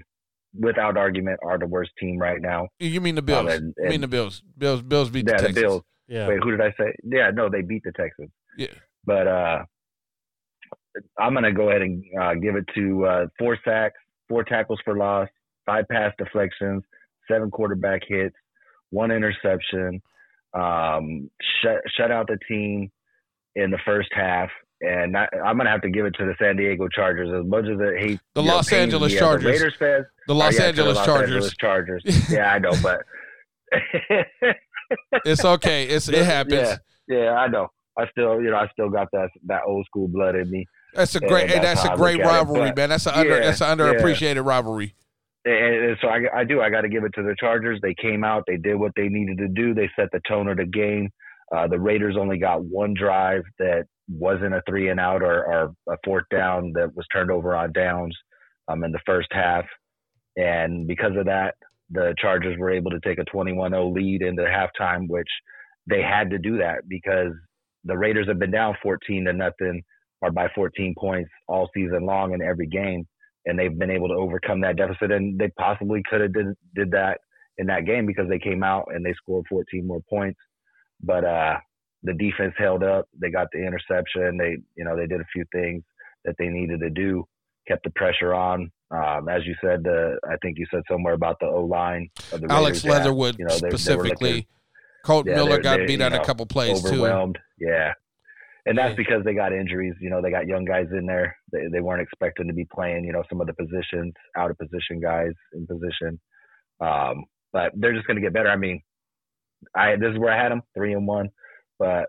S3: without argument, are the worst team right now.
S1: You mean the Bills?
S3: and-
S1: you mean
S3: and-
S1: the Bills? Bills. Bills beat
S3: yeah,
S1: the
S3: the
S1: Texans.
S3: Bills.
S2: yeah.
S3: Wait, who did I say? Yeah, no, they beat the Texans.
S1: Yeah.
S3: But uh, I'm gonna go ahead and uh, give it to uh, four sacks, four tackles for loss, five pass deflections, seven quarterback hits, one interception, um, shut shut out the team in the first half. And I, I'm gonna have to give it to the San Diego Chargers. As much as it hates
S1: The
S3: you know,
S1: Los
S3: pains
S1: Angeles
S3: me as a
S1: Chargers.
S3: Raiders fan,
S1: The Los
S3: Oh, yeah, to the
S1: Angeles
S3: Los
S1: Chargers.
S3: Angeles Chargers. yeah, I know, but
S1: It's okay. It's it happens.
S3: Yeah, yeah, I know. I still, you know, I still got that that old school blood in me,
S1: That's a
S3: Yeah,
S1: great. hey, that's
S3: that's how
S1: a
S3: I
S1: great
S3: look at it,
S1: rivalry,
S3: but-
S1: man. That's a under.
S3: yeah,
S1: that's an
S3: yeah.
S1: underappreciated rivalry.
S3: and, and so I, I do. I got to give it to the Chargers. They came out, they did what they needed to do. They set the tone of the game. Uh, the Raiders only got one drive that wasn't a three and out or, or a fourth down that was turned over on downs um, in the first half, and because of that, the Chargers were able to take a 21-0 lead into halftime, which they had to do that because the Raiders have been down 14 to nothing or by 14 points all season long in every game, and they've been able to overcome that deficit. And they possibly could have did, did that in that game because they came out and they scored 14 more points, but uh, the defense held up. They got the interception. They you know they did a few things that they needed to do, kept the pressure on. Um, as you said, the I think you said somewhere about the O line of the
S1: Alex
S3: Raiders, yeah,
S1: Leatherwood
S3: you know, they- they were looking-
S1: specifically. Colt
S3: Yeah,
S1: Miller
S3: they're-
S1: got
S3: they're,
S1: beat
S3: you
S1: on a
S3: know,
S1: couple plays too.
S3: overwhelmed. Yeah. And that's
S2: Yeah.
S3: because they got injuries. You know, they got young guys in there. They, they weren't expected to be playing, you know, some of the positions, out of position guys in position. Um, but they're just going to get better. I mean, I this is where I had them, three and one. But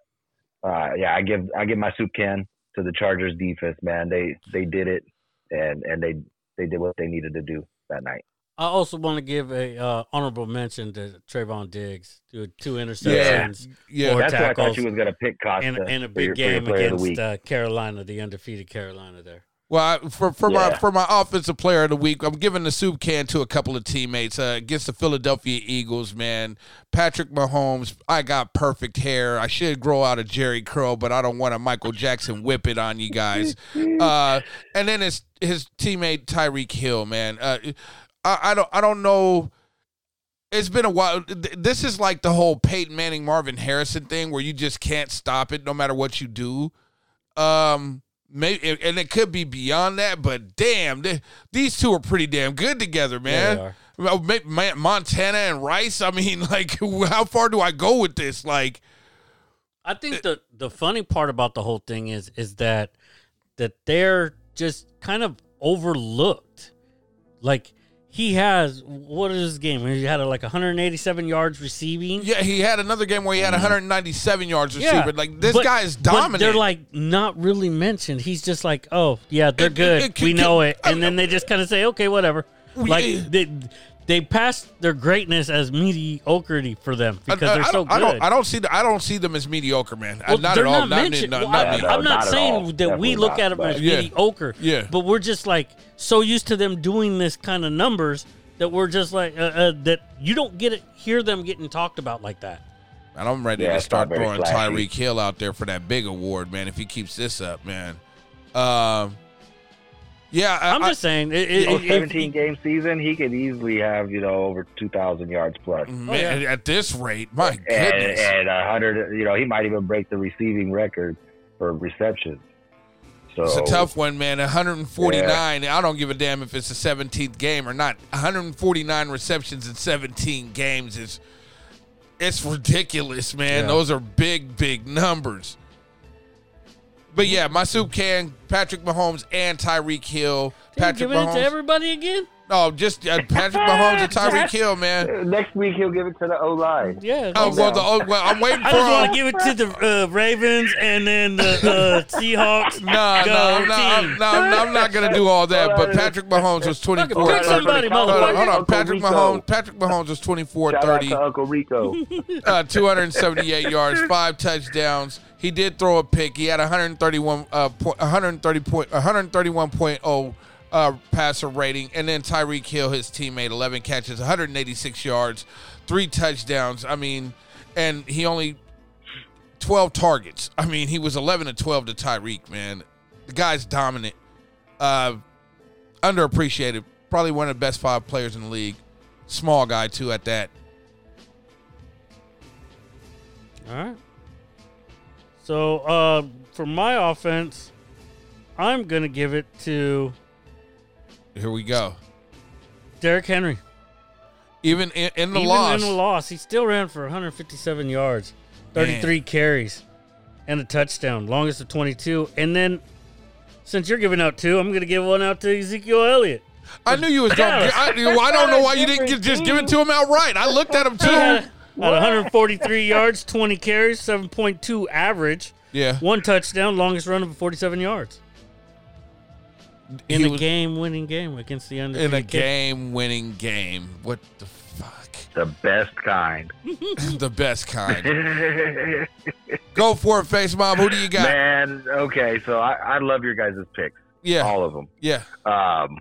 S3: uh, yeah, I give I give my soup can to the Chargers defense, man. They they did it, and and they they did what they needed to do that night.
S2: I also want to give a uh, honorable mention to Trayvon Diggs, to two
S1: Yeah,
S2: interceptions
S1: yeah.
S2: Or
S3: that's why I
S2: tackles.
S3: thought you was going to pick Costa
S2: and, and a
S3: for
S2: big
S3: your- for your
S2: game
S3: player of the
S2: against
S3: week.
S2: uh, Carolina, the undefeated Carolina. There,
S1: Well, I, for for my
S3: Yeah.
S1: for my offensive player of the week, I'm giving the soup can to a couple of teammates uh, against the Philadelphia Eagles. Man, Patrick Mahomes, I got perfect hair. I should grow out a Jerry curl, but I don't want a Michael Jackson whip it on you guys. Uh, and then his his teammate Tyreek Hill, man. Uh, I, I don't I don't know. It's been a while. Th- This is like the whole Peyton Manning Marvin Harrison thing, where you just can't stop it no matter what you do. Um, maybe and it could be beyond that, but damn, th- these two are pretty damn good together,
S2: Yeah,
S1: man.
S2: they are.
S1: Well, ma- ma- Montana and Rice. I mean, like, how far do I go with this? Like,
S2: I think the the funny part about the whole thing is is that that they're just kind of overlooked. Like he has what is his game? He had like 187 yards receiving.
S1: yeah, he had another game where he had 197 yards receiving.
S2: Mm-hmm. Yeah,
S1: Like, this
S2: but-
S1: guy is
S2: but
S1: dominant.
S2: They're like not really mentioned. He's just like, oh yeah, they're
S1: It-
S2: good.
S1: it- it-
S2: we
S1: it-
S2: know it,
S1: I-
S2: and then they just kind of say, okay, whatever.
S1: We- eh.
S2: Like they they pass their greatness as mediocrity for them because
S1: I, I
S2: they're so
S1: don't,
S2: good.
S1: I don't. I don't see. The, I don't see them as mediocre, man. Uh,
S2: Well,
S1: not
S2: they're
S1: at all.
S2: Not
S1: Not me-
S2: mentioned.
S1: not-
S2: Well,
S1: not
S2: I,
S1: me.
S2: am not
S3: Not at
S2: saying
S3: all.
S2: that we
S3: Definitely
S2: look
S3: not,
S2: at them as
S3: but-
S1: Yeah.
S2: mediocre.
S1: Yeah.
S2: But we're just like so used to them doing this kind of numbers that we're just like uh, uh, that. You don't get it, hear them getting talked about like that.
S1: And I'm ready
S3: Yeah,
S1: to
S3: it's
S1: start
S3: not very
S1: throwing
S3: flashy.
S1: Tyreek Hill out there for that big award, man. If he keeps this up, man. Um, yeah, I,
S2: I'm
S1: I-
S2: just saying. It,
S3: You
S2: it,
S3: know,
S2: it-
S3: 17 game season, he could easily have you know over 2,000 yards plus.
S2: oh,
S1: man, at this rate, my
S3: and,
S1: Mm-hmm. goodness.
S3: and a hundred. You know, he might even break the receiving record for receptions. So
S1: it's a tough one, man. 149. I don't give a damn if it's the 17th game or not. 149 receptions in 17 games is it's ridiculous, man.
S2: Yeah.
S1: Those are big, big numbers. But yeah, my soup can Patrick Mahomes and Tyreek Hill.
S2: You're
S1: Patrick
S2: giving it to
S1: Mahomes.
S2: everybody again?
S1: No, just uh, Patrick Mahomes and Tyreek Hill, man.
S3: Next week he'll give it to the O line.
S2: Yeah.
S1: Oh well, the, oh, well, I'm waiting for.
S2: I just
S1: all-
S2: want to give it to the uh, Ravens and then the uh, Seahawks.
S1: no, no, I'm not, I'm, no, I'm not- I'm not gonna do all that. But Patrick Mahomes was 24.
S2: Fucking
S1: 30.
S2: pick somebody,
S1: Hold on, hold
S2: motherfucker.
S1: on.
S3: Uncle
S1: Patrick
S3: Rico.
S1: Mahomes. Patrick Mahomes was 24,
S3: Shout out
S1: 30,
S3: to Uncle Rico.
S1: uh, 278 yards, five touchdowns. He did throw a pick. He had 131, uh, po- 130 point, 131.0 uh, passer rating, and then Tyreek Hill, his teammate, 11 catches, 186 yards, three touchdowns. I mean, and he only 12 targets. I mean, he was 11 to 12 to Tyreek, man. The guy's dominant. Uh, underappreciated. Probably one of the best five players in the league. Small guy, too, at that.
S2: All right. So uh, for my offense, I'm gonna give it to
S1: Here we go.
S2: Derrick Henry.
S1: Even in, in the
S2: Even
S1: loss,
S2: in the loss, he still ran for 157 yards, 33 carries, and a touchdown, longest of 22. And then, since you're giving out two, I'm gonna give one out to Ezekiel Elliott.
S1: I knew you was gonna. I, well, I don't know why you didn't get, just give it to him outright. I looked at him
S2: At
S1: too.
S2: 143 yards, 20 carries, 7.2 average,
S1: Yeah,
S2: one touchdown, longest run of 47 yards in
S1: He
S2: a
S1: was
S2: game-winning game against the
S1: in
S2: undefeated.
S1: a
S2: Cavs.
S1: game-winning game. What the fuck?
S3: The best kind.
S1: the best kind. Go for it, face mob. Who do you got?
S3: Man, okay, so I, I love your guys' picks,
S1: yeah,
S3: all of them.
S1: yeah.
S3: Um,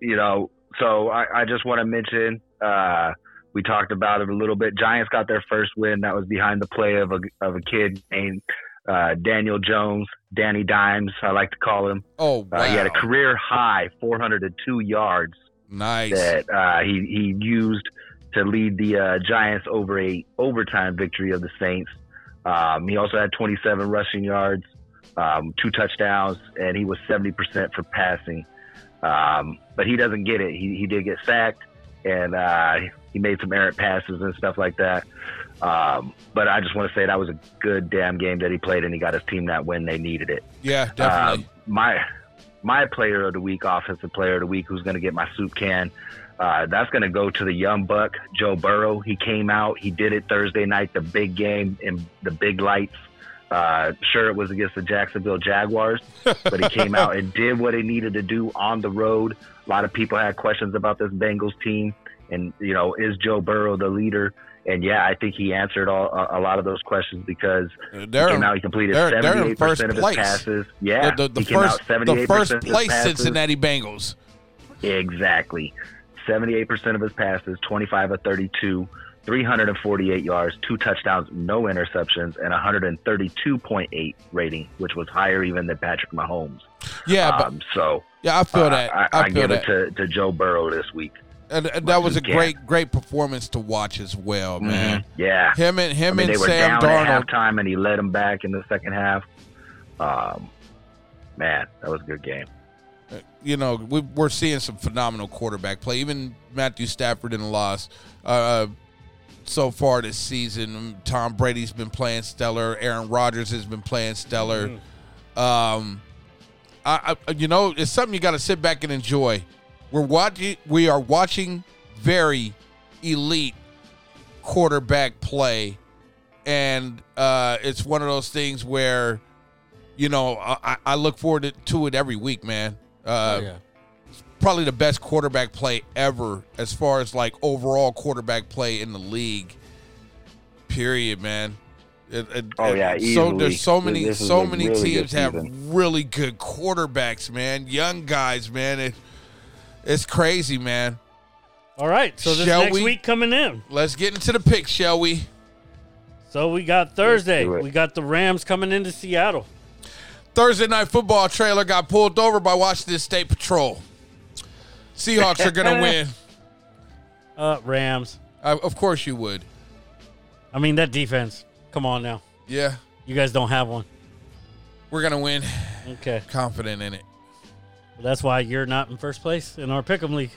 S3: you know, so I, I just want to mention uh, we talked about it a little bit. Giants got their first win. That was behind the play of a of a kid named uh, Daniel Jones, Danny Dimes, I like to call him.
S1: Oh
S3: Uh,
S1: wow,
S3: He had a career high 402 yards
S1: nice.
S3: that uh, he he used to lead the uh, Giants over a overtime victory of the Saints. Um, he also had 27 rushing yards, um, two touchdowns, and he was 70% for passing. Um, but he doesn't get it. He, he did get sacked, and uh, he made some errant passes and stuff like that. Um, but I just want to say that was a good damn game that he played, and he got his team that win they needed it.
S1: Yeah, definitely.
S3: Um, my my player of the week, offensive player of the week, who's going to get my soup can. Uh, that's going to go to the young buck, Joe Burrow. He came out, he did it Thursday night, the big game in the big lights. Uh, sure, it was against the Jacksonville Jaguars, but he came out and did what he needed to do on the road. A lot of people had questions about this Bengals team, and you know, is Joe Burrow the leader? And yeah, I think he answered all a, a lot of those questions because
S1: Uh, They're-
S3: Um, he came out. He completed
S1: they're- they're in
S3: seventy-eight
S1: first
S3: percent of his
S1: place.
S3: passes. Yeah,
S1: the, the,
S3: he
S1: the
S3: came
S1: first,
S3: out
S1: the
S3: seventy-eight
S1: first
S3: percent of his
S1: place
S3: passes.
S1: Cincinnati Bengals.
S3: Exactly, seventy-eight percent of his passes, twenty-five of thirty-two, three hundred and forty-eight yards, two touchdowns, no interceptions, and one hundred and thirty-two point eight rating, which was higher even than Patrick Mahomes.
S1: Yeah, but,
S3: um, so
S1: yeah, I feel
S3: uh,
S1: that.
S3: I,
S1: I,
S3: I,
S1: feel
S3: give
S1: that.
S3: it to, to Joe Burrow this week.
S1: and, and that was a
S3: Yeah.
S1: great, great performance to watch as well, man.
S3: Yeah,
S1: Him and him
S3: Mm-hmm. I mean,
S1: and
S3: they were
S1: Sam Darnold.
S3: down at halftime, and he led them back in the second half. Um, man, that was a good game.
S1: You know, we, we're seeing some phenomenal quarterback play. Even Matthew Stafford in the loss. Uh, so far this season, Tom Brady's been playing stellar. Aaron Rodgers has been playing stellar. Um, I, I, you know, it's something you got to sit back and enjoy. We're watching. We are watching very elite quarterback play, and uh, it's one of those things where, you know, I, I- I look forward to, to it every week, man. Uh,
S2: Oh, yeah.
S1: Probably the best quarterback play ever, as far as like overall quarterback play in the league. Period, man. It- it-
S3: Oh, yeah,
S1: it- so
S3: easily.
S1: there's so
S3: This-
S1: many,
S3: this is
S1: so
S3: a
S1: many
S3: really good
S1: teams have
S3: season.
S1: really good quarterbacks, man. Young guys, man. It, it's crazy, man.
S2: All right, so this
S1: Shall
S2: next
S1: we-
S2: week coming in.
S1: Let's get into the pick, shall we?
S2: So we got Thursday.
S3: do it.
S2: We got the Rams coming into Seattle.
S1: Thursday night football trailer got pulled over by Washington State Patrol. Seahawks are gonna win.
S2: Uh, Rams.
S1: I, of course you would.
S2: I mean that defense. Come on now.
S1: Yeah,
S2: You guys don't have one.
S1: we're gonna win.
S2: Okay.
S1: Confident in it.
S2: That's why you're not in first place in our pick'em league.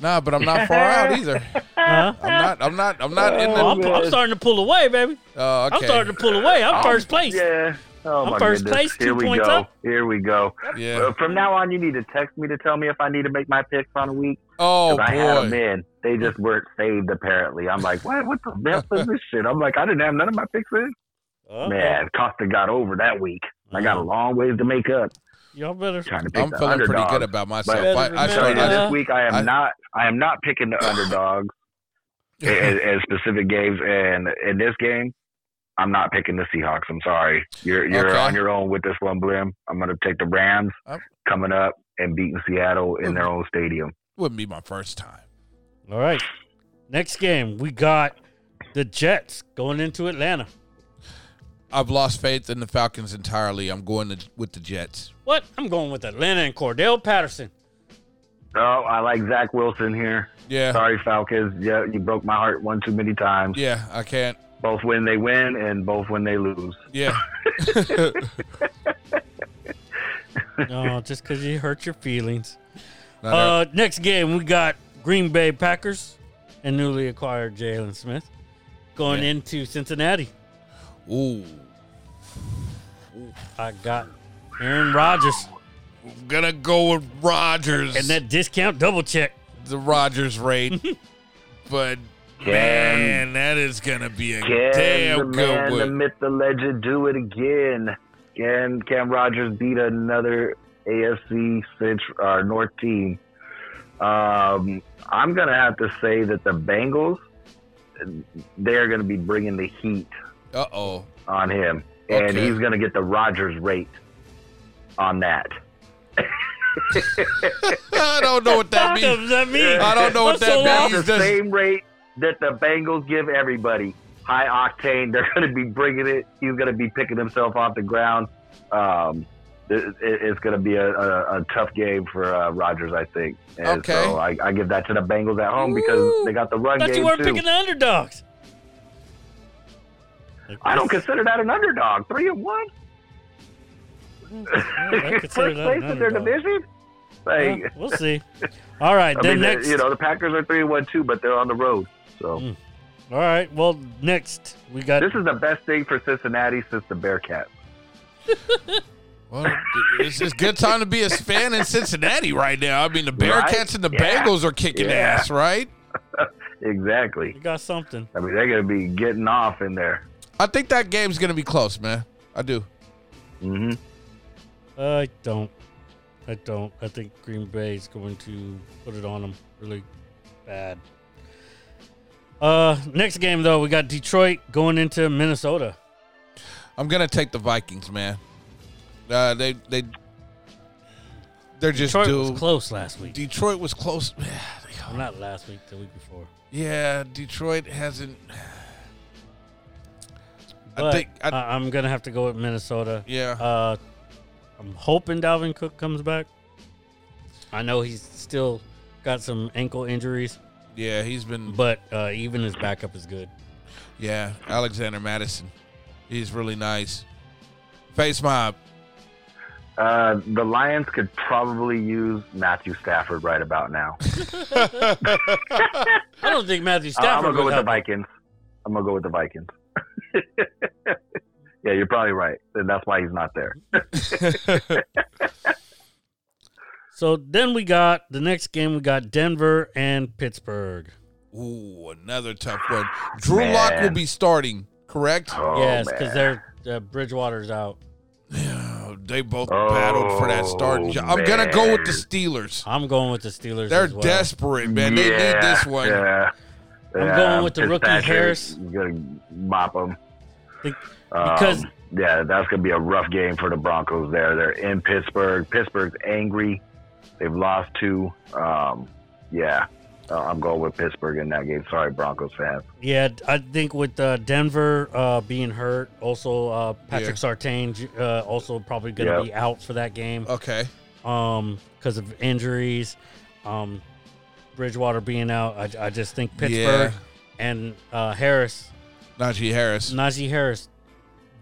S1: Nah, but I'm not far out either.
S3: Uh,
S2: Huh?
S1: I'm not. I'm not. I'm not in
S2: Oh, I'm,
S1: the.
S2: I'm starting to pull away, baby.
S1: Oh,
S2: I'm
S1: okay.
S2: starting to pull away. I'm first place.
S3: Yeah. Oh
S2: I'm
S3: my
S2: first
S3: goodness.
S2: place, two
S3: Here we
S2: points
S3: go.
S2: up.
S3: Here we go.
S1: Yeah.
S3: Uh, From now on, you need to text me to tell me if I need to make my picks on a week.
S1: Oh
S3: 'cause I had them
S1: boy.
S3: in. They just weren't saved. Apparently, I'm like, what? What the mess is this shit? I'm like, I didn't have none of my picks in.
S2: Uh-oh.
S3: Man, Costa got over that week. I got a long ways to make up
S2: Y'all better.
S3: trying to pick
S1: I'm
S3: the
S1: feeling pretty
S3: underdogs.
S1: good about myself.
S3: Better
S1: I, I
S3: So
S1: started.
S2: remember
S1: I-
S2: that.
S3: this week, I am
S1: I-
S3: not. I am not picking the underdogs in, in specific games, and in this game, I'm not picking the Seahawks. I'm sorry, you're you're
S1: Okay.
S3: on your own with this one, Blim. I'm going to take the Rams
S1: Up.
S3: coming up and beating Seattle in their own stadium.
S1: wouldn't be my first time.
S2: All right. Next game, we got the Jets going into Atlanta.
S1: I've lost faith in the Falcons entirely. I'm going to, with the Jets.
S2: What? I'm going with Atlanta and Cordell Patterson.
S3: Oh, I like Zach Wilson here.
S1: Yeah.
S3: Sorry, Falcons. Yeah, you broke my heart one too many times.
S1: Yeah. I can't.
S3: Both when they win and both when they lose.
S1: Yeah.
S2: No, just because you hurt your feelings.
S1: Not her.
S2: Uh, next game, we got Green Bay Packers and newly acquired Jalen Smith going into Cincinnati.
S1: Ooh.
S2: I got Aaron Rodgers
S1: I'm gonna go with Rogers
S2: and that discount double check.
S1: the Rogers rate. but
S3: Can-
S1: man, that is gonna be a
S3: Can the
S1: damn
S3: man,
S1: good
S3: the
S1: one.
S3: myth, the legend do it again? Can Cam Rogers beat another AFC Central or North team? Um, I'm gonna have to say that the Bengals, they're gonna be bringing the heat
S1: Uh oh.
S3: on him, and
S1: Okay.
S3: he's gonna get the Rogers rate on that.
S1: I don't know what that
S2: What
S1: means.
S2: does that mean?
S1: I don't know what
S2: What's so
S1: that
S2: long?
S1: means.
S3: the
S1: just-
S3: same rate that the Bengals give everybody. High octane. They're going to be bringing it. He's going to be picking himself off the ground. Um, it, it- it's going to be a, a, a tough game for uh, Rodgers, I think. And
S1: Okay.
S3: So I, I give that to the Bengals at home because
S2: Ooh.
S3: they got the run
S2: thought you
S3: game
S2: weren't
S3: too.
S2: picking the underdogs.
S3: I don't consider that an underdog. Three and one.
S2: I
S3: First
S2: consider that an
S3: place in their
S2: underdog.
S3: division. Like,
S2: Well, we'll see. All right,
S3: I
S2: then
S3: mean, they-
S2: next. Hmm.
S3: you know, the Packers are three and one too, but they're on the road. So
S2: All right, well, next we got.
S3: this is the best thing for Cincinnati since the Bearcats.
S1: Well, it's just good time to be a fan in Cincinnati right now. I mean, the Bearcats
S3: Right?
S1: and the
S3: Yeah.
S1: Bengals are kicking
S3: Yeah.
S1: ass, right?
S3: Exactly.
S2: we got something.
S3: I mean, they're going to be getting off in there.
S1: I think that game's gonna be close, man. I do.
S3: hmm
S2: I don't. I don't. I think Green Bay is going to put it on them really bad. Uh, next game though, we got Detroit going into Minnesota.
S1: I'm gonna take the Vikings, man. Uh, they they they're just
S2: Detroit
S1: due.
S2: was close last week.
S1: Detroit was close.
S2: Well, not last week, the week before.
S1: Yeah, Detroit hasn't.
S2: But
S1: think I-
S2: I- I'm gonna have to go with Minnesota.
S1: Yeah.
S2: Uh, I'm hoping Dalvin Cook comes back. I know he's still got some ankle injuries,
S1: yeah, he's been.
S2: but uh, even his backup is good.
S1: Yeah, Alexander Madison. He's really nice. Face mob.
S3: Uh, the Lions could probably use Matthew Stafford right about now.
S2: I don't think Matthew
S3: I- Uh, I'm
S2: Stafford.
S3: going to
S2: would
S3: go with the
S2: help him.
S3: Vikings. I'm going to go with the Vikings. yeah, you're probably right. And that's why he's not there.
S2: So then we got the next game. We got Denver and Pittsburgh.
S1: Ooh, another tough one. Drew Lock will
S3: Man.
S1: be starting, correct?
S3: Oh,
S2: yes, because
S3: man.
S2: they're uh, Bridgewater's out.
S1: Yeah, they both
S3: Oh,
S1: battled for that starting job. I'm gonna go with the
S3: man.
S1: Steelers.
S2: I'm going with the Steelers.
S1: They're
S2: as well.
S1: desperate, man. They
S3: Yeah,
S1: need this one.
S3: Yeah.
S2: I'm
S3: Yeah,
S2: going with the rookie
S3: Fitzpatrick,
S2: Harris.
S3: You're going to mop him.
S2: Think-
S3: Um,
S2: because-
S3: yeah, that's going to be a rough game for the Broncos there. They're in Pittsburgh. Pittsburgh's angry. They've lost two. Um, yeah, uh, I'm going with Pittsburgh in that game. Sorry, Broncos fans.
S2: Yeah, I think with uh, Denver uh, being hurt, also uh, Patrick Sartain J- uh, also probably going to
S3: Yeah.
S2: be out for that game
S1: Okay.
S2: um, because of injuries. Um, Bridgewater being out, I, I just think Pittsburgh and uh, Harris,
S1: Najee Harris.
S2: Najee Harris,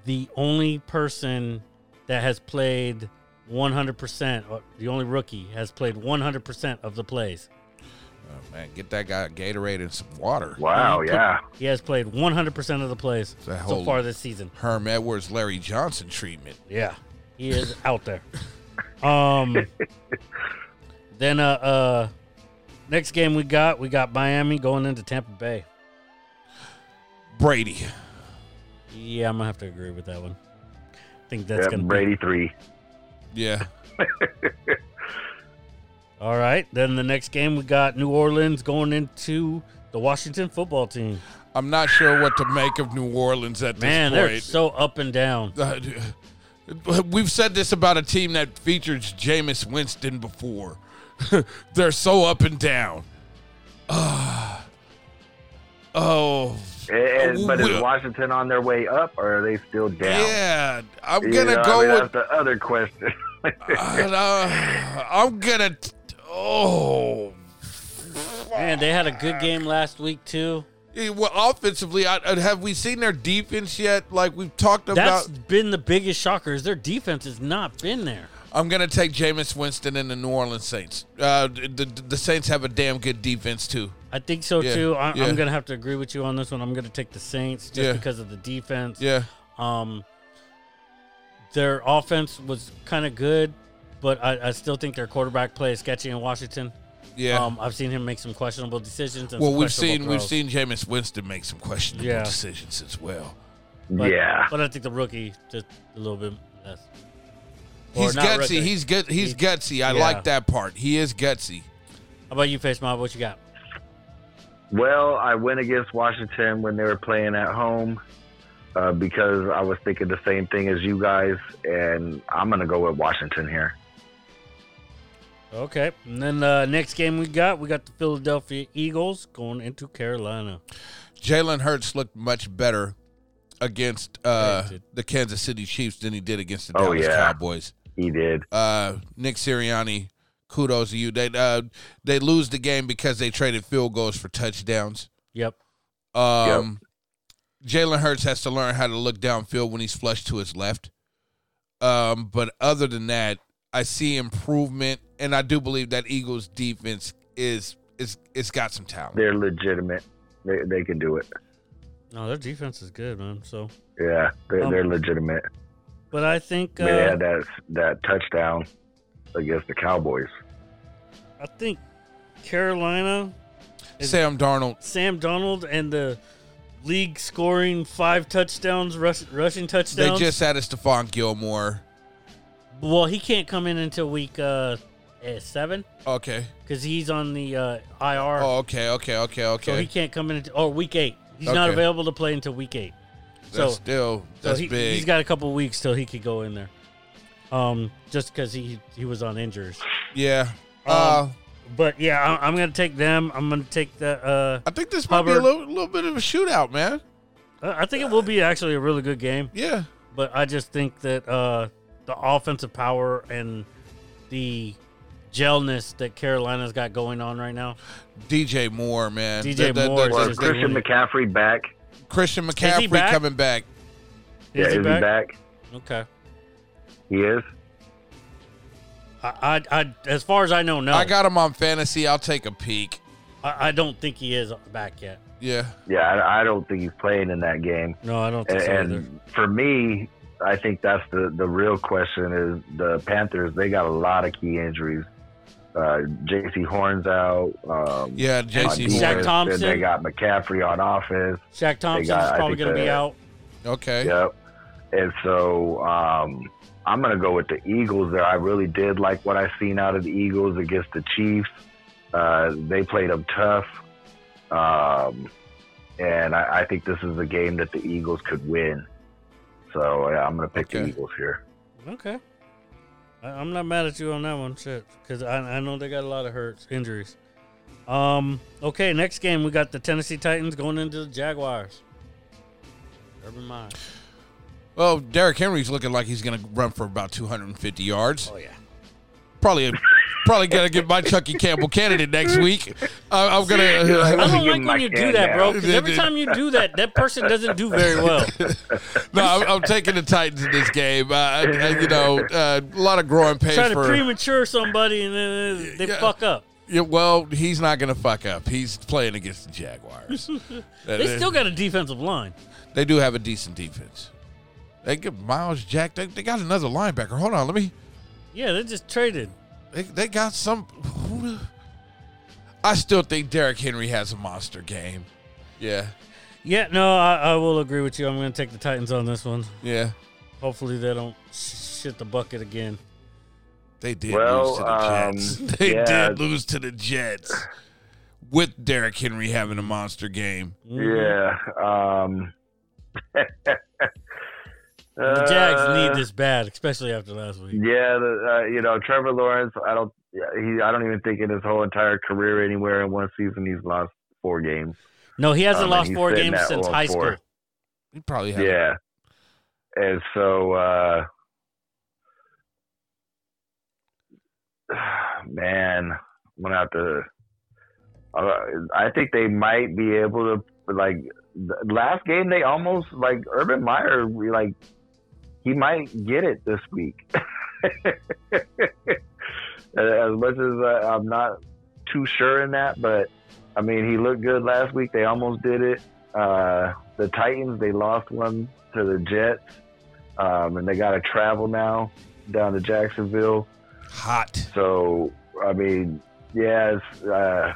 S2: the only person that has played 100%, or uh, the only rookie has played 100% of the plays.
S1: Oh, man, get that guy Gatorade and some water.
S3: Wow, Oh, yeah.
S2: He has played 100% of the plays
S1: That
S2: so
S1: whole-
S2: far this season.
S1: Herm Edwards, Larry Johnson treatment.
S2: Yeah, he is out there. Um, then uh, uh, next game we got we got Miami going into Tampa Bay.
S1: Brady.
S2: Yeah, I'm gonna have to agree with that one. I think that's
S3: yeah
S2: gonna
S3: Brady three.
S1: Yeah.
S2: be all right. Then the next game we got New Orleans going into the Washington football team.
S1: I'm not sure what to make of New Orleans at this
S2: Man, they're
S1: point.
S2: so up and down.
S1: Uh, We've said this about a team that features Jameis Winston before. They're so up and down. Ah. oh,
S3: And, and- but is
S1: Well-
S3: Washington on their way up or are they still down?
S1: yeah. I'm
S3: You
S1: gonna
S3: know, I
S1: go
S3: mean,
S1: with.
S3: that's the other question.
S1: uh, I'm gonna. T- oh,
S2: Man, they had a good game last week too.
S1: eh, well, offensively, I, I- have we seen their defense yet? Like we've talked
S2: That's
S1: about.
S2: been the biggest shocker. Is their defense has not been there.
S1: I'm gonna take Jameis Winston and the New Orleans Saints. Uh, the the Saints have a damn good defense too.
S2: I think so
S1: Yeah,
S2: too. I,
S1: yeah.
S2: I'm gonna have to agree with you on this one. I'm gonna take the Saints just
S1: Yeah.
S2: because of the defense.
S1: Yeah,
S2: Um, their offense was kind of good, but I, I still think their quarterback play is sketchy in Washington.
S1: yeah.
S2: Um, I've seen him make some questionable decisions. And
S1: well,
S2: some
S1: we've
S2: questionable
S1: seen we've
S2: throws.
S1: seen Jameis Winston make some questionable
S2: Yeah.
S1: decisions as well.
S2: But,
S3: yeah.
S2: but I think the rookie just a little bit less. Or
S1: He's
S2: not
S1: gutsy.
S2: rookie.
S1: He's good. He's
S2: He-
S1: gutsy. I
S2: yeah.
S1: like that part. He is gutsy.
S2: How about you, Face Mob? What you got?
S3: Well, I went against Washington when they were playing at home uh, because I was thinking the same thing as you guys, and I'm going to go with Washington here.
S2: Okay. And then uh, next game we got, we got the Philadelphia Eagles going into Carolina.
S1: Jalen Hurts looked much better against uh,
S2: did.
S1: the Kansas City Chiefs than he did against the
S3: Oh,
S1: Dallas
S3: yeah.
S1: Cowboys.
S3: He did.
S1: Uh, Nick Sirianni, kudos to you. They uh, they lose the game because they traded field goals for touchdowns.
S2: Yep.
S1: Um, Jalen Hurts has to learn how to look downfield when he's flushed to his left. Um, but other than that, I see improvement, and I do believe that Eagles defense is is it's got some talent.
S3: They're legitimate. They, they can do it.
S2: No, their defense is good, man. So,
S3: Yeah, they're,
S2: Um,
S3: they're legitimate.
S2: but I think
S3: I mean, they
S2: uh,
S3: had that, that touchdown against the Cowboys.
S2: I think Carolina,
S1: Sam Darnold,
S2: Sam Donald, and the league scoring five touchdowns, rush, rushing
S1: they
S2: touchdowns.
S1: just added Stephon Gilmore.
S2: well, he can't come in until week uh, eh, seven
S1: Okay.
S2: because he's on the uh, IR.
S1: Oh, okay, okay, okay, okay.
S2: So he can't come in until, or week eight. He's not
S1: Okay.
S2: available to play until week eight.
S1: that's
S2: so-
S1: still
S2: So
S1: that's
S2: he,
S1: big.
S2: he's got a couple weeks till he could go in there. Um, just because he he was on injuries.
S1: yeah.
S2: um,
S1: uh,
S2: But yeah, I, I'm gonna take them. I'm gonna take the. Uh,
S1: I think this might be
S2: Hubbard-
S1: a little, little bit of a shootout, man.
S2: I I think it will be actually a really good game.
S1: Yeah.
S2: But I just think that uh, the offensive power and the gelness that Carolina's got going on right now.
S1: DJ Moore, man.
S2: DJ Moore is
S3: Well,
S2: just-
S3: Christian McCaffrey back.
S1: Christian McCaffrey
S2: back?
S1: coming back.
S3: yeah, is he back?
S2: Okay.
S3: He is.
S2: I, I, I, as far as I know, no.
S1: I got him on fantasy. I'll take a peek.
S2: I, I don't think he is back yet.
S1: Yeah.
S3: Yeah, I, I don't think he's playing in that game.
S2: No, I don't think
S3: And,
S2: so either.
S3: and for me, I think that's the, the real question is the Panthers, they got a lot of key injuries. Uh, JC Horn's out. Um,
S1: Yeah,
S3: on
S1: JC
S3: defense,
S2: Zach
S1: Moore.
S2: Thompson.
S3: They got McCaffrey on offense.
S2: Shaq Thompson's
S3: got- I
S2: probably
S3: think
S2: going to be
S3: that-
S2: out.
S1: Okay.
S3: Yep. And so um, I'm going to go with the Eagles there. I really did like what I seen out of the Eagles against the Chiefs. Uh, they played them tough. Um, and I, I think this is a game that the Eagles could win. So yeah, I'm going to pick the
S1: Okay.
S3: Eagles here.
S2: Okay. I, I'm not mad at you on that one, shit, because I, I know they got a lot of hurts, injuries. Um. Okay. Next game, we got the Tennessee Titans going into the Jaguars. Urban Meyer.
S1: Well, Derrick Henry's looking like he's going to run for about 250 yards.
S2: Oh yeah.
S1: Probably probably going to get my Chucky Campbell candidate next week. I I'm uh, going
S3: Yeah.
S2: I
S1: to.
S2: don't
S3: give
S2: like
S3: him
S2: when
S3: my
S2: you do
S3: hand
S2: that, bro.
S3: now.
S2: 'cause every time you do that, that person doesn't do very well.
S1: No, I'm, I'm taking the Titans in this game. Uh, I, I- you know, uh, a lot of growing pains
S2: Try to
S1: for.
S2: premature somebody and then they
S1: Yeah.
S2: fuck up.
S1: Yeah, well, he's not going to fuck up. He's playing against the Jaguars.
S2: They still got a defensive line.
S1: They do have a decent defense. They get Miles Jack. They, they got another linebacker. Hold on, let me.
S2: Yeah, they just traded.
S1: They, they got some. Who the, I still think Derrick Henry has a monster game. Yeah,
S2: Yeah, no, I, I will agree with you. I'm going to take the Titans on this one.
S1: yeah.
S2: Hopefully, they don't sh- shit the bucket again.
S1: They did lose
S3: Well,
S1: to the
S3: um,
S1: Jets. They
S3: yeah.
S1: did lose to the Jets with Derrick Henry having a monster game.
S2: Mm-hmm.
S3: Yeah. Um,
S2: The Jags
S3: uh,
S2: need this bad, especially after last week.
S3: Yeah, the, uh, you know Trevor Lawrence. I don't. He. I don't even think in his whole entire career anywhere in one season he's lost four games.
S2: No, he hasn't
S3: I mean,
S2: lost
S3: he's
S2: four
S3: sitting
S2: games
S3: at
S2: since
S3: one
S2: high
S3: four.
S2: school.
S1: He probably had.
S3: Yeah. And so, uh, man, I'm gonna have to. Uh, I think they might be able to But like the last game, they almost like Urban Meyer. We like he might get it this week. as much as I, I'm not too sure in that, but I mean, he looked good last week. They almost did it. Uh, the Titans, they lost one to the Jets, um, and they got to travel now down to Jacksonville.
S1: Hot.
S3: So, I mean, yeah, it's, uh,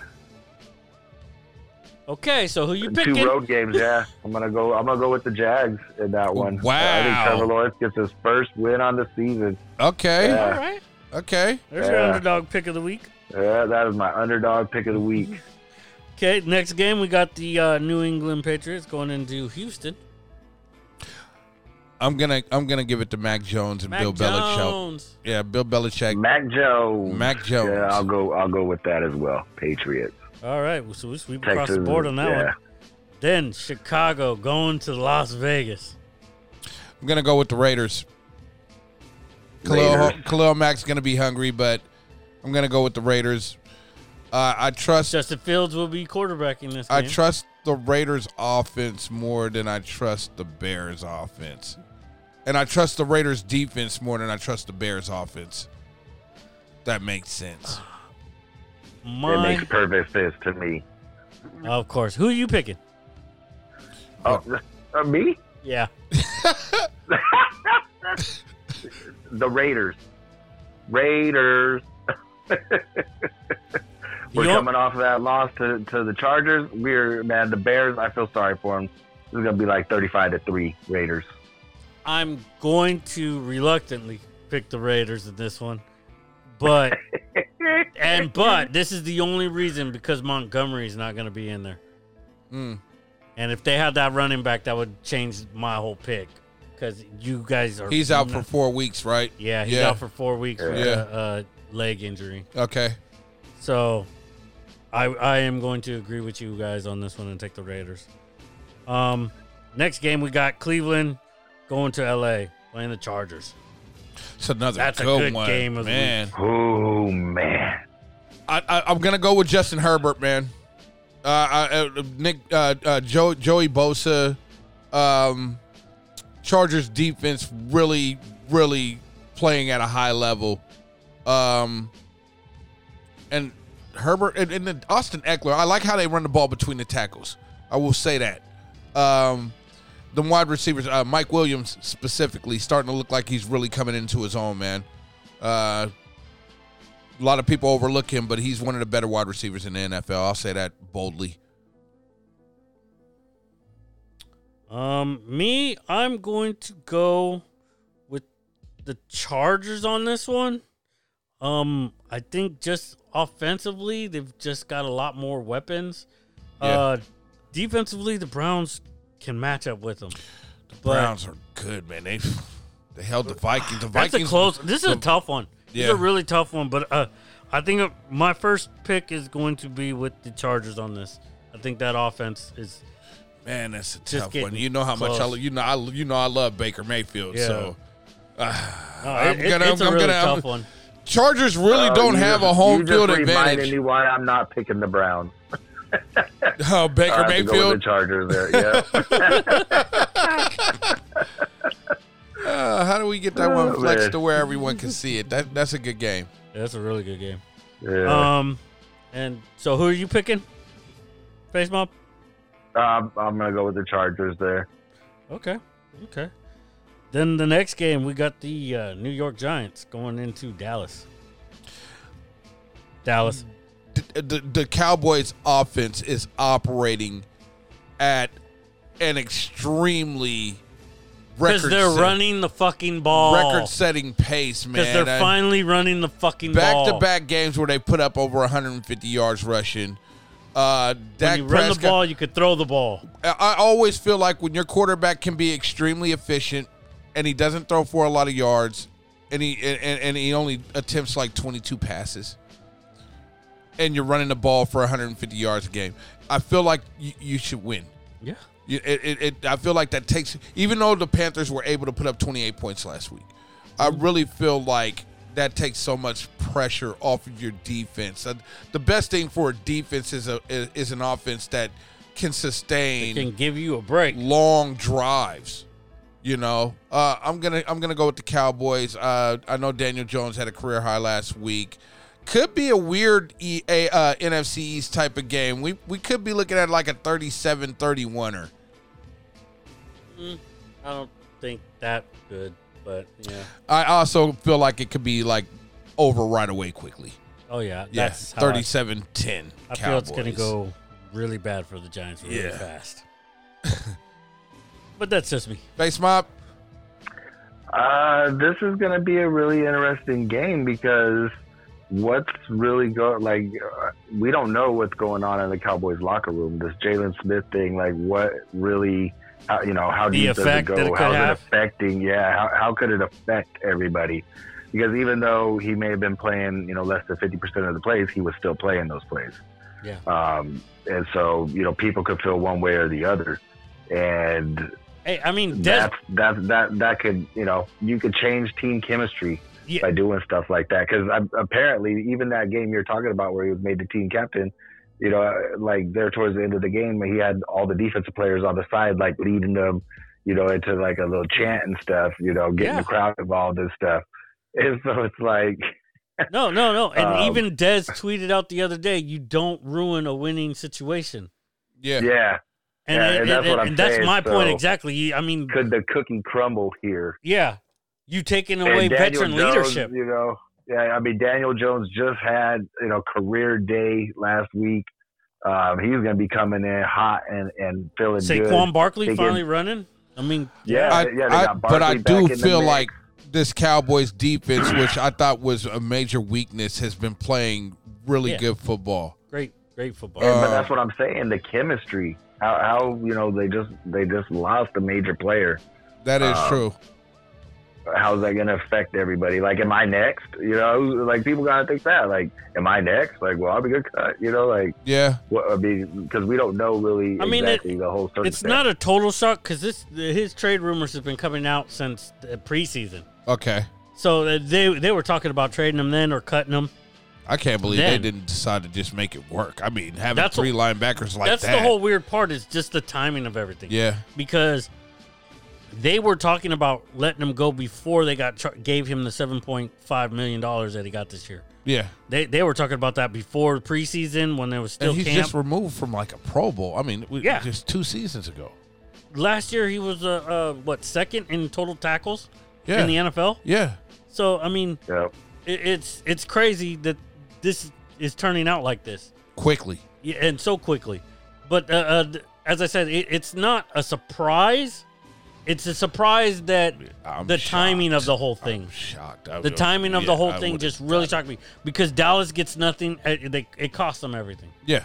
S2: Okay, so who you
S3: two
S2: picking?
S3: road games. Yeah, I'm gonna go. I'm gonna go with the Jags in that one. I
S1: Wow.
S3: think Trevor Lawrence gets his first win on the season.
S1: Okay.
S2: All
S3: Yeah.
S2: right,
S1: Okay.
S2: there's your
S3: Yeah.
S2: underdog pick of the week.
S3: Yeah, that is my underdog pick of the week.
S2: Okay, next game we got the uh, New England Patriots going into Houston.
S1: I'm gonna I'm gonna give it to Mac Jones and
S2: Mac
S1: Bill Belichick.
S2: Jones.
S1: Yeah, Bill Belichick.
S3: Mac Jones.
S1: Mac Jones.
S3: Yeah, I'll go. I'll go with that as well. Patriots.
S2: All right, well, so we sweep across
S3: Texas.
S2: the board on that
S3: yeah.
S2: one. Then Chicago going to Las Vegas.
S1: I'm gonna go with the Raiders. Khalil,
S3: Raiders.
S1: Khalil Mack's gonna be hungry, but I'm gonna go with the Raiders. Uh, I trust
S2: Justin Fields will be quarterbacking this game.
S1: I trust the Raiders offense more than I trust the Bears offense. And I trust the Raiders defense more than I trust the Bears offense. That makes sense.
S3: It
S2: My,
S3: makes perfect sense to me.
S2: of course. Who are you picking?
S3: Oh, uh, me?
S2: Yeah.
S3: The Raiders. Raiders. We're
S2: You know-
S3: coming off of that loss to, to the Chargers. We're man, the Bears. I feel sorry for them. This is gonna be like thirty-five to three Raiders.
S2: I'm going to reluctantly pick the Raiders in this one, but and but this is the only reason because Montgomery's not going to be in there.
S1: Mm.
S2: And if they had that running back, that would change my whole pick because you guys are
S1: He's out for
S2: not-
S1: four weeks, right?
S2: Mm-hmm. yeah he's
S1: yeah.
S2: out for four weeks with
S1: Yeah.
S2: a, uh leg injury.
S1: Okay.
S2: So I I am going to agree with you guys on this one and take the Raiders. Um, next game we got Cleveland going to L.A. playing the Chargers.
S1: It's another
S2: That's a
S1: good,
S2: good
S1: one.
S2: game of the
S1: man.
S3: Oh man.
S1: I, I, I'm gonna go with Justin Herbert, man. Uh, I, uh, Nick, uh, uh, Joe, Joey Bosa, um, Chargers defense really, really playing at a high level, um, and Herbert and, and then Austin Eckler. I like how they run the ball between the tackles. I will say that. Um, the wide receivers, uh, Mike Williams specifically, starting to look like he's really coming into his own, man. Uh, a lot of people overlook him, but he's one of the better wide receivers in the NFL. I'll say that boldly.
S2: Um, me, I'm going to go with the Chargers on this one. Um, I think just offensively, they've just got a lot more weapons. Uh, defensively, the Browns can match up with them. The
S1: Browns are good, man. They they held the Vikings. The
S2: That's
S1: Vikings
S2: a close. This is a tough one. It's
S1: Yeah.
S2: a really tough one, but uh, I think my first pick is going to be with the Chargers on this. I think that offense is
S1: Man, that's a
S2: Just
S1: tough one.
S2: getting
S1: You know how much I
S2: close.
S1: lo- you know I you know I love Baker Mayfield.
S2: Yeah.
S1: So
S2: no,
S1: I'm
S2: uh, it- it-
S1: gonna-
S2: it's a
S1: I'm
S2: really
S1: gonna- I'm-
S2: tough one.
S1: Chargers really
S3: Oh,
S1: don't
S3: you
S1: have
S3: just-
S1: a home
S3: you
S1: field
S3: just Reminded
S1: advantage.
S3: me why I'm not picking the Browns.
S1: Oh, Baker
S3: I have to go
S1: Mayfield.
S3: with the Chargers there. Yeah.
S1: Uh, how do we get that one
S3: Oh,
S1: flexed
S3: man.
S1: to where everyone can see it? That that's a good game.
S2: Yeah, that's a really good game.
S1: Uh,
S3: yeah.
S2: Um, and so who are you picking? Face mob.
S3: Um, I'm gonna go with the Chargers there.
S2: Okay. Okay. Then the next game we got the uh, New York Giants going into Dallas. Dallas.
S1: the, the, the Cowboys offense is operating at an extremely
S2: Because
S1: record
S2: they're running the fucking ball.
S1: record setting pace, man.
S2: Because they're
S1: I-
S2: finally running the fucking
S1: back
S2: ball.
S1: to back games where they put up over 150 yards rushing. Uh,
S2: When
S1: Dak
S2: you run the
S1: Prescott.
S2: ball, you could throw the ball.
S1: I I always feel like when your quarterback can be extremely efficient and he doesn't throw for a lot of yards and he and, and- and he only attempts like 22 passes and you're running the ball for 150 yards a game. I feel like you, you should win.
S2: Yeah.
S1: You- It, it, it, I feel like that takes, even though the Panthers were able to put up 28 points last week, I really feel like that takes so much pressure off of your defense. Uh, The best thing for a defense is a is, is an offense that can sustain
S2: can give you a break.
S1: Mm. long drives. You know, uh, I'm gonna I'm gonna go with the Cowboys. Uh, I know Daniel Jones had a career high last week. Could be a weird e- a, uh, NFC East type of game. We we could be looking at like a 37-31er.
S2: I don't think that good, but yeah.
S1: I also feel like it could be like over right away quickly.
S2: Oh yeah,
S1: Yeah,
S2: that's how I-
S1: 37-10
S2: I,
S1: Cowboys.
S2: feel it's gonna go really bad for the Giants really
S1: Yeah.
S2: fast. but that's just me.
S1: Face mop.
S3: Uh, this is going to be a really interesting game because what's really go like uh, we don't know what's going on in the Cowboys locker room. This Jalen Smith thing, like what really, how, you know, how
S2: The
S3: deep does it
S2: effect
S3: go?
S2: that it could
S3: How's
S2: have.
S3: it affecting? Yeah, how, how could it affect everybody? Because even though he may have been playing, you know, less than fifty percent of the plays, he was still playing those plays.
S2: Yeah.
S3: Um, and so you know, people could feel one way or the other, and
S2: Hey, I mean, Des,
S3: that's that that that could you know you could change team chemistry
S2: Yeah.
S3: by doing stuff like that because apparently even that game you're talking about where he was made the team captain you know like there towards the end of the game he had all the defensive players on the side like leading them you know into like a little chant and stuff you know getting
S2: Yeah.
S3: the crowd involved and stuff and so it's like
S2: no, no, no, and
S3: Um,
S2: even Des tweeted out the other day, "You don't ruin a winning situation,"
S1: Yeah.
S3: yeah
S2: and,
S3: Yeah,
S2: it-
S3: and
S2: it-
S3: that's what
S2: it-
S3: I'm
S2: and that's
S3: saying,
S2: my point
S3: so-
S2: exactly. You- I mean,
S3: could the cookie crumble here
S2: yeah, you taking away
S3: And Daniel
S2: veteran
S3: Jones,
S2: leadership.
S3: You know, yeah. I mean, Daniel Jones just had you know career day last week. Um, he's going to be coming in hot and and feeling
S2: Saquon
S3: good.
S2: Barkley
S3: They
S2: finally running. I mean,
S3: Yeah,
S1: I,
S3: yeah. They
S1: I-
S3: got
S1: but I
S3: Barkley back
S1: do
S3: in the
S1: feel
S3: mix.
S1: like this Cowboys defense, which I thought was a major weakness, has been playing really
S2: Yeah.
S1: good football.
S2: great, great football.
S1: Uh,
S3: but that's what I'm saying. The chemistry. How, how you know they just they just lost a major player.
S1: That is
S3: Uh,
S1: true.
S3: How's that going to affect everybody? Like, am I next? You know, like people got to think that. Like, am I next? Like, well, I'll be good cut. You know, like
S1: Yeah,
S3: what? I mean, because we don't know really
S1: Uh,
S2: I mean, it-
S3: exactly the whole.
S2: it's
S3: circumstance.
S2: not a total shock because this his trade rumors have been coming out since the preseason.
S1: okay.
S2: So uh, they they were talking about trading him then or cutting him.
S1: I can't believe
S2: Then-
S1: they didn't decide to just make it work. I mean, having
S2: That's
S1: three linebackers like
S2: That's
S1: that.
S2: the whole weird part is just the timing of everything.
S1: yeah,
S2: because they were talking about letting him go before they got tra- gave him the seven point five million dollars that he got this year.
S1: yeah.
S2: They they were talking about that before preseason when there was still
S1: and he's
S2: camp.
S1: just removed from like a Pro Bowl. I mean, we,
S2: Yeah.
S1: just two seasons ago.
S2: Last year he was uh, uh what second in total tackles
S1: Yeah,
S2: in the NFL.
S1: yeah.
S2: So I mean
S3: Yeah.
S2: it, it's it's crazy that this is turning out like this
S1: Quickly,
S2: yeah, and so quickly. But uh, uh, th- as I said, it, it's not a surprise. It's a surprise that
S1: I'm
S2: the timing of
S1: shocked.
S2: the whole thing.
S1: I'm shocked. I
S2: the
S1: would-
S2: timing of
S1: yeah,
S2: the whole
S1: I
S2: thing
S1: would-
S2: just really shocked me because Dallas gets nothing. uh, They, it costs them everything.
S1: Yeah,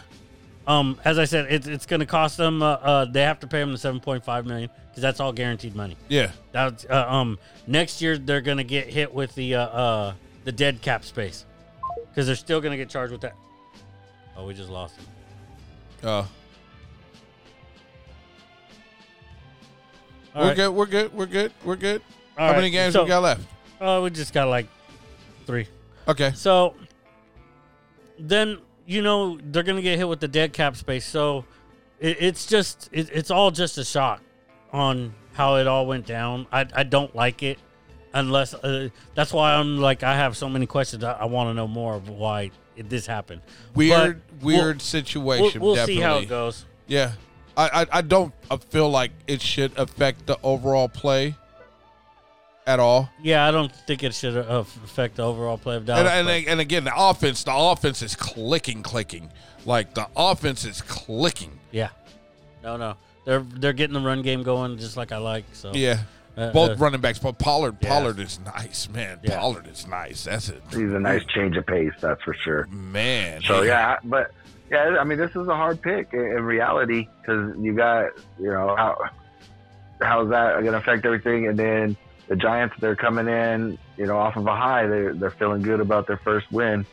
S2: Um, as I said, it's it's going to cost them. Uh, uh, they have to pay them the seven point five million because that's all guaranteed money.
S1: yeah,
S2: That's uh, um next year they're going to get hit with the uh, uh the dead cap space because they're still going to get charged with that. Oh, we just lost him.
S1: uh,
S2: All
S1: we're
S2: right.
S1: good. We're good. We're good. We're good. How
S2: All right,
S1: many games
S2: so-
S1: we got left?
S2: Oh, we just got like three.
S1: Okay.
S2: So then you know they're gonna get hit with the dead cap space. So it, it's just it, it's all just a shock on how it all went down. I, I don't like it unless uh, that's why I'm like I have so many questions. I, I want to know more of why it, this happened.
S1: Weird,
S2: But we'll-
S1: weird
S2: We'll,
S1: situation.
S2: we'll
S1: definitely.
S2: see how it goes.
S1: Yeah, I, I, I don't uh, feel like it should affect the overall play at all.
S2: Yeah, I don't think it should uh, affect the overall play of Dallas.
S1: And, and,
S2: Oh, but-
S1: and again, the offense, the offense is clicking, clicking. Like the offense is clicking.
S2: yeah, no, no, they're they're getting the run game going just like I like. So
S1: Yeah,
S2: Uh,
S1: both
S2: uh,
S1: running backs. But Pollard,
S2: Yeah.
S1: Pollard is nice, man.
S2: Yeah.
S1: Pollard is nice. That's it,
S3: He's a nice change of pace, that's for sure.
S1: man.
S3: So yeah, but yeah, I mean, this is a hard pick in, in reality because you got you know how how's that going to affect everything, and then the Giants they're coming in you know off of a high, they're they're feeling good about their first win.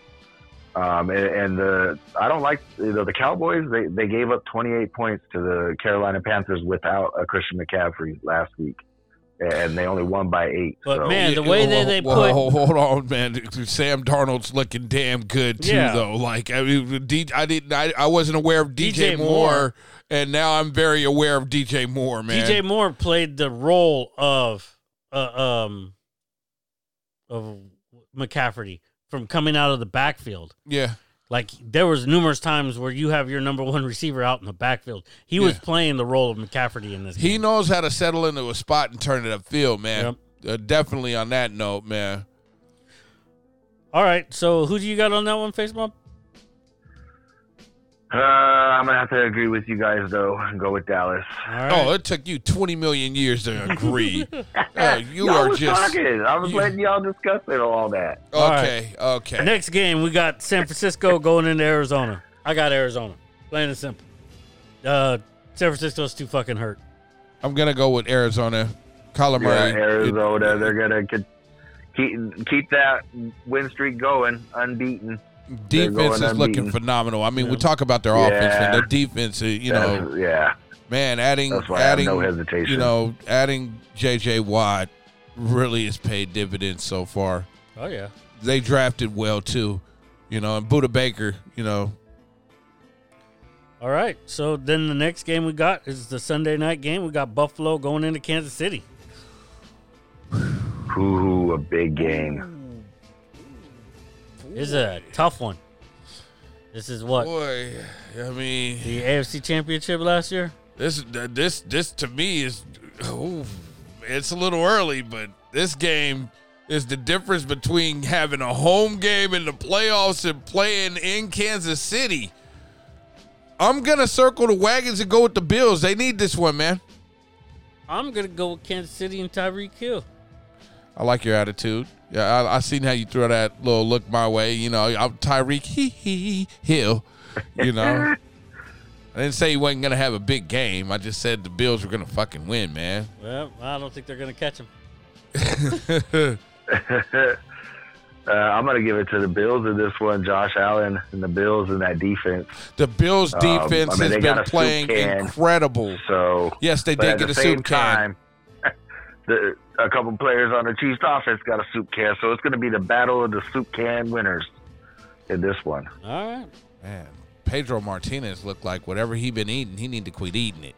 S3: Um, and, and the I don't like you know the Cowboys they, they gave up 28 points to the Carolina Panthers without a Christian McCaffrey last week. and they only won by eight.
S2: But
S3: so,
S2: man, the way that they put
S1: Whoa, hold on, man. Sam Darnold's looking damn good too,
S2: Yeah.
S1: though. Like I mean, D, I didn't, I, I wasn't aware of DJ,
S2: DJ
S1: Moore,
S2: Moore.
S1: and now I'm very aware of DJ Moore, man.
S2: DJ Moore played the role of uh, um of McCafferty from coming out of the backfield.
S1: yeah,
S2: Like there was numerous times where you have your number one receiver out in the backfield. He was
S1: Yeah.
S2: playing the role of McCafferty in this.
S1: he
S2: game.
S1: knows how to settle into a spot and turn it upfield, man. Uh, definitely on that note, man.
S2: All right, so who do you got on that one, Face Mob?
S3: uh, I'm gonna have to agree with you guys though and go with Dallas.
S2: All right.
S1: Oh, it took you 20 million years to agree. oh, you
S3: Y'all
S1: are
S3: was
S1: just
S3: talking. I was
S1: you-
S3: letting y'all discuss it all that.
S2: All right.
S1: okay, okay.
S2: Next game, we got San Francisco going into Arizona. I got Arizona. Plain and simple. Uh, San Francisco's too fucking hurt.
S1: I'm gonna go with Arizona, Kyler Murray.
S3: Yeah, Arizona, they're gonna co- keep keep that win streak going, unbeaten. going
S1: defense is looking
S3: unbeaten.
S1: phenomenal. I mean, we talk about their offense and their defense. uh, You know,
S3: That's- yeah,
S1: man, adding
S3: that's why
S1: adding
S3: I have no hesitation.
S1: you know adding JJ Watt really has paid dividends so far.
S2: Oh yeah.
S1: They drafted well too, you know, and Buda Baker. You know,
S2: All right. So then the next game we got is the Sunday night game. We got Buffalo going into Kansas City.
S3: Ooh, a big game.
S2: This is a tough one. This is what
S1: boy, I mean,
S2: the AFC Championship last year.
S1: this this this to me is, ooh, it's a little early, but this game. Is the difference between having a home game in the playoffs and playing in Kansas City? I'm gonna circle the wagons and go with the Bills. They need this one, man.
S2: I'm gonna go with Kansas City and Tyreek Hill.
S1: I like your attitude. Yeah, I, I seen how you threw that little look my way. You know, I'm Tyreek he, he, Hill. You know, I didn't say he wasn't gonna have a big game. I just said the Bills were gonna fucking win, man.
S2: Well, I don't think they're gonna catch him.
S3: Uh, I'm gonna give it to the Bills in this one. Josh Allen and the Bills and that defense.
S1: The Bills
S3: Um, I
S1: defense
S3: mean, they
S1: has
S3: got
S1: been
S3: a soup
S1: playing
S3: can.
S1: incredible.
S3: So
S1: Yes, they
S3: but
S1: did
S3: at
S1: get
S3: the
S1: a
S3: same
S1: soup can.
S3: time, the, a couple players on the Chiefs offense got a soup can, so it's gonna be the battle of the soup can winners in this one.
S2: All right.
S1: Man, Pedro Martinez looked like whatever he been eating, he need to quit eating it.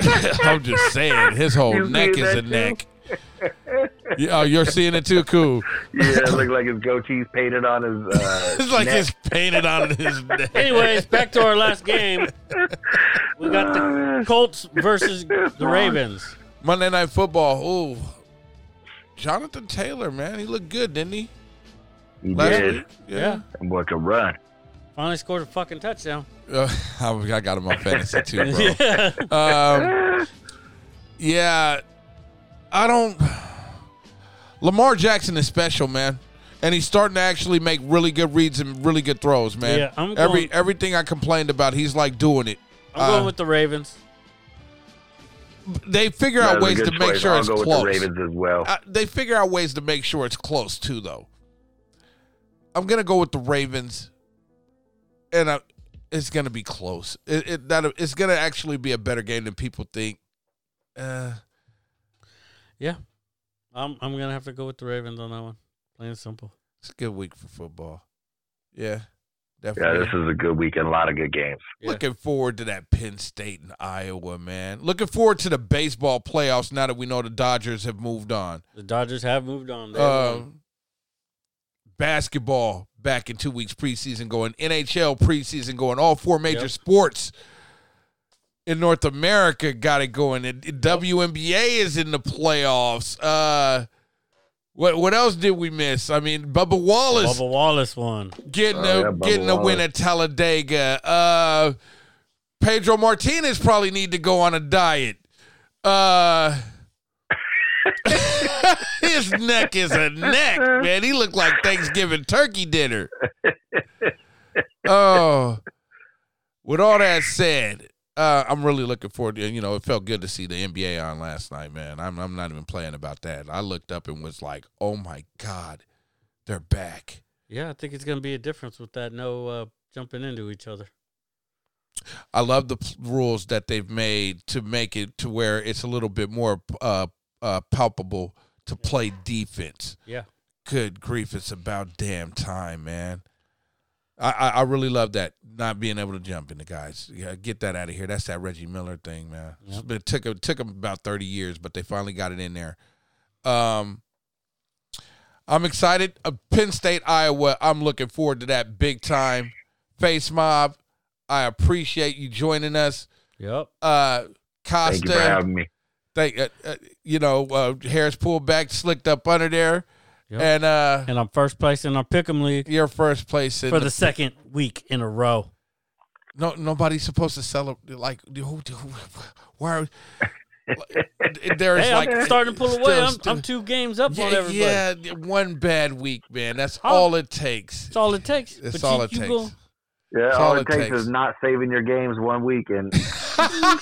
S1: I'm just saying, his whole
S3: You
S1: neck
S3: seeing
S1: is
S3: that
S1: a
S3: too?
S1: neck. Yeah, oh, you're seeing it too, cool.
S3: Yeah, it looked like his goatee's painted on his. Uh,
S1: It's like
S3: neck.
S1: it's painted on his neck.
S2: Anyways, back to our last game. We got the Colts versus the Ravens.
S1: Monday Night Football. Ooh, Jonathan Taylor, man, he looked good, didn't he?
S3: He
S1: Last
S3: did.
S1: week?
S2: Yeah.
S3: And what a run!
S2: Finally scored a fucking touchdown.
S1: Uh, I got him on fantasy too, bro.
S2: Yeah.
S1: Um, yeah, I don't. Lamar Jackson is special, man, and he's starting to actually make really good reads and really good throws, man.
S2: Yeah, I'm
S1: Every
S2: going-
S1: everything I complained about, he's like doing it.
S2: I'm going
S1: Uh,
S2: with the Ravens.
S1: they figure
S3: That
S1: out
S3: was a
S1: ways to
S3: good
S1: make
S3: choice.
S1: sure
S3: I'll
S1: it's
S3: go with
S1: close. Ah,
S3: the Ravens as well.
S1: I, they figure out ways to make sure it's close too, though. I'm gonna go with the Ravens, and I, it's gonna be close. It, it that it's gonna actually be a better game than people think. Uh,
S2: Yeah. I'm I'm gonna have to go with the Ravens on that one. Plain and simple.
S1: it's a good week for football. Yeah,
S3: yeah,
S1: definitely.
S3: this is a good weekend. A lot of good games.
S1: Looking forward to that Penn State and Iowa, man. Looking forward to the baseball playoffs now that we know the Dodgers have moved on.
S2: The Dodgers have moved on. They won.
S1: um, basketball back in two weeks preseason going nhl preseason going all four major
S2: Yep.
S1: sports in north america got it going and WNBA is in the playoffs uh what what else did we miss i mean bubba wallace
S2: Bubba Wallace won.
S1: getting
S3: Oh,
S1: a
S3: yeah, Bubba
S1: getting a win
S3: Wallace.
S1: at Talladega. Uh, Pedro Martinez probably need to go on a diet. Uh, his neck is a neck, man. He looked like Thanksgiving turkey dinner. Oh, with all that said, uh, I'm really looking forward to. You know, it felt good to see the NBA on last night, man. I'm I'm not even playing about that. I looked up and was like, oh my god, they're back.
S2: Yeah, I think it's gonna be a difference with that no uh, jumping into each other.
S1: I love the p- rules that they've made to make it to where it's a little bit more uh, uh, palpable to play defense.
S2: Yeah.
S1: Good grief, it's about damn time, man. I, I, I really love that not being able to jump in the guys. Yeah, get that out of here. That's that Reggie Miller thing, man. It's been- It took it took them about thirty years, but they finally got it in there. Um, I'm excited. Uh, Penn State, Iowa. I'm looking forward to that big time. Face mob. I appreciate you joining us,
S2: Yep.
S1: uh, Costa.
S3: Thank you for having me.
S1: They, uh, uh, you know, uh, Harris pulled back, slicked up under there,
S2: Yep.
S1: and uh,
S2: And I'm first place in our pick'em league
S1: your first place in
S2: for
S1: the-
S2: the second week in a row.
S1: No, nobody's supposed to celebrate. Like, who, who, where? There's
S2: Hey,
S1: like
S2: I'm starting to pull away.
S1: still-
S2: I'm,
S1: still-
S2: I'm two games up on
S1: yeah,
S2: everybody.
S1: yeah, one bad week, man. That's
S2: Huh?
S1: all it takes.
S2: That's all it takes.
S1: That's
S2: But
S1: all
S2: you-
S1: it
S2: you
S1: takes.
S2: go-
S3: Yeah,
S1: That's
S3: all
S1: all
S3: it,
S1: it
S3: takes,
S1: takes.
S3: is not saving your games one week and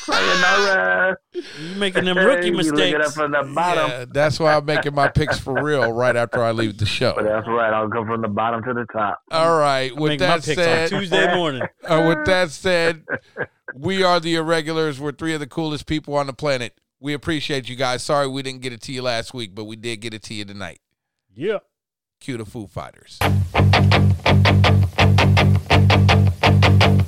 S3: sayonara.
S2: you making them rookie
S3: you looking up
S2: mistakes.
S3: from the bottom.
S1: Yeah, that's why I'm making my picks for real right after I leave the
S3: But
S1: show.
S3: that's right. I'll go from the bottom to the top.
S1: All right. With
S2: Make my
S1: that
S2: picks
S1: said,
S2: on Tuesday morning.
S1: Uh, with that said, we are the irregulars. We're three of the coolest people on the planet. We appreciate you guys. Sorry we didn't get it to you last week, but we did get it to you tonight.
S2: Yeah.
S1: Cue the Foo Fighters.